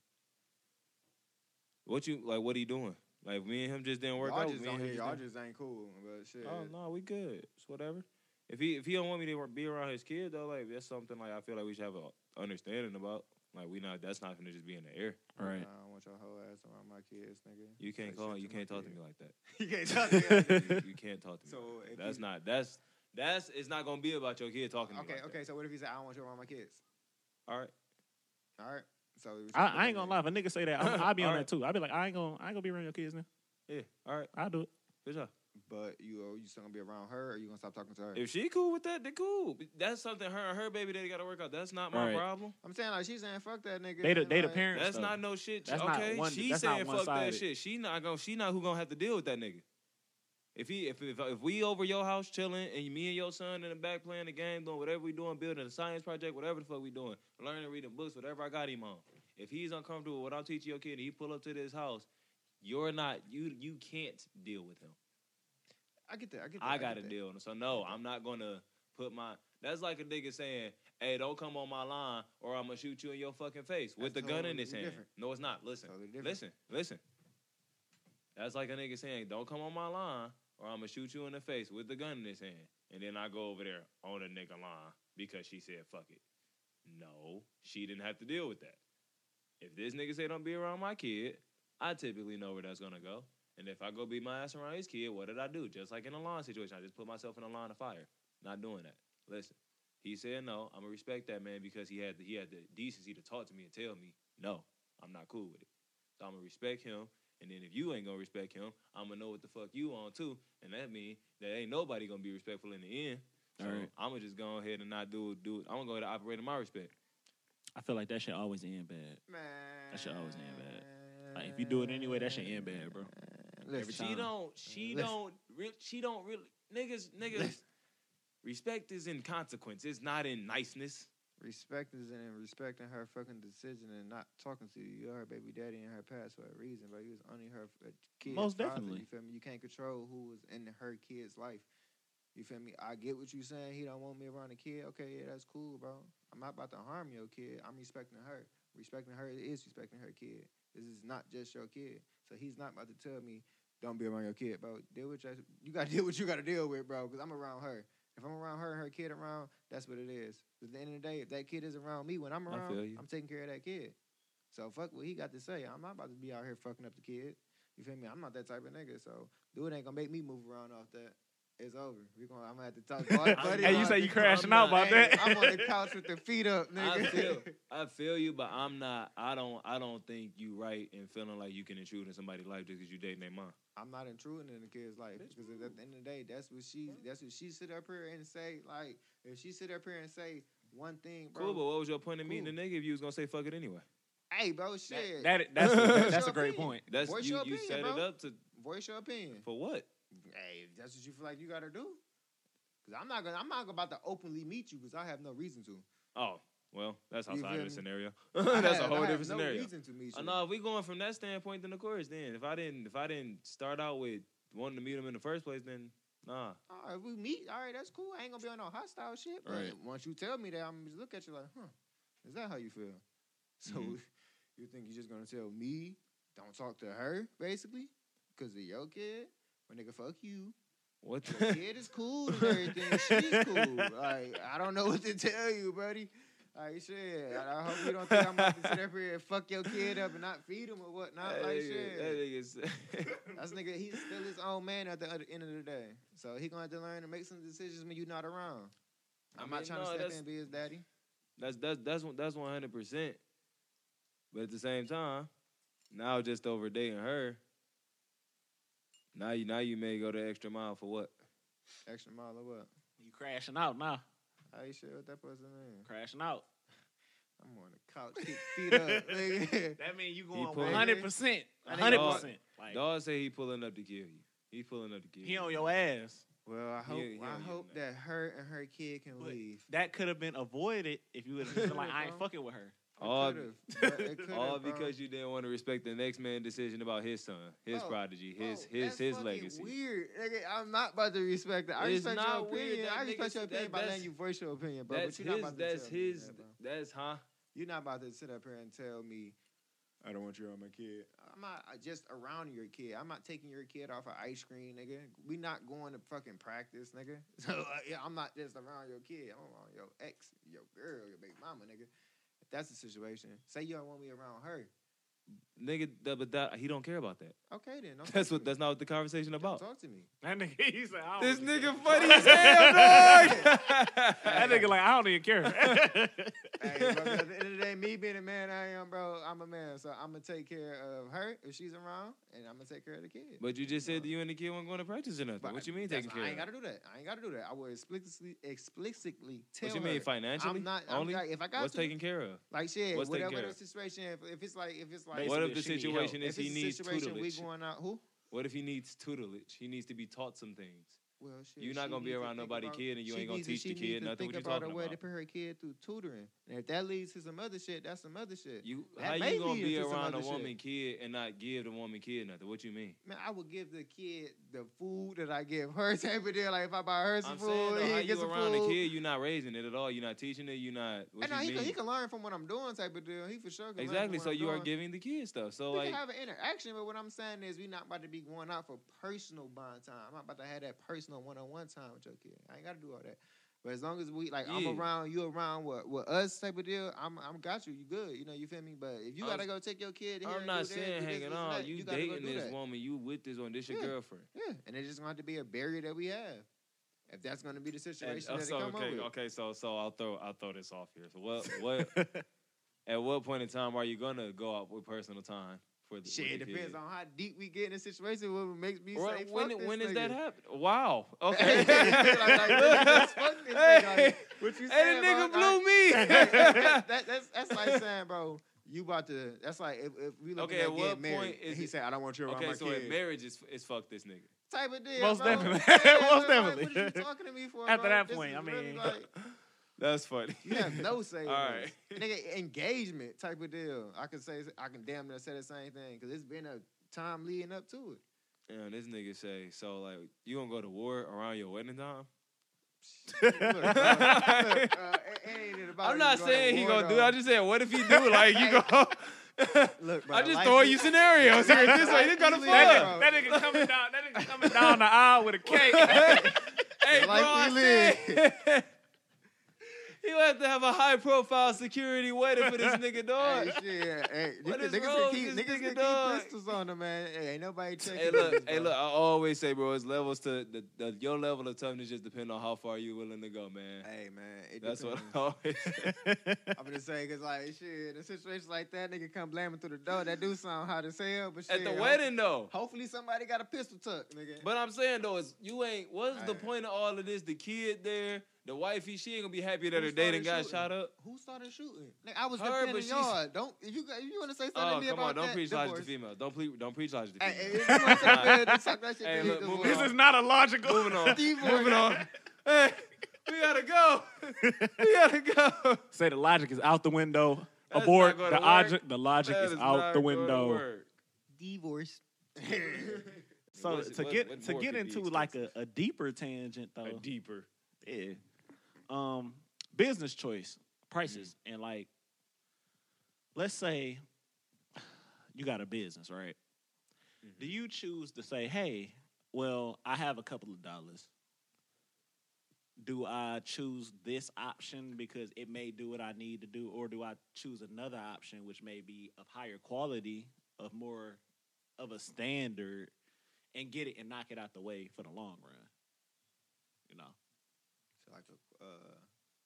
[SPEAKER 2] What you like? What he doing? Like me and him just didn't work
[SPEAKER 3] Y'all
[SPEAKER 2] out.
[SPEAKER 3] just
[SPEAKER 2] me and him
[SPEAKER 3] don't hear.
[SPEAKER 2] just
[SPEAKER 3] Y'all
[SPEAKER 2] didn't-
[SPEAKER 3] just ain't cool. But shit.
[SPEAKER 2] Oh no, we good. It's whatever. If he if he don't want me to wor- be around his kid though, like that's something like I feel like we should have a understanding about. Like we not that's not gonna just be in the air.
[SPEAKER 1] All right.
[SPEAKER 3] Nah, I don't want your whole ass around my kids, nigga.
[SPEAKER 2] You can't
[SPEAKER 3] Say
[SPEAKER 2] call.
[SPEAKER 3] shit
[SPEAKER 2] You
[SPEAKER 3] to my
[SPEAKER 2] can't talk to
[SPEAKER 3] kid.
[SPEAKER 2] me like that.
[SPEAKER 3] [laughs] you can't talk to me.
[SPEAKER 2] [laughs]
[SPEAKER 3] [laughs]
[SPEAKER 2] You, you can't talk to me.
[SPEAKER 3] So
[SPEAKER 2] like that.
[SPEAKER 3] if
[SPEAKER 2] that's
[SPEAKER 3] you-
[SPEAKER 2] not that's that's it's not gonna be about your kid talking to me. like
[SPEAKER 3] Okay,
[SPEAKER 2] that.
[SPEAKER 3] okay. So what if he said, "I don't want you around my kids"?
[SPEAKER 2] All right.
[SPEAKER 3] All right. So we
[SPEAKER 1] I,
[SPEAKER 3] should
[SPEAKER 1] I ain't
[SPEAKER 3] look
[SPEAKER 1] gonna
[SPEAKER 3] at
[SPEAKER 1] lie. If a nigga say that, I'm- I'll be on
[SPEAKER 2] Alright.
[SPEAKER 1] that too. I'll be like, I ain't gonna, I ain't gonna be around your kids now.
[SPEAKER 2] Yeah. All right.
[SPEAKER 1] I'll do it.
[SPEAKER 2] Good job.
[SPEAKER 3] it. But you are you still gonna be around her, or you gonna stop talking to her?
[SPEAKER 2] If she cool with that, then cool. But That's something her and her baby daddy gotta work out. That's not my
[SPEAKER 1] Right.
[SPEAKER 2] problem.
[SPEAKER 3] I'm saying like she's saying, "Fuck that nigga."
[SPEAKER 1] They the,
[SPEAKER 3] and,
[SPEAKER 1] they the
[SPEAKER 3] like,
[SPEAKER 1] parents.
[SPEAKER 2] That's
[SPEAKER 1] though.
[SPEAKER 2] not no shit.
[SPEAKER 1] That's not
[SPEAKER 2] okay,
[SPEAKER 1] one-
[SPEAKER 2] she
[SPEAKER 1] that's not
[SPEAKER 2] saying fuck that
[SPEAKER 1] one-sided.
[SPEAKER 2] shit. She not gonna. She not who gonna have to deal with that nigga. If he if if, if we over your house chilling and me and your son in the back playing the game doing whatever we doing building a science project whatever the fuck we doing learning reading books whatever I got him on. If he's uncomfortable with what I'm teaching your kid and he pull up to this house, you're not you you can't deal with him.
[SPEAKER 3] I get that. I get that.
[SPEAKER 2] I got a
[SPEAKER 3] get that.
[SPEAKER 2] deal. So no, I'm not gonna put my. That's like a nigga saying, "Hey, don't come on my line, or I'm gonna shoot you in your fucking face with
[SPEAKER 3] That's
[SPEAKER 2] the gun in
[SPEAKER 3] totally
[SPEAKER 2] his hand."
[SPEAKER 3] different.
[SPEAKER 2] No, it's not. Listen,
[SPEAKER 3] Totally different.
[SPEAKER 2] listen, listen. That's like a nigga saying, "Don't come on my line, or I'm gonna shoot you in the face with the gun in his hand." And then I go over there on a nigga line because she said, "Fuck it." No, she didn't have to deal with that. If this nigga say don't be around my kid, I typically know where that's gonna go. And if I go beat my ass around his kid, what did I do? Just like in a lawn situation, I just put myself in a line of fire. Not doing that. Listen, he said no. I'm gonna respect that man because he had the, he had the decency to talk to me and tell me no, I'm not cool with it. So I'm gonna respect him. And then if you ain't gonna respect him, I'm gonna know what the fuck you on too. And that mean that ain't nobody gonna be respectful in the end. So
[SPEAKER 1] Alright.
[SPEAKER 2] I'm gonna just go ahead and not do do it. I'm gonna go ahead and operate in my respect.
[SPEAKER 1] I feel like that should always end bad.
[SPEAKER 3] Man.
[SPEAKER 1] That shit always end Like if you do it anyway, that should end bad, bro.
[SPEAKER 3] Listen,
[SPEAKER 2] She don't. She
[SPEAKER 3] Listen.
[SPEAKER 2] don't. Re- she don't really. Niggas. Niggas. respect is in consequence. It's not in niceness.
[SPEAKER 3] respect is in respecting her fucking decision and not talking to you. You're her baby daddy and her past for a reason, but you was only her f- a kid.
[SPEAKER 1] Most
[SPEAKER 3] father,
[SPEAKER 1] definitely.
[SPEAKER 3] You feel me? You can't control who was in her kid's life. You feel me? I get what you saying. He don't want me around the kid. Okay, yeah, that's cool, bro. I'm not about to harm your kid. I'm respecting her. Respecting her is respecting her kid. This is not just your kid. So he's not about to tell me, don't be around your kid, bro. Deal with your, you got to [laughs] deal what you got to deal with, bro. Because I'm around her. If I'm around her and her kid around, that's what it is. At the end of the day, if that kid is around me when I'm
[SPEAKER 2] I
[SPEAKER 3] around,
[SPEAKER 2] feel you.
[SPEAKER 3] I'm taking care of that kid. So fuck what he got to say. I'm not about to be out here fucking up the kid. You feel me? I'm not that type of nigga. So dude ain't gonna make me move around off that. It's over. We gonna. I'm gonna have
[SPEAKER 2] [laughs]
[SPEAKER 3] to talk. buddy,
[SPEAKER 2] Hey, you
[SPEAKER 3] I'm
[SPEAKER 2] say
[SPEAKER 3] on
[SPEAKER 2] you
[SPEAKER 3] the-
[SPEAKER 2] crashing out
[SPEAKER 3] I'm
[SPEAKER 2] about that.
[SPEAKER 3] I'm on the couch with the feet up,
[SPEAKER 2] I
[SPEAKER 3] nigga.
[SPEAKER 2] feel. I feel you, but I'm not. I don't. I don't think you right in feeling like you can intrude in somebody's life just because you dating their mom.
[SPEAKER 3] I'm not intruding in the kid's life because at the end of the day, that's what she. That's what she sit up here and say. Like if she sit up here and say one thing, bro.
[SPEAKER 2] Cool, but what was your point in meeting
[SPEAKER 3] Cool.
[SPEAKER 2] the nigga if you was gonna say fuck it anyway?
[SPEAKER 3] hey, bro,
[SPEAKER 1] [laughs]
[SPEAKER 3] shit.
[SPEAKER 1] That, that's
[SPEAKER 3] That's [laughs]
[SPEAKER 1] that's
[SPEAKER 3] your
[SPEAKER 1] a great
[SPEAKER 3] opinion.
[SPEAKER 1] point.
[SPEAKER 2] That's
[SPEAKER 3] Voice
[SPEAKER 2] you.
[SPEAKER 3] your
[SPEAKER 2] you
[SPEAKER 3] opinion,
[SPEAKER 2] set it
[SPEAKER 3] bro.
[SPEAKER 2] up to
[SPEAKER 3] Voice your opinion.
[SPEAKER 2] for what?
[SPEAKER 3] hey, if that's what you feel like you gotta do. Cause I'm not gonna, I'm not about to openly meet you because I have no reason
[SPEAKER 1] [laughs]
[SPEAKER 3] to.
[SPEAKER 2] Oh, well, that's
[SPEAKER 3] You
[SPEAKER 2] outside
[SPEAKER 3] feel
[SPEAKER 2] of
[SPEAKER 3] me?
[SPEAKER 2] the scenario. [laughs]
[SPEAKER 3] I
[SPEAKER 2] that's
[SPEAKER 3] have-
[SPEAKER 2] a whole
[SPEAKER 3] I have
[SPEAKER 2] different
[SPEAKER 3] no
[SPEAKER 2] scenario.
[SPEAKER 3] reason to meet
[SPEAKER 2] Uh,
[SPEAKER 3] you.
[SPEAKER 2] no, if we going from that standpoint, then of course, then if I didn't, if I didn't start out with wanting to meet him in the first place, then nah.
[SPEAKER 3] All right, we meet. All right, that's cool. I ain't gonna be on no hostile shit. But
[SPEAKER 1] Right.
[SPEAKER 3] once you tell me that, I'm just look at you like, huh? Is that how you feel? So
[SPEAKER 2] Mhm.
[SPEAKER 3] [laughs] you think you're just gonna tell me don't talk to her basically because of your kid? Well, nigga, fuck you.
[SPEAKER 2] What? [laughs]
[SPEAKER 3] Your
[SPEAKER 2] The,
[SPEAKER 3] kid is cool and everything. She's cool. Like I don't know what to tell you, buddy. Like shit. I I hope you don't think I'm about to sit up here and fuck your kid up and not feed him or whatnot.
[SPEAKER 2] that [laughs]
[SPEAKER 3] Like
[SPEAKER 2] nigga,
[SPEAKER 3] shit.
[SPEAKER 2] that nigga's.
[SPEAKER 3] [laughs]
[SPEAKER 2] [laughs]
[SPEAKER 3] That's nigga, he's still his own man at the other end of the day. So he gonna have to learn to make some decisions when you're not around.
[SPEAKER 2] I
[SPEAKER 3] I'm
[SPEAKER 2] mean,
[SPEAKER 3] not trying
[SPEAKER 2] no,
[SPEAKER 3] to step in
[SPEAKER 2] that's-
[SPEAKER 3] and be his daddy.
[SPEAKER 2] That's that's that's one- that's one hundred percent. But at the same time, now just over dating her. Now you now you may go the extra mile for what?
[SPEAKER 3] Extra mile or what?
[SPEAKER 1] You crashing out now?
[SPEAKER 3] How you shit with that person in?
[SPEAKER 1] Crashing out.
[SPEAKER 3] I'm on the couch,
[SPEAKER 2] [laughs]
[SPEAKER 3] kick feet up, nigga.
[SPEAKER 1] That means you
[SPEAKER 2] going
[SPEAKER 1] one hundred percent,
[SPEAKER 3] I
[SPEAKER 1] one
[SPEAKER 3] think
[SPEAKER 1] hundred
[SPEAKER 2] all-
[SPEAKER 1] percent. Like
[SPEAKER 2] Dog say he pulling up to kill you. He pulling up to kill
[SPEAKER 1] he
[SPEAKER 2] you.
[SPEAKER 1] on your ass.
[SPEAKER 3] Well, I hope
[SPEAKER 2] Yeah, yeah,
[SPEAKER 3] I hope
[SPEAKER 2] yeah.
[SPEAKER 3] that her and her kid can
[SPEAKER 1] But-
[SPEAKER 3] leave.
[SPEAKER 1] That could have been avoided if you would have been like, I
[SPEAKER 3] [laughs]
[SPEAKER 1] ain't
[SPEAKER 3] Bro.
[SPEAKER 1] fucking with her.
[SPEAKER 3] It
[SPEAKER 2] All-
[SPEAKER 3] could've, but it
[SPEAKER 2] [laughs]
[SPEAKER 3] could've,
[SPEAKER 2] All
[SPEAKER 3] bro.
[SPEAKER 2] because you didn't want to respect the next man's decision about his son, his
[SPEAKER 3] Bro,
[SPEAKER 2] prodigy,
[SPEAKER 3] Bro,
[SPEAKER 2] his his
[SPEAKER 3] that's
[SPEAKER 2] his
[SPEAKER 3] fucking
[SPEAKER 2] legacy.
[SPEAKER 3] Weird, nigga. I'm not about to respect that. I
[SPEAKER 2] It's
[SPEAKER 3] respect your
[SPEAKER 2] not
[SPEAKER 3] opinion.
[SPEAKER 2] weird. That
[SPEAKER 3] I
[SPEAKER 2] nigga's-
[SPEAKER 3] respect
[SPEAKER 2] that-
[SPEAKER 3] your opinion by letting
[SPEAKER 2] that's-
[SPEAKER 3] you voice your opinion, bro.
[SPEAKER 2] That's
[SPEAKER 3] but you're
[SPEAKER 2] his.
[SPEAKER 3] not about to
[SPEAKER 2] That's
[SPEAKER 3] tell me
[SPEAKER 2] his.
[SPEAKER 3] that, bro.
[SPEAKER 2] That's huh.
[SPEAKER 3] You're not about to sit up here and tell me
[SPEAKER 5] I don't want you on my kid.
[SPEAKER 3] I'm not uh, just around your kid. I'm not taking your kid off of ice cream, nigga. We not going to fucking practice, nigga. [laughs] So uh, yeah, I'm not just around your kid. I'm around your ex, your girl, your big mama, nigga. If that's the situation, say you don't want me around her.
[SPEAKER 2] Nigga, that, but that he don't care about that. [laughs]
[SPEAKER 3] Okay then. don't
[SPEAKER 2] That's
[SPEAKER 3] talk
[SPEAKER 2] what.
[SPEAKER 3] to me.
[SPEAKER 2] That's not what the conversation
[SPEAKER 3] Don't
[SPEAKER 2] about.
[SPEAKER 3] Talk to me.
[SPEAKER 1] That nigga, [laughs] he said, I
[SPEAKER 2] This
[SPEAKER 1] don't even
[SPEAKER 2] nigga
[SPEAKER 1] care.
[SPEAKER 2] funny as hell, dog. [laughs]
[SPEAKER 1] That nigga like, I don't even care. [laughs]
[SPEAKER 3] hey, bro, at the end of the day, me being a man I am, bro, I'm a man, so I'm gonna take care of her if she's around, and I'm gonna take care of the kid.
[SPEAKER 2] But you just said that you and the kid weren't going to practice or nothing.
[SPEAKER 3] But
[SPEAKER 2] what you mean
[SPEAKER 3] that's-
[SPEAKER 2] taking care?
[SPEAKER 3] I ain't
[SPEAKER 2] of?
[SPEAKER 3] gotta do that. I ain't gotta do that. I would explicitly explicitly tell
[SPEAKER 2] What you mean
[SPEAKER 3] her.
[SPEAKER 2] financially?
[SPEAKER 3] I'm not.
[SPEAKER 2] only.
[SPEAKER 3] I'm like, if I got
[SPEAKER 2] What's
[SPEAKER 3] to,
[SPEAKER 2] taken care of?
[SPEAKER 3] like shit,
[SPEAKER 2] what's taking care
[SPEAKER 3] whatever the
[SPEAKER 2] of?
[SPEAKER 3] situation. If, if it's like, if it's like,
[SPEAKER 1] Basically,
[SPEAKER 2] What if the
[SPEAKER 1] she need help.
[SPEAKER 2] situation is
[SPEAKER 3] if
[SPEAKER 2] he
[SPEAKER 3] it's a
[SPEAKER 2] needs
[SPEAKER 3] situation we
[SPEAKER 2] tutelage?
[SPEAKER 3] going out, who?
[SPEAKER 2] What if he needs tutelage? He needs to be taught some things.
[SPEAKER 3] Well, shit,
[SPEAKER 2] You not
[SPEAKER 3] she
[SPEAKER 2] gonna be
[SPEAKER 3] needs to
[SPEAKER 2] around
[SPEAKER 3] think
[SPEAKER 2] nobody
[SPEAKER 3] about-
[SPEAKER 2] kid and you
[SPEAKER 3] she
[SPEAKER 2] ain't gonna
[SPEAKER 3] needs to-
[SPEAKER 2] teach the
[SPEAKER 3] she
[SPEAKER 2] kid
[SPEAKER 3] needs to
[SPEAKER 2] nothing.
[SPEAKER 3] Think
[SPEAKER 2] What you
[SPEAKER 3] about a
[SPEAKER 2] talking
[SPEAKER 3] way to
[SPEAKER 2] about?
[SPEAKER 3] put her kid through tutoring, and if that leads to some other shit, that's some other shit.
[SPEAKER 2] You
[SPEAKER 3] That
[SPEAKER 2] how
[SPEAKER 3] may
[SPEAKER 2] you gonna
[SPEAKER 3] lead
[SPEAKER 2] be
[SPEAKER 3] to some
[SPEAKER 2] around a
[SPEAKER 3] other shit.
[SPEAKER 2] woman kid and not give the woman kid nothing? What you mean?
[SPEAKER 3] Man, I would give the kid the food that I give her [laughs] type of deal. Like if I buy her some
[SPEAKER 2] I'm
[SPEAKER 3] food,
[SPEAKER 2] saying though,
[SPEAKER 3] he
[SPEAKER 2] how
[SPEAKER 3] can get
[SPEAKER 2] you
[SPEAKER 3] some
[SPEAKER 2] around
[SPEAKER 3] food.
[SPEAKER 2] a kid, you're not raising it at all. You're not teaching it. You're not. What
[SPEAKER 3] And no,
[SPEAKER 2] you
[SPEAKER 3] he
[SPEAKER 2] mean?
[SPEAKER 3] can, he can learn from what I'm doing type of deal. He for sure can learn from
[SPEAKER 2] exactly.
[SPEAKER 3] what
[SPEAKER 2] So
[SPEAKER 3] I'm
[SPEAKER 2] you are
[SPEAKER 3] doing.
[SPEAKER 2] giving the kid stuff. So
[SPEAKER 3] we
[SPEAKER 2] like,
[SPEAKER 3] can have an interaction, but what I'm saying is we're not about to be going out for personal bond time. I'm not about to have that personal one on one time with your kid. I ain't gotta do all that. But as long as we like, I'm
[SPEAKER 2] Yeah.
[SPEAKER 3] around, you around with, with us type of deal. I'm I'm got you. You good. You know, you feel me? But if you
[SPEAKER 2] I'm-
[SPEAKER 3] gotta go take your kid, here
[SPEAKER 2] I'm
[SPEAKER 3] and
[SPEAKER 2] not
[SPEAKER 3] do that, do
[SPEAKER 2] saying
[SPEAKER 3] this,
[SPEAKER 2] hanging
[SPEAKER 3] this and
[SPEAKER 2] on.
[SPEAKER 3] that,
[SPEAKER 2] You,
[SPEAKER 3] gotta go
[SPEAKER 2] dating
[SPEAKER 3] do
[SPEAKER 2] this
[SPEAKER 3] that.
[SPEAKER 2] woman. You with this one. This your
[SPEAKER 3] Yeah.
[SPEAKER 2] girlfriend.
[SPEAKER 3] Yeah, and it's just going to be a barrier that we have. If that's going to be the
[SPEAKER 2] And,
[SPEAKER 3] situation
[SPEAKER 2] uh,
[SPEAKER 3] that
[SPEAKER 2] so,
[SPEAKER 3] it come
[SPEAKER 2] okay,
[SPEAKER 3] up with.
[SPEAKER 2] okay. So so I'll throw I'll throw this off here. So
[SPEAKER 3] [laughs]
[SPEAKER 2] what what at what point in time are you gonna go out with personal time for the with
[SPEAKER 3] Shit, it
[SPEAKER 2] the
[SPEAKER 3] depends
[SPEAKER 2] kid?
[SPEAKER 3] on how deep we get in a situation. What makes me
[SPEAKER 2] Or
[SPEAKER 3] say,
[SPEAKER 2] when
[SPEAKER 3] fuck this
[SPEAKER 2] when does
[SPEAKER 3] nigga.
[SPEAKER 2] that happen?
[SPEAKER 3] [laughs]
[SPEAKER 2] Wow. Okay.
[SPEAKER 3] Hey, like, like, let's fuck this
[SPEAKER 2] Hey.
[SPEAKER 3] nigga. Like, what you
[SPEAKER 2] Hey,
[SPEAKER 3] saying,
[SPEAKER 2] the nigga
[SPEAKER 3] bro?
[SPEAKER 2] blew
[SPEAKER 3] Like,
[SPEAKER 2] me.
[SPEAKER 3] that,
[SPEAKER 2] [laughs]
[SPEAKER 3] that- [laughs] that's, that's like saying, bro, you about to. That's like if, if we looking
[SPEAKER 2] Okay, at
[SPEAKER 3] at
[SPEAKER 2] what
[SPEAKER 3] getting married,
[SPEAKER 2] point
[SPEAKER 3] and
[SPEAKER 2] is
[SPEAKER 3] he
[SPEAKER 2] it-
[SPEAKER 3] said, "I don't want you around
[SPEAKER 2] okay,
[SPEAKER 3] my
[SPEAKER 2] so
[SPEAKER 3] kid."
[SPEAKER 2] in marriage is is fuck this nigga.
[SPEAKER 3] type of deal.
[SPEAKER 1] Most
[SPEAKER 3] bro.
[SPEAKER 1] definitely.
[SPEAKER 3] [laughs] Yeah,
[SPEAKER 1] Most
[SPEAKER 3] bro, like, What are you
[SPEAKER 1] definitely.
[SPEAKER 3] talking to me for?
[SPEAKER 1] At
[SPEAKER 3] bro?
[SPEAKER 1] that
[SPEAKER 3] This
[SPEAKER 1] point,
[SPEAKER 3] is
[SPEAKER 1] I
[SPEAKER 3] really,
[SPEAKER 1] mean-
[SPEAKER 3] like,
[SPEAKER 2] That's funny.
[SPEAKER 3] you have no say.
[SPEAKER 2] [laughs]
[SPEAKER 3] in
[SPEAKER 2] All
[SPEAKER 3] this.
[SPEAKER 2] right.
[SPEAKER 3] nigga, engagement type of deal. I can say I can damn near say the same thing because it's been a time leading up to it.
[SPEAKER 2] Damn, this nigga say so. Like you gonna go to war around your wedding time?
[SPEAKER 3] Look, uh,
[SPEAKER 2] [laughs]
[SPEAKER 3] look, uh, it- it ain't about
[SPEAKER 2] I'm not
[SPEAKER 3] you going to
[SPEAKER 2] saying he
[SPEAKER 3] war,
[SPEAKER 2] gonna do. it.
[SPEAKER 3] though.
[SPEAKER 2] I just said, what if he do? Like you [laughs] go.
[SPEAKER 3] look, bro,
[SPEAKER 2] I just
[SPEAKER 3] life
[SPEAKER 2] throw
[SPEAKER 3] is-
[SPEAKER 2] you scenarios here. This way, this kind of fun.
[SPEAKER 1] nigga, that nigga coming down. That nigga coming down the aisle with a [laughs] cake.
[SPEAKER 2] [laughs] Hey, bro,
[SPEAKER 3] Life
[SPEAKER 2] I
[SPEAKER 3] we
[SPEAKER 2] said. [laughs] You have to have a high profile security waiting for this [laughs] nigga dog.
[SPEAKER 3] Hey, shit, yeah,
[SPEAKER 2] [laughs]
[SPEAKER 3] hey,
[SPEAKER 2] What
[SPEAKER 3] niggas,
[SPEAKER 2] is
[SPEAKER 3] niggas
[SPEAKER 2] wrong
[SPEAKER 3] can keep,
[SPEAKER 2] with
[SPEAKER 3] niggas
[SPEAKER 2] this
[SPEAKER 3] can
[SPEAKER 2] nigga,
[SPEAKER 3] keep
[SPEAKER 2] dog?
[SPEAKER 3] pistols on them, man. Hey, ain't nobody checking.
[SPEAKER 2] Hey look,
[SPEAKER 3] niggas,
[SPEAKER 2] hey
[SPEAKER 3] bro.
[SPEAKER 2] look. I always say, bro, it's levels to the, the your level of toughness just depend on how far you're willing to go, man.
[SPEAKER 3] Hey man, it
[SPEAKER 2] That's what
[SPEAKER 3] depends.
[SPEAKER 2] I always. Say.
[SPEAKER 3] I'm gonna say. Cause like shit, in a situation like that, nigga come blamming through the door. That do sound hot as hell, but shit.
[SPEAKER 2] At the
[SPEAKER 3] hope-
[SPEAKER 2] wedding though,
[SPEAKER 3] hopefully somebody got a pistol tucked, nigga.
[SPEAKER 2] But I'm saying though, is you ain't. What's the
[SPEAKER 3] Aight.
[SPEAKER 2] point of all of this? The kid there, the wifey, she ain't gonna be happy that
[SPEAKER 3] Who
[SPEAKER 2] her dating
[SPEAKER 3] started
[SPEAKER 2] got
[SPEAKER 3] shooting?
[SPEAKER 2] shot up.
[SPEAKER 3] Who started shooting? Like, I was
[SPEAKER 2] Her, but
[SPEAKER 3] defending
[SPEAKER 2] she's-
[SPEAKER 3] y'all. Don't if you if you want to say something
[SPEAKER 2] Oh
[SPEAKER 3] to me
[SPEAKER 2] come
[SPEAKER 3] about
[SPEAKER 2] on! Don't
[SPEAKER 3] that,
[SPEAKER 2] preach logic to
[SPEAKER 3] divorce.
[SPEAKER 2] females. Don't please, don't preach logic to
[SPEAKER 3] Hey,
[SPEAKER 2] females.
[SPEAKER 3] hey, if you want to say
[SPEAKER 2] [laughs]
[SPEAKER 3] something, talk that shit
[SPEAKER 2] Hey,
[SPEAKER 3] to me,
[SPEAKER 2] look,
[SPEAKER 3] divorce.
[SPEAKER 2] moving
[SPEAKER 1] this
[SPEAKER 2] on.
[SPEAKER 1] is not a logical.
[SPEAKER 2] Moving on. [laughs]
[SPEAKER 3] Divorce.
[SPEAKER 2] Moving on. Hey, we gotta go. [laughs] we gotta go.
[SPEAKER 1] Say the logic is out the window.
[SPEAKER 2] That's
[SPEAKER 1] Abort
[SPEAKER 2] not
[SPEAKER 1] the
[SPEAKER 2] gonna work.
[SPEAKER 1] object. The logic
[SPEAKER 2] That
[SPEAKER 1] is
[SPEAKER 2] is
[SPEAKER 1] out
[SPEAKER 2] not
[SPEAKER 1] the
[SPEAKER 2] gonna
[SPEAKER 1] window.
[SPEAKER 2] work.
[SPEAKER 3] Divorce.
[SPEAKER 1] So
[SPEAKER 2] What's-
[SPEAKER 1] to
[SPEAKER 2] what-
[SPEAKER 1] get
[SPEAKER 2] what
[SPEAKER 1] to
[SPEAKER 2] more
[SPEAKER 1] get
[SPEAKER 2] could be
[SPEAKER 1] into like a,
[SPEAKER 2] expensive?
[SPEAKER 1] a deeper tangent though.
[SPEAKER 2] A deeper.
[SPEAKER 1] yeah. Um, business choice prices
[SPEAKER 2] Mm-hmm.
[SPEAKER 1] and like, let's say you got a business, right?
[SPEAKER 2] Mm-hmm.
[SPEAKER 1] Do you choose to say, "Hey, well, I have a couple of dollars. Do I choose this option because it may do what I need to do, or do I choose another option which may be of higher quality, of more of a standard, and get it and knock it out the way for the long run?" You know.
[SPEAKER 3] So like a, uh,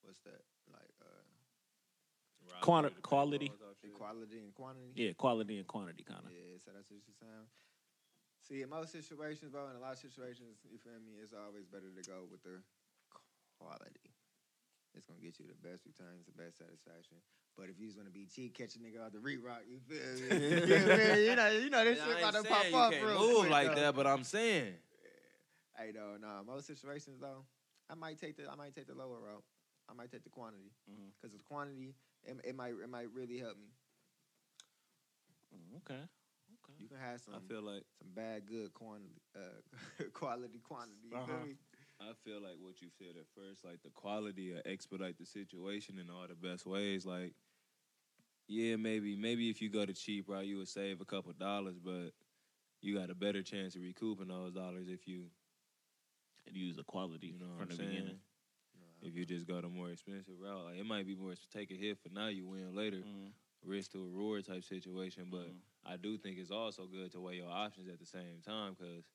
[SPEAKER 3] what's that? Like uh,
[SPEAKER 1] Quanti- quality.
[SPEAKER 3] equality and quantity.
[SPEAKER 1] Yeah, quality and quantity, kind of.
[SPEAKER 3] Yeah, so that's what you sound. See, in most situations, bro, in a lot of situations, you feel me, it's always better to go with the quality. It's gonna get you the best returns, the best satisfaction. But if you just wanna be cheap, catch a nigga out the re-rock, you feel me? [laughs] you, feel me? you know, you know this
[SPEAKER 2] I
[SPEAKER 3] shit
[SPEAKER 2] ain't
[SPEAKER 3] about to
[SPEAKER 2] saying
[SPEAKER 3] pop
[SPEAKER 2] you
[SPEAKER 3] up
[SPEAKER 2] can't
[SPEAKER 3] real
[SPEAKER 2] move
[SPEAKER 3] quick,
[SPEAKER 2] like
[SPEAKER 3] though.
[SPEAKER 2] that, but I'm saying.
[SPEAKER 3] Hey, though, nah, most situations though, I might take the I might take the lower route. I might take the quantity
[SPEAKER 2] Mm-hmm.
[SPEAKER 1] Mhm.
[SPEAKER 3] because the quantity it, it might it might really help me.
[SPEAKER 1] Mm, Okay. Okay.
[SPEAKER 3] You can have some
[SPEAKER 2] I feel like
[SPEAKER 3] some bad good quantity uh, [laughs] quality quantity. You feel
[SPEAKER 1] Uh-huh.
[SPEAKER 3] me?
[SPEAKER 2] I feel like what you said at first, like the quality of expedite the situation in all the best ways. Like, yeah, maybe maybe if you go to cheap route, you would save a couple dollars, but you got a better chance of recouping those dollars if you
[SPEAKER 1] And use the quality
[SPEAKER 2] you know what
[SPEAKER 1] from
[SPEAKER 2] I'm
[SPEAKER 1] the
[SPEAKER 2] saying.
[SPEAKER 1] beginning.
[SPEAKER 2] If you just go the more expensive route, like it might be more take a hit for now, you win later,
[SPEAKER 1] Mhm,
[SPEAKER 2] risk to reward type situation. But
[SPEAKER 1] mhm.
[SPEAKER 2] I do think it's also good to weigh your options at the same time because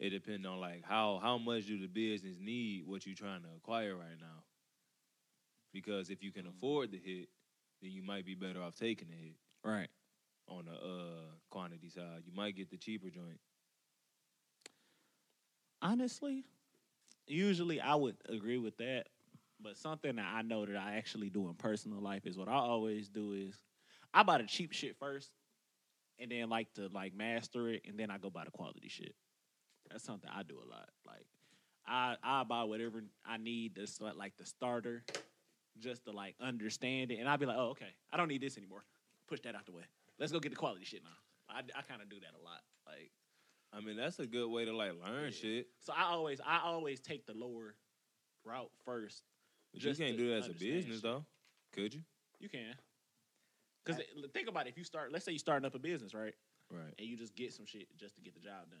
[SPEAKER 2] it depends on like how how much do the business need what you're trying to acquire right now. Because if you can
[SPEAKER 1] Mhm.
[SPEAKER 2] afford the hit, then you might be better off taking the hit
[SPEAKER 1] right.
[SPEAKER 2] on the uh, quantity side. You might get the cheaper joint.
[SPEAKER 1] Honestly, usually I would agree with that, but something that I know that I actually do in personal life is what I always do is I buy the cheap shit first, and then like to like master it, and then I go buy the quality shit. That's something I do a lot. Like I I buy whatever I need to start, like the starter, just to like understand it, and I'll be like, oh okay, I don't need this anymore. Push that out the way. Let's go get the quality shit now. I I kind of do that a lot. Like.
[SPEAKER 2] I mean, that's a good way to like learn
[SPEAKER 1] Yeah.
[SPEAKER 2] shit.
[SPEAKER 1] So I always I always take the lower route first.
[SPEAKER 2] But
[SPEAKER 1] Just
[SPEAKER 2] you can't
[SPEAKER 1] to
[SPEAKER 2] do that as a
[SPEAKER 1] understand
[SPEAKER 2] business
[SPEAKER 1] shit.
[SPEAKER 2] though, could you?
[SPEAKER 1] You can. Cause it- think about it, if you start let's say you're starting up a business, right?
[SPEAKER 2] Right.
[SPEAKER 1] And you just get some shit just to get the job done.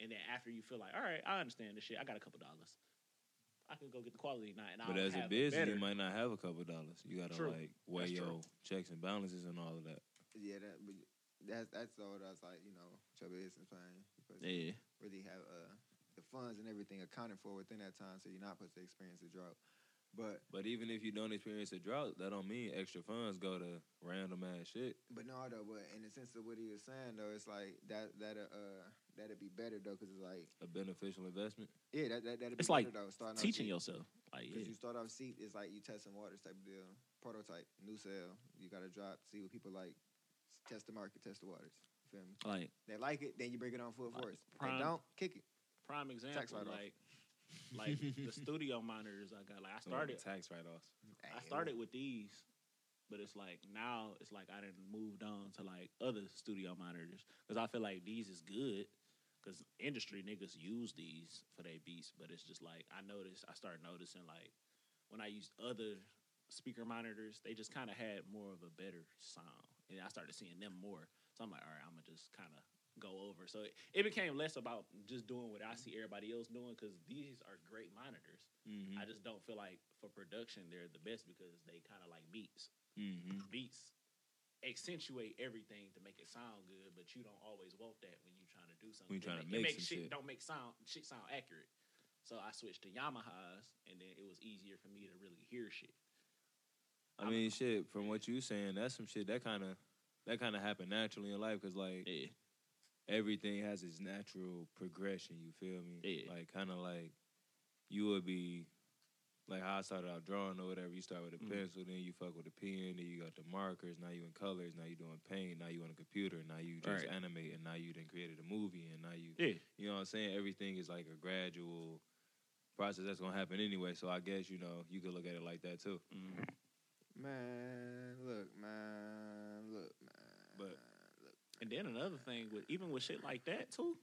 [SPEAKER 1] And then after you feel like, all right, I understand this shit, I got a couple dollars. I can go get the quality night. And
[SPEAKER 2] But
[SPEAKER 1] I'll
[SPEAKER 2] as a
[SPEAKER 1] have
[SPEAKER 2] business,
[SPEAKER 1] better.
[SPEAKER 2] you might not have a couple dollars. You gotta
[SPEAKER 1] True.
[SPEAKER 2] like weigh
[SPEAKER 1] That's
[SPEAKER 2] your
[SPEAKER 1] true.
[SPEAKER 2] checks and balances and all of that.
[SPEAKER 3] Yeah, that but that's that's all that's like you know your business plan. Because
[SPEAKER 1] yeah,
[SPEAKER 3] really have uh, the funds and everything accounted for within that time, so you're not supposed to experience a drought. But
[SPEAKER 2] But even if you don't experience a drought, that don't mean extra funds go to random ass shit.
[SPEAKER 3] but no, though. But in the sense of what he was saying, though, it's like that that uh that'd be better though, because it's like
[SPEAKER 2] A beneficial investment.
[SPEAKER 3] yeah, that that that'd be
[SPEAKER 1] It's like
[SPEAKER 3] better, though. Starting
[SPEAKER 1] teaching
[SPEAKER 3] off
[SPEAKER 1] yourself. Like,
[SPEAKER 3] because
[SPEAKER 1] yeah.
[SPEAKER 3] you start off seat it's like you testing waters type of deal, prototype, new sale. You got to drop, see what people like, test the market, test the waters. You feel me?
[SPEAKER 1] like
[SPEAKER 3] They like it, then you bring it on full
[SPEAKER 1] Like,
[SPEAKER 3] force.
[SPEAKER 1] prime-
[SPEAKER 3] They don't kick it.
[SPEAKER 1] prime example,
[SPEAKER 3] write-off.
[SPEAKER 1] like
[SPEAKER 2] [laughs]
[SPEAKER 1] like the studio monitors I got. Like I started,
[SPEAKER 2] tax write offs.
[SPEAKER 1] I started with these, but it's like now it's like I didn't moved on to like other studio monitors because I feel like these is good because industry niggas use these for their beats, but it's just like I noticed I started noticing like when I used other speaker monitors, they just kind of had more of a better sound, and I started seeing them more. So I'm like, all right, I'm gonna just kind of go over. So it, it became less about just doing what I see everybody else doing because these are great monitors.
[SPEAKER 2] Mm-hmm.
[SPEAKER 1] I just don't feel like for production they're the best because they kind of like beats.
[SPEAKER 2] Mm-hmm.
[SPEAKER 1] Beats accentuate everything to make it sound good, but you don't always want that when you're trying to do something.
[SPEAKER 2] When you're
[SPEAKER 1] It
[SPEAKER 2] trying to
[SPEAKER 1] it
[SPEAKER 2] make
[SPEAKER 1] makes
[SPEAKER 2] some
[SPEAKER 1] shit,
[SPEAKER 2] shit.
[SPEAKER 1] don't make sound shit sound accurate. So I switched to Yamahas, and then it was easier for me to really hear shit.
[SPEAKER 2] I mean, shit. From what you saying, that's some shit that kind of that kind of happened naturally in life because like
[SPEAKER 1] Yeah,
[SPEAKER 2] everything has its natural progression. You feel me?
[SPEAKER 1] Yeah.
[SPEAKER 2] Like kind of like you would be like how I started out drawing or whatever. You start with a
[SPEAKER 1] Mhm.
[SPEAKER 2] pencil, then you fuck with a pen, then you got the markers. Now you in colors. Now you doing paint. Now you on a computer. Now you just
[SPEAKER 1] Right.
[SPEAKER 2] animate, and now you then created a movie, and now you
[SPEAKER 1] yeah,
[SPEAKER 2] you know what I'm saying? Everything is like a gradual process that's gonna happen anyway. So I guess you know you could look at it like that too.
[SPEAKER 3] Man, look, man, look, man.
[SPEAKER 2] But-
[SPEAKER 3] look.
[SPEAKER 1] And then another thing with even with shit like that too,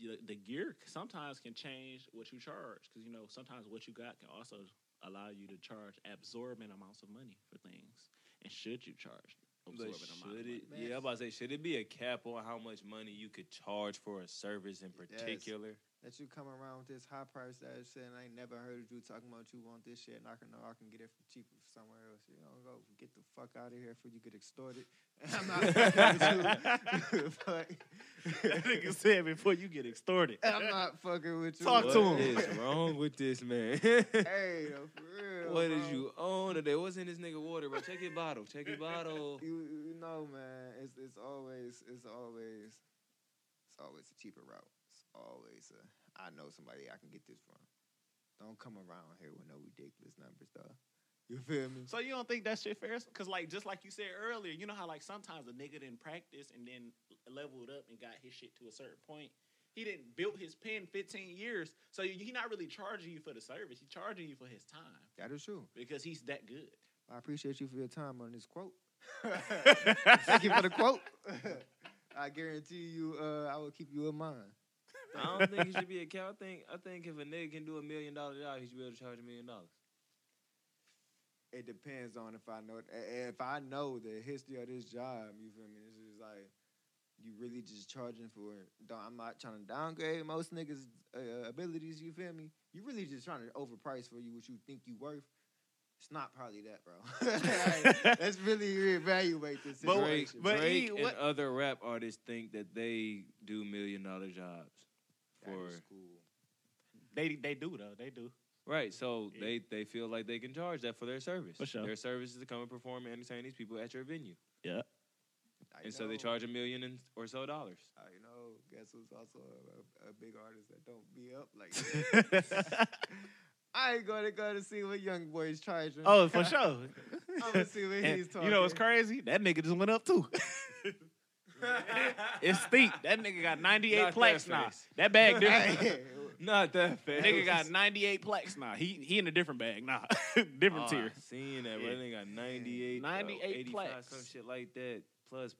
[SPEAKER 1] the, the gear sometimes can change what you charge because you know sometimes what you got can also allow you to charge absorbent amounts of money for things. And should you charge
[SPEAKER 2] But
[SPEAKER 1] absorbent amount?
[SPEAKER 2] should
[SPEAKER 1] of money? [laughs]
[SPEAKER 2] it? Yeah, I'm about to say, should it be a cap on how much money you could charge for a service in particular?
[SPEAKER 3] that you come around with this high price that shit and I ain't never heard of you talking about you want this shit and I can know I can get it for cheaper somewhere else. You know, go get the fuck out of here before you get extorted. [laughs] I'm not
[SPEAKER 1] [laughs]
[SPEAKER 3] fucking with you. [laughs]
[SPEAKER 1] that nigga
[SPEAKER 3] Fuck.
[SPEAKER 1] said before you get extorted.
[SPEAKER 3] [laughs] I'm not fucking with you.
[SPEAKER 1] Talk
[SPEAKER 2] What
[SPEAKER 1] to him. [laughs]
[SPEAKER 2] is wrong with this man? [laughs]
[SPEAKER 3] [laughs] Hey, though, for real.
[SPEAKER 2] what
[SPEAKER 3] bro.
[SPEAKER 2] is you on today? What's in this nigga water, bro? Check your bottle. Check your bottle.
[SPEAKER 3] You you know, man, it's it's always it's always it's always a cheaper route. It's always a I know somebody I can get this from. Don't come around here with no ridiculous numbers, dog. You feel me?
[SPEAKER 1] So you don't think that shit fair? Cause like just like you said earlier, you know how like sometimes a nigga didn't practice and then leveled up and got his shit to a certain point. He didn't build his pen 15 years, so you- he not really charging you for the service. He charging you for his time
[SPEAKER 3] That is true.
[SPEAKER 1] because he's that good.
[SPEAKER 3] I appreciate you for your time on this quote. [laughs] Thank you for the quote. [laughs] I guarantee you, uh, I will keep you in mind.
[SPEAKER 2] I don't think it should be a cap. I think I think if a nigga can do a million dollar job, he should be able to charge a million dollars.
[SPEAKER 3] It depends on if I know if I know the history of this job. You feel me? This is like you really just charging for it. Don't- I'm not trying to downgrade most niggas' uh, abilities. You feel me? You really just trying to overprice for you what you think you worth. It's not probably that, bro. [laughs] Like, let's really reevaluate this
[SPEAKER 1] But-
[SPEAKER 2] Drake,
[SPEAKER 3] situation.
[SPEAKER 1] but E,
[SPEAKER 2] Drake
[SPEAKER 1] what-
[SPEAKER 2] and other rap artists think that they do million dollar jobs
[SPEAKER 3] That
[SPEAKER 2] for
[SPEAKER 3] is cool.
[SPEAKER 1] [laughs] They they do though. They
[SPEAKER 3] [laughs]
[SPEAKER 1] do.
[SPEAKER 2] right. So
[SPEAKER 1] Yeah.
[SPEAKER 2] they they feel like they can charge that for their service.
[SPEAKER 1] For sure.
[SPEAKER 2] Their service is to come and perform and entertain these people at your venue,
[SPEAKER 3] I
[SPEAKER 2] and so they
[SPEAKER 3] know.
[SPEAKER 2] charge a million and, or so dollars.
[SPEAKER 3] I know. Guess who's also a, a, a big artist that don't be up
[SPEAKER 2] [laughs]
[SPEAKER 3] like that? I ain't gonna go to see what young boy's charging.
[SPEAKER 1] Oh,
[SPEAKER 3] [laughs]
[SPEAKER 1] for sure. [laughs]
[SPEAKER 3] I'm gonna see what
[SPEAKER 1] And
[SPEAKER 3] he's talking.
[SPEAKER 1] you know what's crazy? That nigga just went up
[SPEAKER 3] [laughs]
[SPEAKER 1] too. [laughs] it's steep. That nigga got 98
[SPEAKER 2] Not that
[SPEAKER 1] plaques now.
[SPEAKER 2] face.
[SPEAKER 1] That bag different.
[SPEAKER 3] [laughs] Hey,
[SPEAKER 2] Not that fast.
[SPEAKER 1] Nigga got 98 plaques now. He he in a different bag now. [laughs] different
[SPEAKER 2] Oh, I
[SPEAKER 1] tier.
[SPEAKER 2] Seen that?
[SPEAKER 1] Yeah.
[SPEAKER 2] Bro. They got 98,
[SPEAKER 1] 98
[SPEAKER 2] oh, 85,
[SPEAKER 1] plaques.
[SPEAKER 2] some shit like that. Plus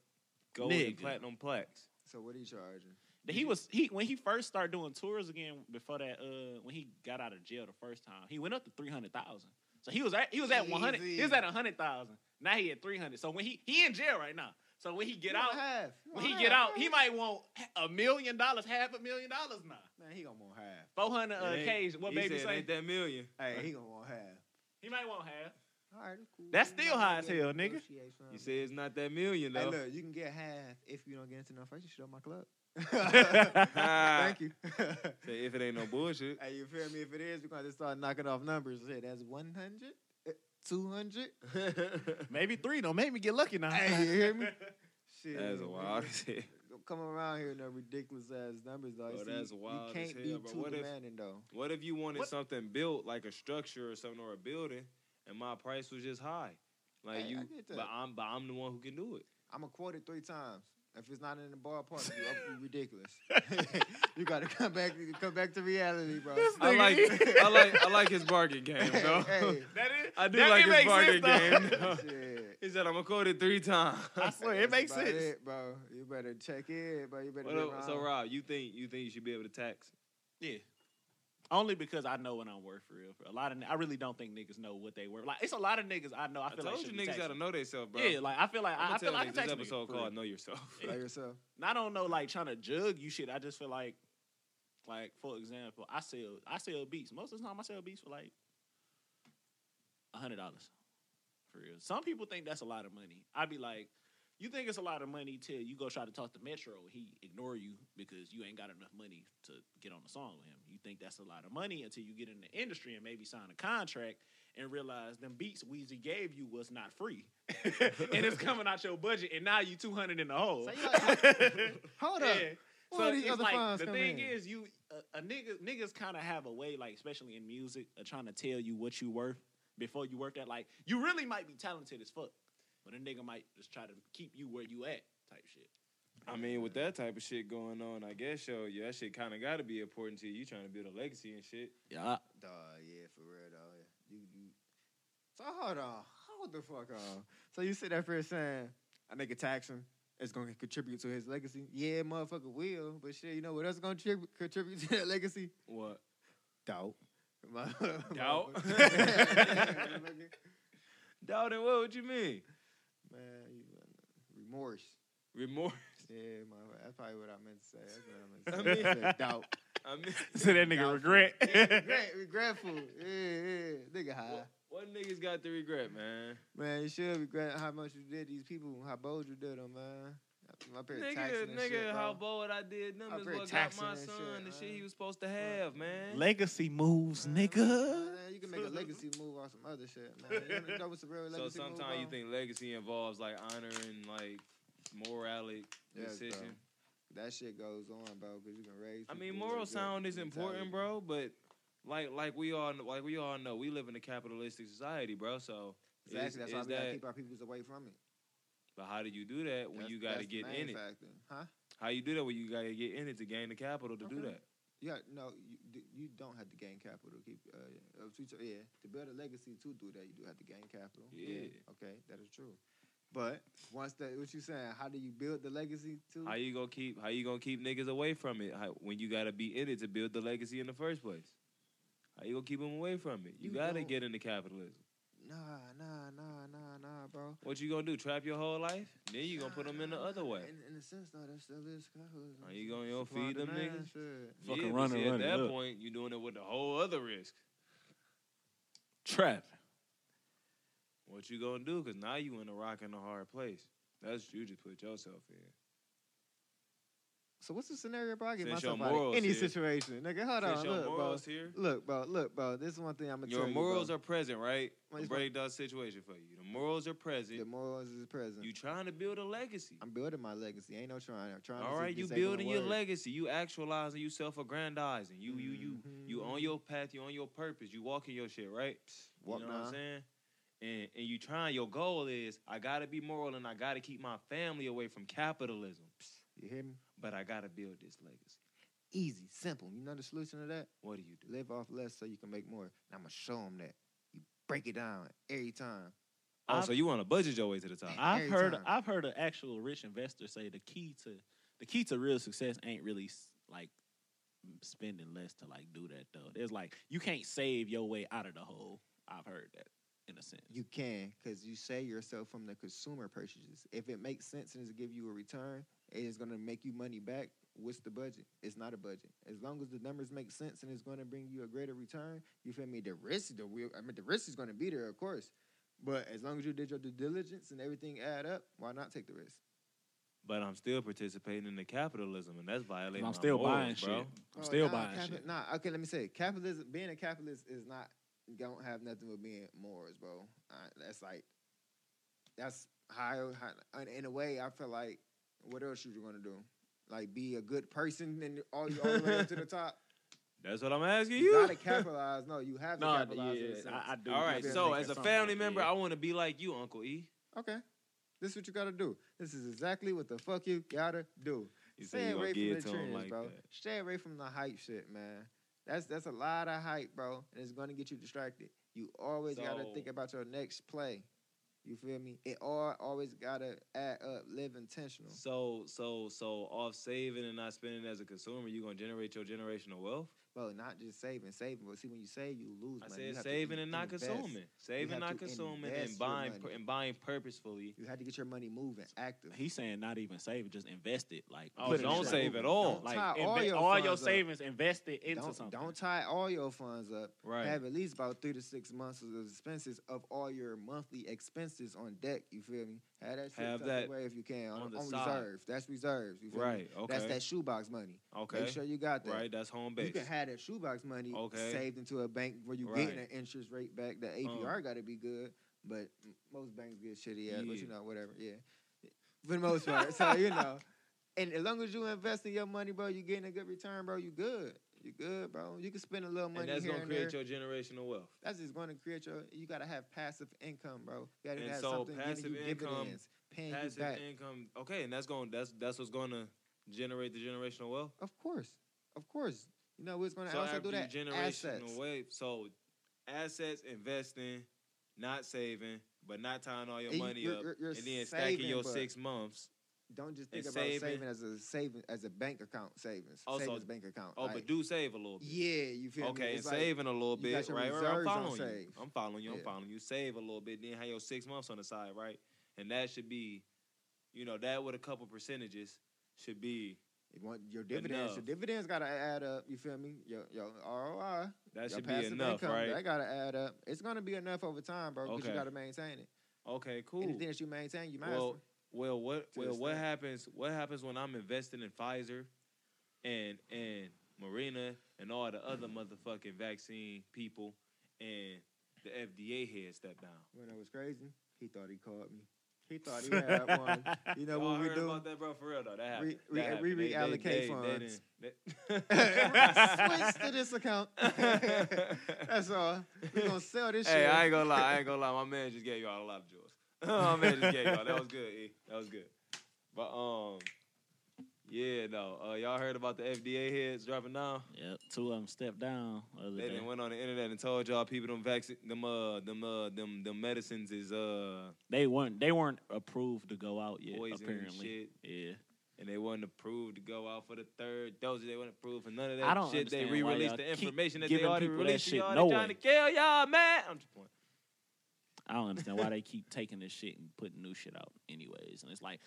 [SPEAKER 2] gold and
[SPEAKER 1] Nigga.
[SPEAKER 2] platinum plaques.
[SPEAKER 3] so what he charging?
[SPEAKER 1] He was he when he first started doing tours again before that uh when he got out of jail the first time, he went up to 300,000. So he was at he was at 100. He was
[SPEAKER 3] Easy.
[SPEAKER 1] at 100,000. Now he at 300. So when he he in jail right now. So when he get
[SPEAKER 3] You want
[SPEAKER 1] out,
[SPEAKER 3] half. You
[SPEAKER 1] when
[SPEAKER 3] want
[SPEAKER 1] he get
[SPEAKER 3] half,
[SPEAKER 1] out, he might want a million dollars, half a million dollars now.
[SPEAKER 3] man, he gonna want half.
[SPEAKER 1] Four hundred
[SPEAKER 2] It
[SPEAKER 1] uh,
[SPEAKER 2] ain't-
[SPEAKER 1] K's. What
[SPEAKER 2] he
[SPEAKER 1] baby
[SPEAKER 2] said,
[SPEAKER 1] say?
[SPEAKER 2] Ain't that million?
[SPEAKER 3] Hey, he gonna want half.
[SPEAKER 1] He might want half.
[SPEAKER 3] All right, that's cool.
[SPEAKER 1] That's
[SPEAKER 3] You might
[SPEAKER 1] still
[SPEAKER 3] be able
[SPEAKER 1] high as
[SPEAKER 3] to
[SPEAKER 1] hell, nigga.
[SPEAKER 3] negotiate something.
[SPEAKER 2] [laughs] You say it's not that million
[SPEAKER 3] Hey,
[SPEAKER 2] though. [laughs]
[SPEAKER 3] look, [laughs] you can get half if you don't get into no fight. You should on
[SPEAKER 1] [laughs]
[SPEAKER 3] my club. [laughs]
[SPEAKER 2] Ah.
[SPEAKER 3] Thank you. [laughs]
[SPEAKER 2] Say if it ain't no bullshit.
[SPEAKER 3] hey, you feel me? If it is, we're gonna just start knocking off numbers. Shit, that's 100, uh, 200.
[SPEAKER 2] [laughs]
[SPEAKER 1] Maybe three. Don't make me get lucky now.
[SPEAKER 3] Hey, you hear me? [laughs] Shit,
[SPEAKER 2] That's
[SPEAKER 3] we-
[SPEAKER 2] wild. [laughs] as hell.
[SPEAKER 3] Don't Come around here with no ridiculous ass numbers, though.
[SPEAKER 2] Bro,
[SPEAKER 3] See,
[SPEAKER 2] that's wild
[SPEAKER 3] You
[SPEAKER 2] as
[SPEAKER 3] can't
[SPEAKER 2] hell,
[SPEAKER 3] be
[SPEAKER 2] bro.
[SPEAKER 3] too
[SPEAKER 2] What if-
[SPEAKER 3] demanding, though.
[SPEAKER 2] What if you wanted
[SPEAKER 1] What-
[SPEAKER 2] something built like a structure or something or a building, and my price was just high? Like
[SPEAKER 3] Hey, I
[SPEAKER 2] you,
[SPEAKER 3] get that.
[SPEAKER 2] but I'm but I'm the one who can do
[SPEAKER 3] [laughs]
[SPEAKER 2] it.
[SPEAKER 3] I'm gonna quote it three times. If it's not in the ballpark, you up-
[SPEAKER 1] [laughs]
[SPEAKER 3] you ridiculous. [laughs] you gotta come back, you come back to reality, bro.
[SPEAKER 1] This
[SPEAKER 2] I
[SPEAKER 1] Nigga,
[SPEAKER 2] like
[SPEAKER 1] he-
[SPEAKER 2] I like I like his bargain game
[SPEAKER 3] Hey,
[SPEAKER 2] though.
[SPEAKER 3] [laughs]
[SPEAKER 1] [laughs]
[SPEAKER 3] hey,
[SPEAKER 1] That is.
[SPEAKER 2] I do
[SPEAKER 1] that
[SPEAKER 2] like
[SPEAKER 1] it
[SPEAKER 2] his
[SPEAKER 1] makes
[SPEAKER 2] bargain
[SPEAKER 1] sense,
[SPEAKER 2] game. though.
[SPEAKER 3] shit.
[SPEAKER 2] [laughs] he said I'm gonna quote it three times.
[SPEAKER 1] I swear, it
[SPEAKER 3] That's
[SPEAKER 1] makes
[SPEAKER 3] about
[SPEAKER 1] sense.
[SPEAKER 3] it, bro. You better check in, bro. You better.
[SPEAKER 2] What
[SPEAKER 3] be
[SPEAKER 2] up- so
[SPEAKER 3] around.
[SPEAKER 2] Rob, you think you think you should be able to tax?
[SPEAKER 1] Yeah. Only because I know what I'm worth for real. A lot of I really don't think niggas know what they worth. Like it's a lot of niggas I know. I
[SPEAKER 2] I,
[SPEAKER 1] feel
[SPEAKER 2] told
[SPEAKER 1] like should
[SPEAKER 2] you
[SPEAKER 1] be
[SPEAKER 2] niggas
[SPEAKER 1] taxed.
[SPEAKER 2] gotta know themselves, bro.
[SPEAKER 1] Yeah, like I feel like
[SPEAKER 2] I'm
[SPEAKER 1] I, I feel
[SPEAKER 2] telling
[SPEAKER 1] like I
[SPEAKER 2] niggas
[SPEAKER 1] can tax
[SPEAKER 2] this
[SPEAKER 1] niggas,
[SPEAKER 2] episode
[SPEAKER 1] for
[SPEAKER 2] called
[SPEAKER 1] real.
[SPEAKER 2] "Know [laughs] Yourself."
[SPEAKER 3] By
[SPEAKER 1] [laughs]
[SPEAKER 3] yourself.
[SPEAKER 1] And I don't know like trying to jug you shit. I just feel like, like for example, I sell I sell beats. Most of the time, I sell beats for like a hundred dollars. For real, some people think that's a lot of money. I'd be like, you think it's a lot of money till you go try to talk to Metro, he ignore you because you ain't got enough money to get on the song with him. You think that's a lot of money until you get in the industry and maybe sign a contract and realize them beats Weezy gave you was not free, [laughs] and it's coming out your budget, and now you two hundred in the hole.
[SPEAKER 3] So you
[SPEAKER 1] [laughs]
[SPEAKER 3] like- Hold up.
[SPEAKER 1] Yeah.
[SPEAKER 3] Where
[SPEAKER 1] So
[SPEAKER 3] are these
[SPEAKER 1] it's
[SPEAKER 3] other
[SPEAKER 1] like
[SPEAKER 3] fines
[SPEAKER 1] the
[SPEAKER 3] come
[SPEAKER 1] thing
[SPEAKER 3] in?
[SPEAKER 1] is, you a, a nigga niggas kind of have a way, like especially in music, of trying to tell you what you worth before you worth that. Like you really might be talented as fuck, but a nigga might just try to keep you where you at, type shit.
[SPEAKER 2] I mean, with that type of shit going on, I guess yo, yeah, that shit kind of got to be important to you. You trying to build a legacy and shit.
[SPEAKER 1] Yeah,
[SPEAKER 3] Duh, yeah, for real though. Yeah. You, you. So hold on, hold the fuck on. So you sit there first saying a nigga tax him. It's gonna contribute to his legacy. Yeah, motherfucker will, but shit, you know what else gonna tri- contribute to that legacy?
[SPEAKER 2] What?
[SPEAKER 3] Doubt. [laughs]
[SPEAKER 2] Doubt? Doubting what? What you mean?
[SPEAKER 3] Man, you, remorse.
[SPEAKER 2] Remorse.
[SPEAKER 3] Yeah, my, that's probably what I meant to say. That's what I meant to say. I said doubt.
[SPEAKER 2] [laughs]
[SPEAKER 1] [laughs]
[SPEAKER 2] I mean,
[SPEAKER 1] so that
[SPEAKER 3] Doubtful.
[SPEAKER 1] nigga regret. [laughs]
[SPEAKER 3] Regret, regretful. Yeah, yeah. Nigga high.
[SPEAKER 2] what, what niggas got to regret, man?
[SPEAKER 3] Man, you should regret how much you did these people, how bold you did them, man. My parents
[SPEAKER 2] Nigga,
[SPEAKER 3] taxing and
[SPEAKER 2] nigga,
[SPEAKER 3] shit, bro.
[SPEAKER 2] how bold I did them
[SPEAKER 3] I
[SPEAKER 2] is
[SPEAKER 3] bet
[SPEAKER 2] what got
[SPEAKER 3] taxing
[SPEAKER 2] my
[SPEAKER 3] and shit,
[SPEAKER 2] son the shit
[SPEAKER 3] man.
[SPEAKER 2] he was supposed to have, man.
[SPEAKER 1] Legacy moves,
[SPEAKER 3] Man,
[SPEAKER 1] nigga.
[SPEAKER 3] man, you can make a legacy move on some other shit, man. You wanna know what's a real
[SPEAKER 2] so
[SPEAKER 3] legacy move
[SPEAKER 2] sometimes you
[SPEAKER 3] on?
[SPEAKER 2] think legacy involves like honoring like moralic
[SPEAKER 3] Yes, bro.
[SPEAKER 2] decision.
[SPEAKER 3] that shit goes on, bro, because you can raise.
[SPEAKER 2] I
[SPEAKER 3] people
[SPEAKER 2] mean,
[SPEAKER 3] with
[SPEAKER 2] moral
[SPEAKER 3] good
[SPEAKER 2] sound is important,
[SPEAKER 3] mentality.
[SPEAKER 2] bro. But like, like we all, like we all know, we live in a capitalistic society, bro. So,
[SPEAKER 3] Exactly.
[SPEAKER 2] is-
[SPEAKER 3] that's
[SPEAKER 2] is
[SPEAKER 3] why we gotta
[SPEAKER 2] that-
[SPEAKER 3] keep our peoples away from it.
[SPEAKER 2] but how do you do that when
[SPEAKER 3] That's-
[SPEAKER 2] you got to
[SPEAKER 3] that's the
[SPEAKER 2] get
[SPEAKER 3] main
[SPEAKER 2] in it?
[SPEAKER 3] factor. huh?
[SPEAKER 2] How you do that when you got to get in it to gain the capital to do
[SPEAKER 3] Okay.
[SPEAKER 2] that?
[SPEAKER 3] Yeah, no, you d- you don't have to gain capital to keep uh, yeah, uh, future, yeah to build a legacy to do that. You do have to gain capital.
[SPEAKER 2] Yeah.
[SPEAKER 3] okay, that is true. But once that, what you saying? How do you build the legacy to?
[SPEAKER 2] How you gonna keep? How you gonna keep niggas away from it? How, when you got to be in it to build the legacy in the first place? How you gonna keep them away from it? You,
[SPEAKER 3] You
[SPEAKER 2] got to
[SPEAKER 3] don't.
[SPEAKER 2] get into capitalism.
[SPEAKER 3] Nah, nah, nah, nah, nah, bro.
[SPEAKER 2] What you gonna do? Trap your whole life? Then you gonna put them in the
[SPEAKER 3] Nah,
[SPEAKER 2] other
[SPEAKER 3] nah,
[SPEAKER 2] way?
[SPEAKER 3] In, in a sense, though, that still is capitalism.
[SPEAKER 2] Are you gonna yo,
[SPEAKER 3] Supply
[SPEAKER 2] feed them
[SPEAKER 3] and demand
[SPEAKER 2] niggas?
[SPEAKER 3] shit.
[SPEAKER 1] Fucking
[SPEAKER 2] but
[SPEAKER 1] run and
[SPEAKER 2] see, At
[SPEAKER 1] run it
[SPEAKER 2] that
[SPEAKER 1] up.
[SPEAKER 2] point, you doing it with the whole other risk.
[SPEAKER 1] Trap.
[SPEAKER 2] What you gonna do? Cause now you in a rock and a hard place. That's what you just put yourself in.
[SPEAKER 3] So what's the scenario, bro? I get
[SPEAKER 2] Since your
[SPEAKER 3] myself out of
[SPEAKER 2] morals
[SPEAKER 3] any
[SPEAKER 2] here-
[SPEAKER 3] situation, nigga. Hold
[SPEAKER 2] Since
[SPEAKER 3] on,
[SPEAKER 2] your
[SPEAKER 3] look, bro.
[SPEAKER 2] morals here,
[SPEAKER 3] Look, bro. Look, bro. This is one thing I'm gonna
[SPEAKER 2] your
[SPEAKER 3] tell
[SPEAKER 2] morals
[SPEAKER 3] you,
[SPEAKER 2] are present, right?
[SPEAKER 3] Wait,
[SPEAKER 2] I'll
[SPEAKER 3] it's my-
[SPEAKER 2] break down the situation for you. The morals are present.
[SPEAKER 3] the morals is present.
[SPEAKER 2] you trying to build a legacy.
[SPEAKER 3] I'm building my legacy. Ain't no trying. I'm trying.
[SPEAKER 2] All right, you building your legacy. You actualizing yourself, aggrandizing. You, you, you,
[SPEAKER 3] Mm-hmm.
[SPEAKER 2] you on your path. You on your purpose. You walking your shit, right?
[SPEAKER 3] Walk
[SPEAKER 2] you know what
[SPEAKER 3] now.
[SPEAKER 2] I'm saying? And and you trying. Your goal is I gotta be moral and I gotta keep my family away from capitalism.
[SPEAKER 3] You hear me?
[SPEAKER 2] But I gotta build this legacy.
[SPEAKER 3] Easy, simple. You know the solution to that?
[SPEAKER 2] What do you do?
[SPEAKER 3] Live off less so you can make more. And I'm gonna show them that. You break it down every time.
[SPEAKER 2] Oh,
[SPEAKER 1] I've-
[SPEAKER 2] so you want to budget your way to the top?
[SPEAKER 3] I-
[SPEAKER 1] I've
[SPEAKER 3] Every
[SPEAKER 1] heard
[SPEAKER 3] time.
[SPEAKER 1] I've heard an actual rich investor say the key to the key to real success ain't really s- like spending less to like do that though. There's like you can't save your way out of the hole. I've heard that. in a sense.
[SPEAKER 3] You can, because you say yourself from the consumer purchases. If it makes sense and it's give you a return, it is going to make you money back. What's the budget? It's not a budget. As long as the numbers make sense and it's going to bring you a greater return, you feel me? The risk, the real, I mean, the risk is going to be there, of course. But as long as you did your due diligence and everything add up, why not take the risk?
[SPEAKER 2] But I'm still participating in the capitalism, and that's violating.
[SPEAKER 1] I'm
[SPEAKER 2] my
[SPEAKER 1] still buying
[SPEAKER 2] morals,
[SPEAKER 1] shit.
[SPEAKER 2] bro.
[SPEAKER 1] I'm
[SPEAKER 3] Oh,
[SPEAKER 1] still
[SPEAKER 3] nah,
[SPEAKER 1] buying
[SPEAKER 3] capi-
[SPEAKER 1] shit.
[SPEAKER 3] Nah, okay, let me say, capitalism. Being a capitalist is not don't have nothing with being morals, bro. Uh, that's like that's high, high. In a way, I feel like what else you gonna do? Like be a good person and all you all the way up to
[SPEAKER 1] [laughs]
[SPEAKER 3] the top.
[SPEAKER 2] That's what I'm asking
[SPEAKER 3] You
[SPEAKER 2] you.
[SPEAKER 3] gotta capitalize. No, you have to
[SPEAKER 1] No,
[SPEAKER 3] capitalize. in a
[SPEAKER 1] yeah,
[SPEAKER 3] sense.
[SPEAKER 1] I, I do.
[SPEAKER 2] All right,
[SPEAKER 3] Maybe
[SPEAKER 2] so
[SPEAKER 3] make
[SPEAKER 2] as
[SPEAKER 3] it
[SPEAKER 2] a
[SPEAKER 3] something
[SPEAKER 2] family member, I want to be like you, Uncle E.
[SPEAKER 3] okay, this is what you gotta do. This is exactly what the fuck you gotta do.
[SPEAKER 2] You say
[SPEAKER 3] Stay
[SPEAKER 2] you gonna
[SPEAKER 3] away
[SPEAKER 2] give
[SPEAKER 3] from
[SPEAKER 2] it to
[SPEAKER 3] the
[SPEAKER 2] him
[SPEAKER 3] trends,
[SPEAKER 2] like
[SPEAKER 3] bro.
[SPEAKER 2] that.
[SPEAKER 3] Stay away from the hype shit, man. That's that's a lot of hype, bro, and it's gonna get you distracted. You always gotta
[SPEAKER 2] So-
[SPEAKER 3] think about your next play. You feel me? It all always gotta add up, live intentional.
[SPEAKER 2] So, so, so off saving and not spending as a consumer, you gonna generate your generational wealth.
[SPEAKER 3] Bro, not just saving, saving. But see, when you save, you lose.
[SPEAKER 2] I
[SPEAKER 3] money. You
[SPEAKER 2] said
[SPEAKER 3] have to
[SPEAKER 2] saving
[SPEAKER 3] in-
[SPEAKER 2] and not
[SPEAKER 3] invest.
[SPEAKER 2] consuming, saving,
[SPEAKER 3] have
[SPEAKER 2] not
[SPEAKER 3] to
[SPEAKER 2] consuming,
[SPEAKER 3] invest
[SPEAKER 2] and
[SPEAKER 3] your
[SPEAKER 2] buying
[SPEAKER 3] money.
[SPEAKER 2] pur- and buying purposefully.
[SPEAKER 3] You had to get your money moving, active.
[SPEAKER 1] He's saying not even save, just invest it. Like
[SPEAKER 2] Oh,
[SPEAKER 1] put it
[SPEAKER 2] don't
[SPEAKER 1] in-
[SPEAKER 2] save at all.
[SPEAKER 3] Don't
[SPEAKER 1] Like
[SPEAKER 3] tie
[SPEAKER 1] inve-
[SPEAKER 3] all your funds up.
[SPEAKER 1] savings, invest it into
[SPEAKER 3] Don't,
[SPEAKER 1] something.
[SPEAKER 3] don't tie all your funds up.
[SPEAKER 2] Right.
[SPEAKER 3] Have at least about three to six months of expenses of all your monthly expenses on deck. You feel me? Have that shit
[SPEAKER 2] Have
[SPEAKER 3] tucked
[SPEAKER 2] that
[SPEAKER 3] away if you can on,
[SPEAKER 2] on the
[SPEAKER 3] on
[SPEAKER 2] side.
[SPEAKER 3] reserves. That's reserves. You feel me?
[SPEAKER 2] Right. Okay.
[SPEAKER 3] That's that shoebox money.
[SPEAKER 2] okay.
[SPEAKER 3] Make sure you got that.
[SPEAKER 2] right. That's home
[SPEAKER 3] You
[SPEAKER 2] base.
[SPEAKER 3] can have that shoebox money
[SPEAKER 2] Okay.
[SPEAKER 3] saved into a bank where you're
[SPEAKER 2] Right. Oh.
[SPEAKER 3] getting an interest rate back. The APR got to be good, but m- most banks get shitty ass. But
[SPEAKER 2] Yeah.
[SPEAKER 3] you know, whatever. Yeah, for the most part. so
[SPEAKER 2] [laughs]
[SPEAKER 3] you know, and as long as you invest in your money, bro, you getting a good return, bro. You good. You good, bro. You can spend a little money
[SPEAKER 2] and that's
[SPEAKER 3] here
[SPEAKER 2] gonna
[SPEAKER 3] and there.
[SPEAKER 2] create your generational wealth.
[SPEAKER 3] that's just going to create your. You gotta have passive income, bro. You gotta
[SPEAKER 2] And
[SPEAKER 3] have
[SPEAKER 2] so
[SPEAKER 3] something
[SPEAKER 2] passive
[SPEAKER 3] giving you
[SPEAKER 2] income-
[SPEAKER 3] dividends, paying
[SPEAKER 2] Passive
[SPEAKER 3] you back.
[SPEAKER 2] income. Okay, and that's going. to That's that's what's gonna generate the generational wealth.
[SPEAKER 3] of course, of course. You know what's going to
[SPEAKER 2] so
[SPEAKER 3] also
[SPEAKER 2] after
[SPEAKER 3] do
[SPEAKER 2] you
[SPEAKER 3] that?
[SPEAKER 2] generational
[SPEAKER 3] Assets.
[SPEAKER 2] wave. So assets, investing, not saving, but not tying all your
[SPEAKER 3] And you-
[SPEAKER 2] money
[SPEAKER 3] you're-
[SPEAKER 2] up,
[SPEAKER 3] you're- you're
[SPEAKER 2] and then stacking
[SPEAKER 3] saving,
[SPEAKER 2] your
[SPEAKER 3] but-
[SPEAKER 2] six months.
[SPEAKER 3] Don't just think
[SPEAKER 2] And
[SPEAKER 3] about
[SPEAKER 2] saving.
[SPEAKER 3] saving. as a saving as a bank account savings.
[SPEAKER 2] Oh, so-
[SPEAKER 3] savings bank account.
[SPEAKER 2] Oh,
[SPEAKER 3] like-
[SPEAKER 2] but do save a little bit.
[SPEAKER 3] yeah, you feel me?
[SPEAKER 2] Okay, and
[SPEAKER 3] It's like-
[SPEAKER 2] saving a little
[SPEAKER 3] you
[SPEAKER 2] bit,
[SPEAKER 3] got your
[SPEAKER 2] right? right, I'm
[SPEAKER 3] reserves on
[SPEAKER 2] following you.
[SPEAKER 3] save.
[SPEAKER 2] I'm following you. I'm
[SPEAKER 3] Yeah.
[SPEAKER 2] following you. Save a little bit, then have your six months on the side, right? And that should be, you know, that with a couple percentages should be
[SPEAKER 3] you want your dividends.
[SPEAKER 2] Enough.
[SPEAKER 3] Your dividends gotta add up. You feel me? Your your ROI.
[SPEAKER 2] that
[SPEAKER 3] your
[SPEAKER 2] should be
[SPEAKER 3] passive
[SPEAKER 2] enough,
[SPEAKER 3] income,
[SPEAKER 2] right?
[SPEAKER 3] That gotta add up. It's gonna be enough over time, bro. Because
[SPEAKER 2] Okay.
[SPEAKER 3] you gotta maintain it.
[SPEAKER 2] Okay, cool.
[SPEAKER 3] Anything that you maintain, you master.
[SPEAKER 2] Well, well, what
[SPEAKER 3] to
[SPEAKER 2] well
[SPEAKER 3] this
[SPEAKER 2] what
[SPEAKER 3] thing.
[SPEAKER 2] happens? What happens when I'm investing in Pfizer, and and Marina and all the other motherfucking vaccine people, and the FDA head step down.
[SPEAKER 3] when I was crazy, he thought he called me. He thought he had
[SPEAKER 1] [laughs]
[SPEAKER 3] one. You know
[SPEAKER 2] Y'all
[SPEAKER 3] what we
[SPEAKER 2] heard
[SPEAKER 3] do?
[SPEAKER 2] about that, bro? For real though, that
[SPEAKER 3] Re-
[SPEAKER 2] happened.
[SPEAKER 3] re-
[SPEAKER 2] That happened.
[SPEAKER 3] re-
[SPEAKER 2] They- they-
[SPEAKER 3] reallocate
[SPEAKER 2] they- they
[SPEAKER 3] funds.
[SPEAKER 2] didn't-
[SPEAKER 3] [laughs] Switch to this account.
[SPEAKER 2] [laughs]
[SPEAKER 3] [laughs]
[SPEAKER 2] hey,
[SPEAKER 3] That's all. We're gonna sell this shit.
[SPEAKER 2] I ain't gonna lie. I ain't gonna lie. My man just gave y'all a lot of jewels. [laughs] My man just gave y'all. That was good. E. That was good. But um, yeah, no. Uh, y'all heard about the FDA heads dropping down?
[SPEAKER 1] Yep, two of them stepped down. the Other
[SPEAKER 2] They
[SPEAKER 1] day.
[SPEAKER 2] done went on the internet and told y'all people them vaccine, them uh, them uh, them them medicines is uh
[SPEAKER 1] They weren't they weren't approved to go out yet.
[SPEAKER 2] poison and
[SPEAKER 1] apparently,
[SPEAKER 2] shit,
[SPEAKER 1] yeah.
[SPEAKER 2] and they wasn't approved to go out for the third dose. They wasn't approved for none of that
[SPEAKER 1] I don't
[SPEAKER 2] shit. They
[SPEAKER 1] understand why
[SPEAKER 2] re-released
[SPEAKER 1] y'all
[SPEAKER 2] the
[SPEAKER 1] keep
[SPEAKER 2] information that they
[SPEAKER 1] giving
[SPEAKER 2] already
[SPEAKER 1] people that
[SPEAKER 2] released to
[SPEAKER 1] shit.
[SPEAKER 2] y'all.
[SPEAKER 1] No
[SPEAKER 2] they trying
[SPEAKER 1] way.
[SPEAKER 2] to kill y'all, man. I'm just playing.
[SPEAKER 1] I don't understand why they keep taking this shit and putting new shit out, anyways. And it's like,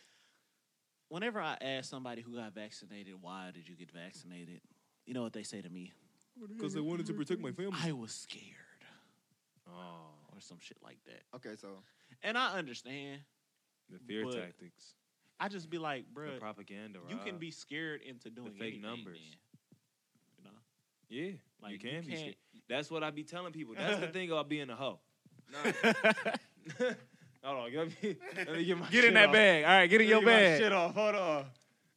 [SPEAKER 1] whenever I ask somebody who got vaccinated, why did you get vaccinated? You know what they say to me?
[SPEAKER 2] Because they wanted to protect my family.
[SPEAKER 1] I was scared,
[SPEAKER 2] Oh,
[SPEAKER 1] or some shit like that.
[SPEAKER 3] Okay, so
[SPEAKER 1] And I understand.
[SPEAKER 2] the fear
[SPEAKER 1] But-
[SPEAKER 2] tactics,
[SPEAKER 1] I just be like,
[SPEAKER 2] the
[SPEAKER 1] bruh,
[SPEAKER 2] propaganda.
[SPEAKER 1] you can
[SPEAKER 2] Rob.
[SPEAKER 1] be scared into doing
[SPEAKER 2] fake
[SPEAKER 1] anything
[SPEAKER 2] numbers.
[SPEAKER 1] then. You know,
[SPEAKER 2] yeah,
[SPEAKER 1] like
[SPEAKER 2] you can be.
[SPEAKER 1] can't-
[SPEAKER 2] Scared. That's what I be telling people.
[SPEAKER 1] [laughs]
[SPEAKER 2] That's the thing about being a hoe. [laughs] Hold on, let me, let me get my
[SPEAKER 1] Get in
[SPEAKER 2] shit
[SPEAKER 1] that
[SPEAKER 2] off.
[SPEAKER 1] bag. All right, get in
[SPEAKER 2] Let
[SPEAKER 1] your
[SPEAKER 2] me get my
[SPEAKER 1] bag.
[SPEAKER 2] Shit off. Hold on.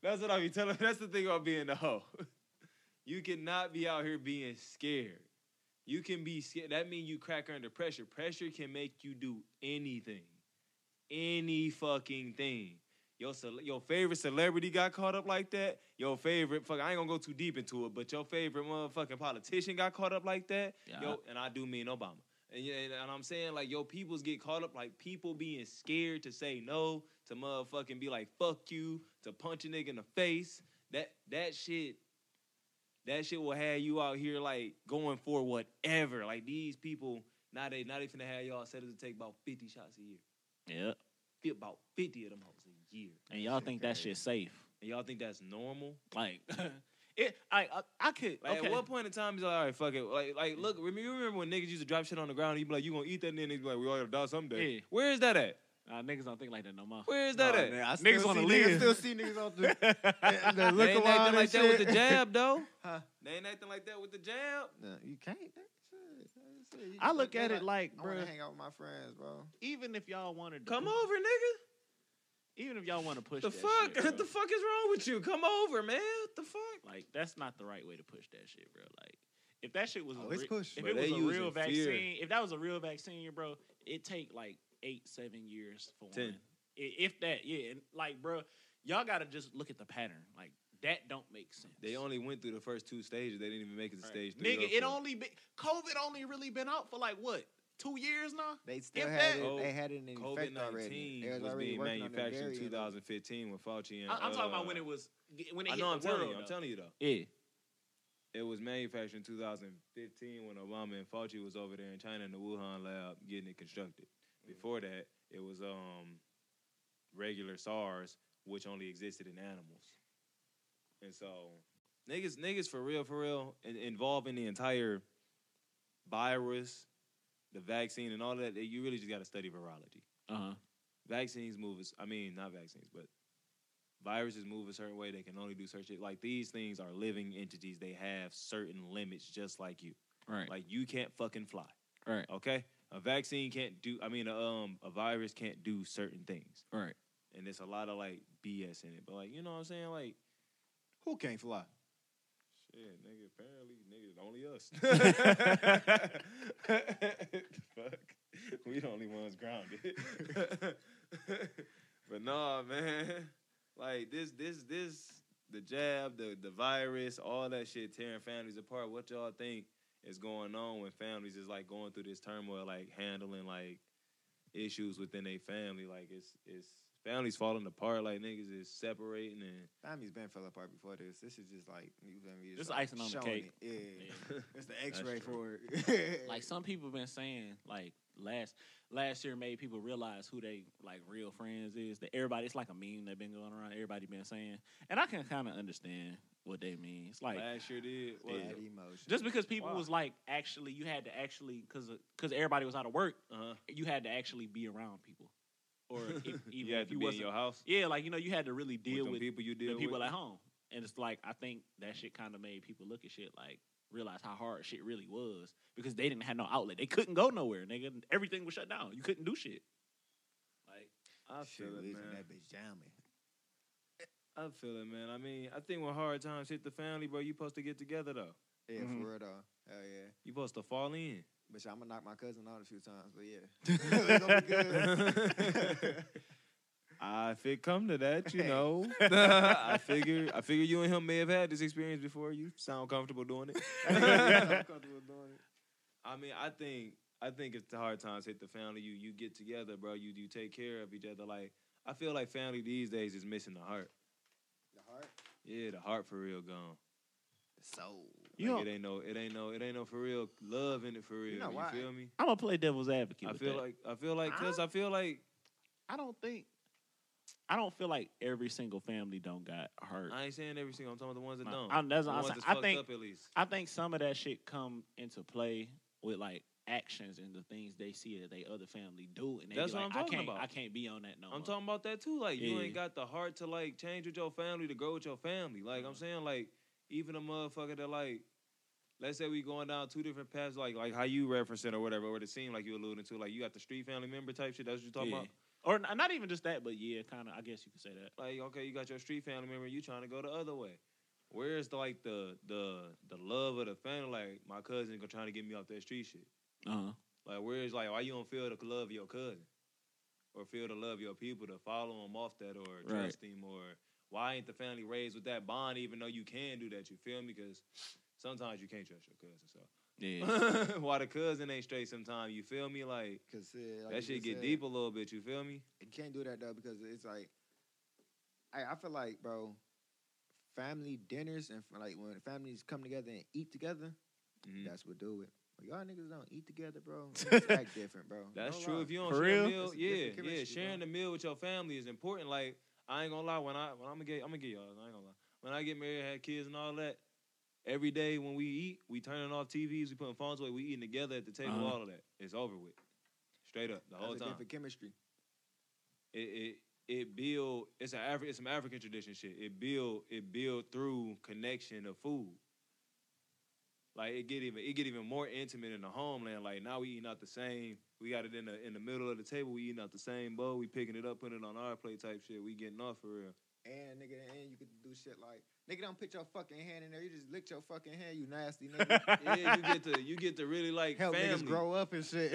[SPEAKER 2] That's what I be telling. That's the thing about being a hoe. [laughs] You cannot be out here being scared. You can be scared. That means you crack under pressure. Pressure can make you do anything, any fucking thing. Your cele- your favorite celebrity got caught up like that. Your favorite fuck. I ain't gonna go too deep into it, but your favorite motherfucking politician got caught up like that.
[SPEAKER 1] Yeah.
[SPEAKER 2] Yo, and I do mean Obama. And, yeah, and, and I'm saying like yo, peoples get caught up like people being scared to say no, to motherfucking be like fuck you, to punch a nigga in the face. That that shit, that shit will have you out here like going for whatever. Like these people Now they now they finna have y'all set up to take about fifty shots a year.
[SPEAKER 1] Yeah.
[SPEAKER 2] Fit about fifty of them hoes a year.
[SPEAKER 1] And y'all think that
[SPEAKER 3] crazy.
[SPEAKER 1] shit's safe?
[SPEAKER 2] And y'all think that's normal?
[SPEAKER 1] Like, [laughs] it. I I, I could.
[SPEAKER 2] Like
[SPEAKER 1] okay.
[SPEAKER 2] at what point in time is like, all right, fuck it. Like, like look, remember, you remember when niggas used to drop shit on the ground? You be like, you gonna eat that? And then they be like, we all gotta die someday.
[SPEAKER 1] Yeah.
[SPEAKER 2] Where is that at?
[SPEAKER 1] Nah, Uh, niggas don't think like that no more.
[SPEAKER 2] Where is that
[SPEAKER 5] Nah,
[SPEAKER 2] at?
[SPEAKER 5] man, I
[SPEAKER 1] Niggas
[SPEAKER 5] still
[SPEAKER 1] wanna
[SPEAKER 5] see
[SPEAKER 1] live.
[SPEAKER 5] Niggas still
[SPEAKER 1] [laughs]
[SPEAKER 5] see niggas out there. and they
[SPEAKER 2] They
[SPEAKER 5] look
[SPEAKER 2] ain't
[SPEAKER 5] around
[SPEAKER 2] acting
[SPEAKER 5] and
[SPEAKER 2] like that with
[SPEAKER 5] shit.
[SPEAKER 2] the jab though.
[SPEAKER 3] Huh?
[SPEAKER 2] They ain't acting like that with the jab.
[SPEAKER 3] No, you can't. That's it.
[SPEAKER 1] I look at it like,
[SPEAKER 3] I want
[SPEAKER 1] bro.
[SPEAKER 3] to hang out with my friends, bro.
[SPEAKER 1] Even if y'all wanted to,
[SPEAKER 2] Come
[SPEAKER 1] pu-
[SPEAKER 2] over, nigga.
[SPEAKER 1] Even if y'all want to push
[SPEAKER 2] The
[SPEAKER 1] that
[SPEAKER 2] fuck?
[SPEAKER 1] shit,
[SPEAKER 2] what the
[SPEAKER 1] bro.
[SPEAKER 2] fuck is wrong with you? Come over, man. What the fuck?
[SPEAKER 1] Like that's not the right way to push that shit, bro. Like if that shit was
[SPEAKER 2] Oh,
[SPEAKER 1] a
[SPEAKER 3] Always
[SPEAKER 1] re-
[SPEAKER 3] push.
[SPEAKER 1] if
[SPEAKER 2] Bro,
[SPEAKER 1] it was
[SPEAKER 2] they
[SPEAKER 1] a
[SPEAKER 2] using
[SPEAKER 1] real
[SPEAKER 2] fear.
[SPEAKER 1] vaccine, if that was a real vaccine, bro, it take like eight, seven years for
[SPEAKER 2] Ten.
[SPEAKER 1] one. I- If that, yeah, and like, bro, y'all gotta just look at the pattern. Like that don't make sense.
[SPEAKER 2] They only went through the first two stages. They didn't even make it to
[SPEAKER 1] Right.
[SPEAKER 2] stage three.
[SPEAKER 1] nigga. It only been COVID only really been out for like what two years now.
[SPEAKER 3] They still
[SPEAKER 1] If
[SPEAKER 3] had
[SPEAKER 1] that-
[SPEAKER 3] it.
[SPEAKER 2] Oh,
[SPEAKER 3] they had it in
[SPEAKER 2] COVID
[SPEAKER 3] effect already. They
[SPEAKER 2] nineteen
[SPEAKER 3] was
[SPEAKER 2] was
[SPEAKER 3] already
[SPEAKER 2] being
[SPEAKER 3] working on their
[SPEAKER 2] manufactured in
[SPEAKER 3] variant.
[SPEAKER 2] 2015 when Fauci and
[SPEAKER 1] I, I'm talking
[SPEAKER 2] uh,
[SPEAKER 1] about when it was when it
[SPEAKER 2] I
[SPEAKER 1] hit
[SPEAKER 2] know. I'm
[SPEAKER 1] the
[SPEAKER 2] telling
[SPEAKER 1] world.
[SPEAKER 2] you. I'm
[SPEAKER 1] though.
[SPEAKER 2] telling you though.
[SPEAKER 1] yeah,
[SPEAKER 2] It was manufactured in 2015 when Obama and Fauci was over there in China in the Wuhan lab getting it constructed.
[SPEAKER 1] Mm-hmm.
[SPEAKER 2] Before that, it was um, regular SARS, which only existed in animals. And so, niggas, niggas for real, for real, in, involved in the entire virus, the vaccine, and all that, you really just got to study virology
[SPEAKER 1] uh-huh.
[SPEAKER 2] vaccines move us. I mean, not vaccines, but viruses move a certain way. They can only do certain shit. Like these things are living entities. They have certain limits, just like you.
[SPEAKER 1] Right,
[SPEAKER 2] Like you can't fucking fly.
[SPEAKER 1] Right.
[SPEAKER 2] Okay. A vaccine can't do. I mean, a, um, a virus can't do certain things,
[SPEAKER 1] right.
[SPEAKER 2] and it's a lot of like BS in it. But like, you know what I'm saying? Like,
[SPEAKER 5] Who can't fly?
[SPEAKER 2] shit, nigga. Apparently, nigga, only us. [laughs] Fuck. We the only ones grounded. [laughs] But nah, man. Like this, this, this, the jab, the the virus, all that shit tearing families apart. What y'all think is going on when families is like going through this turmoil, like handling like issues within their family? Like it's it's families falling apart. Like niggas is separating
[SPEAKER 3] [laughs]
[SPEAKER 2] and
[SPEAKER 3] Family's been fell apart before this. This is just like you feel me?
[SPEAKER 1] This
[SPEAKER 3] Just
[SPEAKER 1] is icing on the
[SPEAKER 3] showing
[SPEAKER 1] cake.
[SPEAKER 3] It. Yeah.
[SPEAKER 1] Yeah.
[SPEAKER 3] It's the X-ray for
[SPEAKER 2] true.
[SPEAKER 3] it. [laughs]
[SPEAKER 1] like some people been saying like last last year made people realize who they like real friends is that everybody it's like a meme that been going around everybody been saying and i can kind of understand what they mean it's like
[SPEAKER 2] last year did. was
[SPEAKER 3] bad
[SPEAKER 2] it?
[SPEAKER 3] emotion.
[SPEAKER 1] just because people
[SPEAKER 2] Why?
[SPEAKER 1] was like actually you had to actually because because everybody was out of work
[SPEAKER 2] Uh-huh.
[SPEAKER 1] you had to actually be around people or
[SPEAKER 2] [laughs]
[SPEAKER 1] if, even
[SPEAKER 2] You had
[SPEAKER 1] if
[SPEAKER 2] to
[SPEAKER 1] you
[SPEAKER 2] be in
[SPEAKER 1] wasn't
[SPEAKER 2] your house.
[SPEAKER 1] yeah like you know you had to really deal
[SPEAKER 2] them
[SPEAKER 1] with
[SPEAKER 2] people you
[SPEAKER 1] the
[SPEAKER 2] deal
[SPEAKER 1] people
[SPEAKER 2] with.
[SPEAKER 1] at home. And it's like I think that shit kind of made people look at shit like realize how hard shit really was because they didn't have no outlet. They couldn't go nowhere, nigga. Everything was shut down. You couldn't do shit. Like
[SPEAKER 2] I
[SPEAKER 3] Shit,
[SPEAKER 2] feel it,
[SPEAKER 3] losing
[SPEAKER 2] man.
[SPEAKER 3] that bitch jamming.
[SPEAKER 2] I feel it, man. I mean, I think when hard times hit the family, bro, you supposed to get together though.
[SPEAKER 3] Yeah,
[SPEAKER 2] Mm-hmm.
[SPEAKER 1] Mhm.
[SPEAKER 3] for real though. Hell yeah.
[SPEAKER 2] You supposed to fall in.
[SPEAKER 3] But I'm gonna knock my cousin out a few times,
[SPEAKER 2] [laughs]
[SPEAKER 3] but yeah. [laughs] It's gonna be good.
[SPEAKER 2] Ah, if it come to that, [laughs] you know, I figure I figure you and him may have had this experience before. You sound comfortable doing it. [laughs]
[SPEAKER 3] I'm comfortable doing it.
[SPEAKER 2] I mean, I think I think if the hard times hit the family, you you get together, bro. You you take care of each other. Like I feel like family these days is missing the heart.
[SPEAKER 3] The heart,
[SPEAKER 2] Yeah, the heart for real gone.
[SPEAKER 3] the soul.
[SPEAKER 1] you
[SPEAKER 2] Like,
[SPEAKER 1] know,
[SPEAKER 2] it ain't no it ain't no it ain't no for real love in it for real. You,
[SPEAKER 3] know why?
[SPEAKER 2] feel me?
[SPEAKER 1] I'm gonna play devil's advocate.
[SPEAKER 2] I
[SPEAKER 1] with
[SPEAKER 2] feel
[SPEAKER 1] that.
[SPEAKER 2] like I feel like cuz
[SPEAKER 1] Huh?
[SPEAKER 2] I feel like
[SPEAKER 1] I don't think I don't feel like every single family don't got hurt.
[SPEAKER 2] I ain't saying every single. I'm talking about the ones that
[SPEAKER 1] Nah,
[SPEAKER 2] don't.
[SPEAKER 1] I'm- that's
[SPEAKER 2] the
[SPEAKER 1] what I'm
[SPEAKER 2] ones
[SPEAKER 1] saying.
[SPEAKER 2] that's
[SPEAKER 1] I
[SPEAKER 2] fucked
[SPEAKER 1] think-
[SPEAKER 2] up at least.
[SPEAKER 1] I think some of that shit come into play with like actions and the things they see that they other family do, and they
[SPEAKER 2] That's
[SPEAKER 1] be
[SPEAKER 2] what
[SPEAKER 1] like,
[SPEAKER 2] I'm talking
[SPEAKER 1] I can't,
[SPEAKER 2] about.
[SPEAKER 1] I can't be on that no
[SPEAKER 2] I'm
[SPEAKER 1] more.
[SPEAKER 2] talking about that too. Like you
[SPEAKER 1] Yeah.
[SPEAKER 2] ain't got the heart to like change with your family to grow with your family. Like I'm
[SPEAKER 1] Mhm.
[SPEAKER 2] saying, like even a motherfucker that like, let's say we going down two different paths, like like how you referencing or whatever, or the scene like you alluding to, like you got the street family member type shit. That's what you talking
[SPEAKER 1] Yeah.
[SPEAKER 2] about.
[SPEAKER 1] or n- not even just that, but yeah, kind of. I guess you could say that.
[SPEAKER 2] Like okay, you got your street family member, you trying to go the other way. Where's the like the the the love of the family? Like my cousin trying to get me off that street shit.
[SPEAKER 1] Uh-huh.
[SPEAKER 2] Like, where's like, why you don't feel the love of your cousin, or feel the love of your people to follow him off that, or
[SPEAKER 1] Right.
[SPEAKER 2] trust him, or why ain't the family raised with that bond, even though you can do that? You feel me? Because sometimes you can't trust your
[SPEAKER 1] Yeah. [laughs]
[SPEAKER 2] cousin. So [laughs] why the cousin ain't straight? Sometimes you feel me? Like
[SPEAKER 3] Cause uh, like
[SPEAKER 2] that
[SPEAKER 3] you
[SPEAKER 2] shit
[SPEAKER 3] just
[SPEAKER 2] get
[SPEAKER 3] said,
[SPEAKER 2] deep a little bit. You feel me?
[SPEAKER 3] You can't do that though because it's like, I I feel like bro, family dinners and like when families come together and eat together,
[SPEAKER 2] Mhm.
[SPEAKER 3] that's what do it. When y'all niggas don't eat together,
[SPEAKER 2] [laughs]
[SPEAKER 3] bro. It's act different, bro.
[SPEAKER 2] That's
[SPEAKER 3] No
[SPEAKER 2] true.
[SPEAKER 3] lie.
[SPEAKER 2] If you don't
[SPEAKER 1] For
[SPEAKER 2] share
[SPEAKER 1] real?
[SPEAKER 2] a meal,
[SPEAKER 3] That's a
[SPEAKER 2] yeah,
[SPEAKER 3] different
[SPEAKER 2] yeah.
[SPEAKER 3] chemistry, bro.
[SPEAKER 2] Sharing the meal with your family is important. Like I ain't gonna lie, when I when I'm gonna get I'm gonna get y'all. I ain't gonna lie. When I get married, had kids and all that, every day when we eat, we turning off TVs, we putting phones away, we eating together at the table.
[SPEAKER 1] Uh-huh.
[SPEAKER 2] All of that, it's over with. Straight up, the
[SPEAKER 3] That's
[SPEAKER 2] whole
[SPEAKER 3] a
[SPEAKER 2] time.
[SPEAKER 3] different chemistry.
[SPEAKER 2] It it it build. It's an Afri- it's some African tradition shit. It build it build through connection of food. Like it get even it get even more intimate in the homeland. Like now we eating out the same. We got it in the in the middle of the table. We eating out the same bowl. We picking it up, putting it on our plate type shit. We getting off for real.
[SPEAKER 3] And nigga, and you could do shit like nigga, don't put your fucking hand in there. You just lick your fucking hand. You nasty
[SPEAKER 1] [laughs]
[SPEAKER 3] nigga.
[SPEAKER 2] Yeah, you get to you get to really like
[SPEAKER 3] Help
[SPEAKER 2] family.
[SPEAKER 3] niggas grow up and [laughs] shit.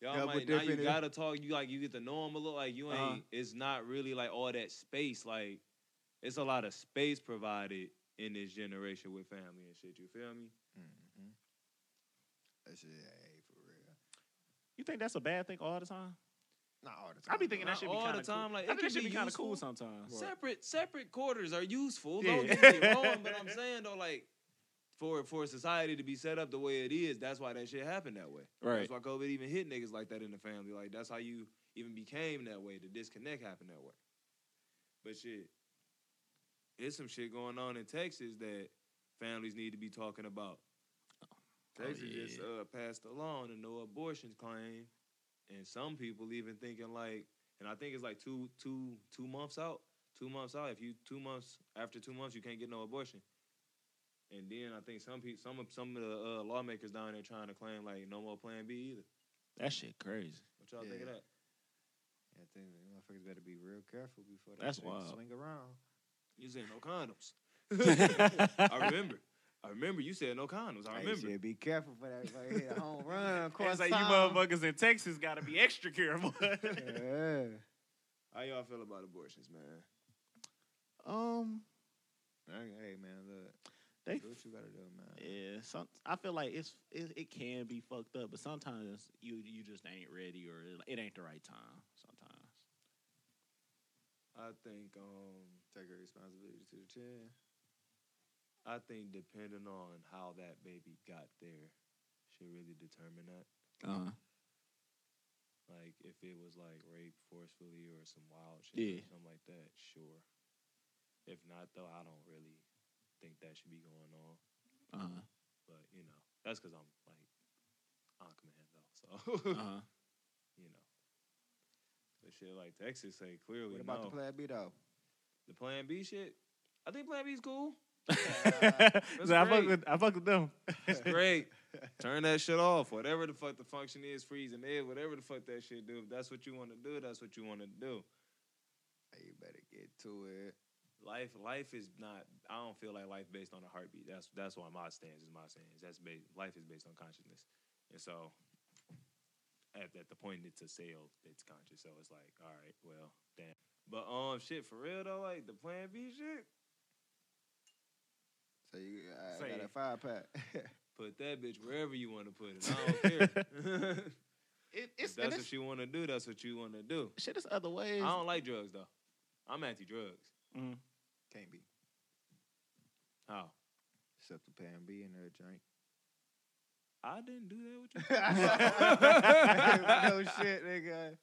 [SPEAKER 2] Y'all
[SPEAKER 3] Help
[SPEAKER 2] might,
[SPEAKER 3] with
[SPEAKER 2] now
[SPEAKER 3] their
[SPEAKER 2] you
[SPEAKER 3] finish.
[SPEAKER 2] gotta talk. You like you get to know them a little. Like you ain't.
[SPEAKER 1] Uh-huh.
[SPEAKER 2] It's not really like all that space. Like it's a lot of space provided in this generation with family and shit. You feel me?
[SPEAKER 3] That shit, hey, for real.
[SPEAKER 1] You think that's a bad thing all the time?
[SPEAKER 3] Not all the time.
[SPEAKER 1] I be thinking
[SPEAKER 3] though.
[SPEAKER 1] that
[SPEAKER 2] Not
[SPEAKER 1] should be
[SPEAKER 2] all the
[SPEAKER 1] kinda cool.
[SPEAKER 2] time, like,
[SPEAKER 1] I
[SPEAKER 2] it
[SPEAKER 1] think
[SPEAKER 2] could
[SPEAKER 1] that should
[SPEAKER 2] be
[SPEAKER 1] be kind of cool
[SPEAKER 2] useful.
[SPEAKER 1] sometimes.
[SPEAKER 2] Separate separate quarters are useful.
[SPEAKER 1] Yeah.
[SPEAKER 2] Don't
[SPEAKER 1] [laughs]
[SPEAKER 2] get me wrong, but I'm saying though, like for for society to be set up the way it is, that's why that shit happened that way.
[SPEAKER 1] Right.
[SPEAKER 2] That's why COVID even hit niggas like that in the family. Like that's how you even became that way. The disconnect happened that way. But shit, there's some shit going on in Texas that families need to be talking about.
[SPEAKER 1] Oh,
[SPEAKER 2] Texas
[SPEAKER 1] yeah.
[SPEAKER 2] just uh, passed a law on the no abortion claim, and some people even thinking like, and I think it's like two two two months out, two months out. If you two months after two months, you can't get no abortion. And then I think some people, some of some of the uh, lawmakers down there trying to claim like no more Plan B either.
[SPEAKER 1] That shit crazy. [laughs]
[SPEAKER 2] What y'all think
[SPEAKER 3] Yeah.
[SPEAKER 2] of that?
[SPEAKER 3] Yeah, I think motherfuckers better be real careful before that
[SPEAKER 1] That's
[SPEAKER 3] shit
[SPEAKER 1] wild.
[SPEAKER 3] swing around.
[SPEAKER 2] You said no
[SPEAKER 1] [laughs]
[SPEAKER 2] condoms. [laughs] I remember. I remember you said no condoms. I
[SPEAKER 3] Hey,
[SPEAKER 2] remember.
[SPEAKER 3] shit, be careful for that right here. Home run,
[SPEAKER 1] It's
[SPEAKER 3] cross
[SPEAKER 1] like you
[SPEAKER 3] town.
[SPEAKER 1] motherfuckers in Texas got to be extra careful. [laughs]
[SPEAKER 3] Yeah.
[SPEAKER 2] How y'all feel about abortions, man?
[SPEAKER 1] um,
[SPEAKER 3] Hey, hey, man, look.
[SPEAKER 1] they
[SPEAKER 3] do what you gotta do, man.
[SPEAKER 1] yeah. Some I feel like it's it, it can be fucked up, but sometimes you you just ain't ready or it, it ain't the right time. Sometimes.
[SPEAKER 2] I think um
[SPEAKER 3] Take your responsibility to the chin.
[SPEAKER 2] I think depending on how that baby got there should really determine that.
[SPEAKER 1] Uh-huh.
[SPEAKER 2] Like if it was like rape forcefully or some wild shit
[SPEAKER 1] Yeah.
[SPEAKER 2] or something like that, sure. If not though, I don't really think that should be going on.
[SPEAKER 1] Uh-huh.
[SPEAKER 2] But you know, that's because I'm like Ankh man though. So [laughs]
[SPEAKER 3] Uh.
[SPEAKER 1] Uh-huh.
[SPEAKER 2] you know. But shit like Texas say clearly
[SPEAKER 3] What about
[SPEAKER 2] no.
[SPEAKER 3] the plan B though?
[SPEAKER 2] The plan B shit. I think plan B's cool. [laughs]
[SPEAKER 1] so uh-huh. I fuck
[SPEAKER 2] great.
[SPEAKER 1] with I fuck with them.
[SPEAKER 2] It's great. Turn that shit off. Whatever the fuck the function is, freezing it, whatever the fuck that shit do. If that's what you want to do, that's what you want to do.
[SPEAKER 3] Hey, you better get to it.
[SPEAKER 2] Life, life is not. I don't feel like life based on a heartbeat. That's that's why my stance is my stance. That's based. Life is based on consciousness, and so at, at the point it's a sale, it's conscious. So it's like, all right, well, damn. But um, shit for real though, like the Plan B shit.
[SPEAKER 3] So you I
[SPEAKER 1] Say
[SPEAKER 3] got a
[SPEAKER 1] it.
[SPEAKER 3] five pack. [laughs]
[SPEAKER 2] Put that bitch wherever you want to put it. I don't [laughs] care.
[SPEAKER 1] It,
[SPEAKER 2] if
[SPEAKER 1] it's,
[SPEAKER 2] that's
[SPEAKER 1] and
[SPEAKER 2] what
[SPEAKER 1] it's
[SPEAKER 2] you want to do. That's what you want to do.
[SPEAKER 1] [laughs] shit. It's other ways.
[SPEAKER 2] I don't like drugs though. I'm anti drugs.
[SPEAKER 1] Mm.
[SPEAKER 3] Can't be.
[SPEAKER 2] How?
[SPEAKER 3] Except the pan B in there
[SPEAKER 2] [laughs]
[SPEAKER 3] joint.
[SPEAKER 2] I didn't do that
[SPEAKER 1] [laughs]
[SPEAKER 2] [laughs] with
[SPEAKER 3] [laughs] no shit, nigga.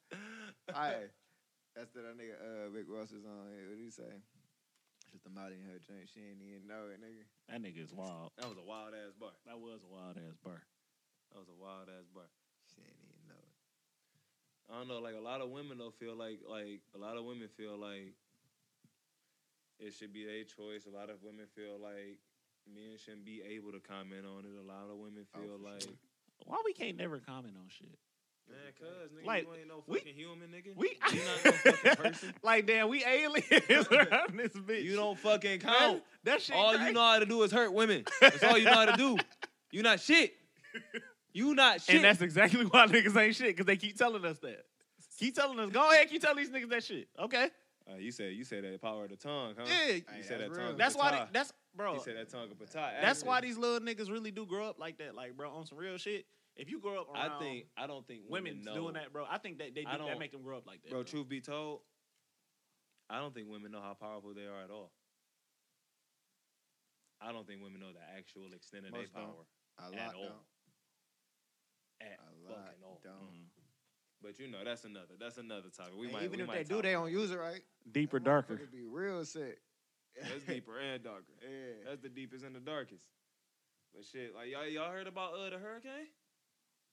[SPEAKER 3] I that's that our nigga uh Rick Ross is on here. What do you say? Just the Molly in her joint. She ain't even know it, nigga.
[SPEAKER 1] That nigga is wild.
[SPEAKER 2] That was a wild ass bar.
[SPEAKER 1] That was a wild ass bar.
[SPEAKER 2] That was a wild ass bar.
[SPEAKER 3] She ain't even know it.
[SPEAKER 2] I don't know. Like a lot of women though feel like like a lot of women feel like it should be their choice. A lot of women feel like men shouldn't be able to comment on it. A lot of women
[SPEAKER 3] Oh,
[SPEAKER 2] feel
[SPEAKER 3] for
[SPEAKER 2] like
[SPEAKER 3] sure.
[SPEAKER 1] Why we can't never comment on shit?
[SPEAKER 2] man, cuz nigga,
[SPEAKER 1] Like,
[SPEAKER 2] you ain't no
[SPEAKER 1] we-
[SPEAKER 2] fucking human, nigga.
[SPEAKER 1] We
[SPEAKER 2] you not [laughs] no fucking
[SPEAKER 1] [laughs]
[SPEAKER 2] person.
[SPEAKER 1] like damn, we aliens [laughs] around this bitch.
[SPEAKER 2] You don't fucking count.
[SPEAKER 1] count. That shit.
[SPEAKER 2] All you
[SPEAKER 1] crazy.
[SPEAKER 2] know how to do is hurt women. That's all you know how to do. You not shit. You not shit.
[SPEAKER 1] And that's exactly why [laughs] niggas ain't shit, because they keep telling us that. Keep telling us, go ahead, keep telling these niggas that shit. Okay.
[SPEAKER 2] Uh, you said you said that power of the tongue, huh?
[SPEAKER 1] Yeah.
[SPEAKER 2] You
[SPEAKER 3] Hey,
[SPEAKER 2] said
[SPEAKER 3] that's
[SPEAKER 2] that
[SPEAKER 3] real.
[SPEAKER 2] tongue.
[SPEAKER 1] That's why they,
[SPEAKER 2] Patah.
[SPEAKER 1] that's bro.
[SPEAKER 2] you said that tongue of patai.
[SPEAKER 1] That's why these little niggas really do grow up like that. Like, bro, on some real shit. If you grow up
[SPEAKER 2] I
[SPEAKER 1] around
[SPEAKER 2] think I don't think women
[SPEAKER 1] women
[SPEAKER 2] know.
[SPEAKER 1] doing that, bro, I think that they do,
[SPEAKER 2] I
[SPEAKER 1] that
[SPEAKER 2] don't-
[SPEAKER 1] make them grow up like that.
[SPEAKER 2] Bro, truth be told, I don't think women know how powerful they are at all. I don't think women know the actual extent of their
[SPEAKER 3] Most don't.
[SPEAKER 2] power.
[SPEAKER 3] A
[SPEAKER 1] At
[SPEAKER 3] lot
[SPEAKER 1] all.
[SPEAKER 3] don't.
[SPEAKER 1] At
[SPEAKER 3] A lot
[SPEAKER 1] fucking all. Mm-hmm.
[SPEAKER 3] don't.
[SPEAKER 2] But you know, that's another. That's another topic. We
[SPEAKER 3] And
[SPEAKER 2] might.
[SPEAKER 3] even
[SPEAKER 2] we
[SPEAKER 3] if
[SPEAKER 2] might
[SPEAKER 3] they do,
[SPEAKER 2] talk
[SPEAKER 3] they
[SPEAKER 2] about
[SPEAKER 3] don't use it right.
[SPEAKER 1] Deeper,
[SPEAKER 3] That
[SPEAKER 1] darker.
[SPEAKER 3] motherfucker Be real sick.
[SPEAKER 2] it.
[SPEAKER 3] [laughs]
[SPEAKER 2] That's deeper and darker.
[SPEAKER 3] Yeah.
[SPEAKER 2] That's the deepest and the darkest. But shit, like y'all, y'all heard about uh, the hurricane?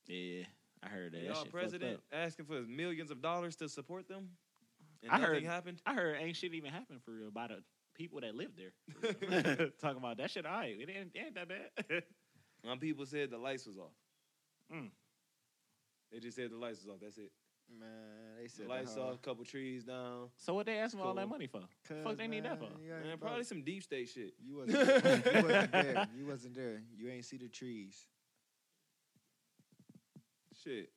[SPEAKER 1] Yeah, I heard that. that.
[SPEAKER 2] y'all
[SPEAKER 1] shit fucked
[SPEAKER 2] president
[SPEAKER 1] up.
[SPEAKER 2] asking for millions of dollars to support them, and
[SPEAKER 1] I
[SPEAKER 2] nothing
[SPEAKER 1] heard- [laughs]
[SPEAKER 2] happened. [laughs]
[SPEAKER 1] I heard ain't shit even happened for real by the people that live [laughs] there. for real. Talking about that shit, all right. It ain't, it ain't that bad. [laughs]
[SPEAKER 2] And people said the lights was off.
[SPEAKER 1] Mm.
[SPEAKER 2] They just said the lights was off. That's it.
[SPEAKER 3] Man, they
[SPEAKER 2] The
[SPEAKER 3] said
[SPEAKER 2] lights
[SPEAKER 3] that
[SPEAKER 2] off, couple trees down.
[SPEAKER 1] so what they asking all that
[SPEAKER 2] Cool.
[SPEAKER 1] money for?
[SPEAKER 3] hoe,
[SPEAKER 1] Fuck, they need that
[SPEAKER 3] man,
[SPEAKER 1] for.
[SPEAKER 3] you ain't
[SPEAKER 2] Man,
[SPEAKER 3] broke.
[SPEAKER 2] probably some deep state shit.
[SPEAKER 3] You
[SPEAKER 2] [laughs]
[SPEAKER 3] wasn't, you wasn't there. You wasn't there. You ain't see the trees.
[SPEAKER 2] Shit.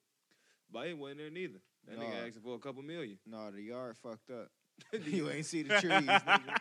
[SPEAKER 2] But he wasn't there neither. That
[SPEAKER 3] Nah.
[SPEAKER 2] nigga asking for a couple million.
[SPEAKER 3] No, the yard fucked up. [laughs] you ain't see the trees. nigga.
[SPEAKER 1] [laughs]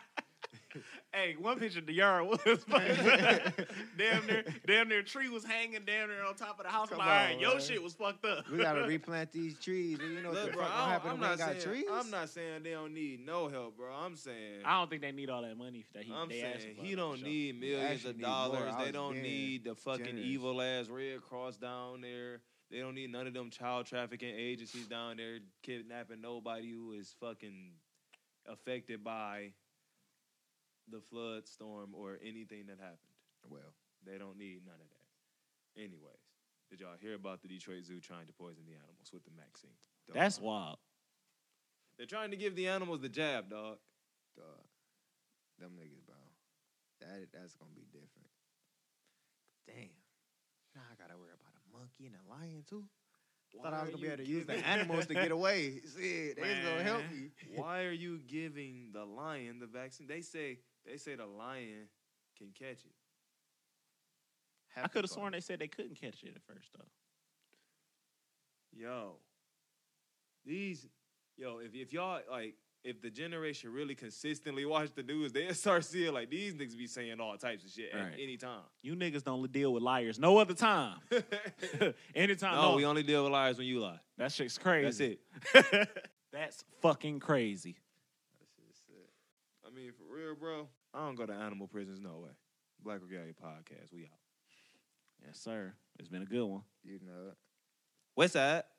[SPEAKER 1] Hey, one picture of the yard was [laughs] fucked up. damn near, damn near tree was hanging damn near on top of the house.
[SPEAKER 3] Come
[SPEAKER 1] like, all right,
[SPEAKER 3] on,
[SPEAKER 1] your
[SPEAKER 3] man.
[SPEAKER 1] shit was fucked up.
[SPEAKER 3] We gotta replant these trees. You know what
[SPEAKER 2] Look,
[SPEAKER 3] the
[SPEAKER 2] bro,
[SPEAKER 3] fuck gonna
[SPEAKER 2] I
[SPEAKER 3] happen
[SPEAKER 2] don't-
[SPEAKER 3] if
[SPEAKER 2] I'm,
[SPEAKER 3] we ain't
[SPEAKER 2] not
[SPEAKER 3] got
[SPEAKER 2] saying,
[SPEAKER 3] trees?
[SPEAKER 2] I'm not saying they don't need no help, bro. I'm saying
[SPEAKER 1] [laughs] I don't think they need all that money that he.
[SPEAKER 2] I'm
[SPEAKER 1] they asking
[SPEAKER 2] saying
[SPEAKER 1] for,
[SPEAKER 2] he
[SPEAKER 1] though,
[SPEAKER 2] don't
[SPEAKER 1] for sure.
[SPEAKER 2] need millions
[SPEAKER 3] actually
[SPEAKER 2] of
[SPEAKER 3] need more.
[SPEAKER 2] dollars.
[SPEAKER 3] I
[SPEAKER 2] They
[SPEAKER 3] was
[SPEAKER 2] don't
[SPEAKER 3] being
[SPEAKER 2] need the fucking
[SPEAKER 3] generous.
[SPEAKER 2] evil ass Red Cross down there. They don't need none of them child trafficking agencies down there kidnapping nobody who is fucking affected by the flood storm or anything that happened.
[SPEAKER 3] Well,
[SPEAKER 2] They don't need none of that. Anyways, did y'all hear about the Detroit Zoo trying to poison the animals with the vaccine?
[SPEAKER 1] That's wild.
[SPEAKER 2] They're trying to give the animals the jab, dog.
[SPEAKER 3] Duh. Them niggas, bro. That that's gonna be different. Damn. Now I gotta worry about a monkey and a lion too. Thought I was gonna be able to use the animals to get away. See, they was gonna help
[SPEAKER 1] Man.
[SPEAKER 3] me.
[SPEAKER 2] [laughs] Why are you giving the lion the vaccine? They say they say the lion can catch it.
[SPEAKER 1] I could have sworn they said they couldn't catch it at first though.
[SPEAKER 2] Yo, these yo, if if y'all like. If the generation really consistently watch the news, they start seeing like these niggas be saying all types of shit
[SPEAKER 1] Right.
[SPEAKER 2] at any time. [laughs]
[SPEAKER 1] You niggas don't deal with liars no other time. [laughs] Anytime.
[SPEAKER 2] no,
[SPEAKER 1] No,
[SPEAKER 2] we only deal with lies when you lie.
[SPEAKER 1] that shit's crazy.
[SPEAKER 2] That's it.
[SPEAKER 1] That's fucking crazy.
[SPEAKER 3] uh,
[SPEAKER 2] I mean, for real, bro. I don't go to animal prisons. No way. Black Regalia podcast. We out.
[SPEAKER 1] Yes, sir. It's been a good one.
[SPEAKER 3] You know,
[SPEAKER 2] West side.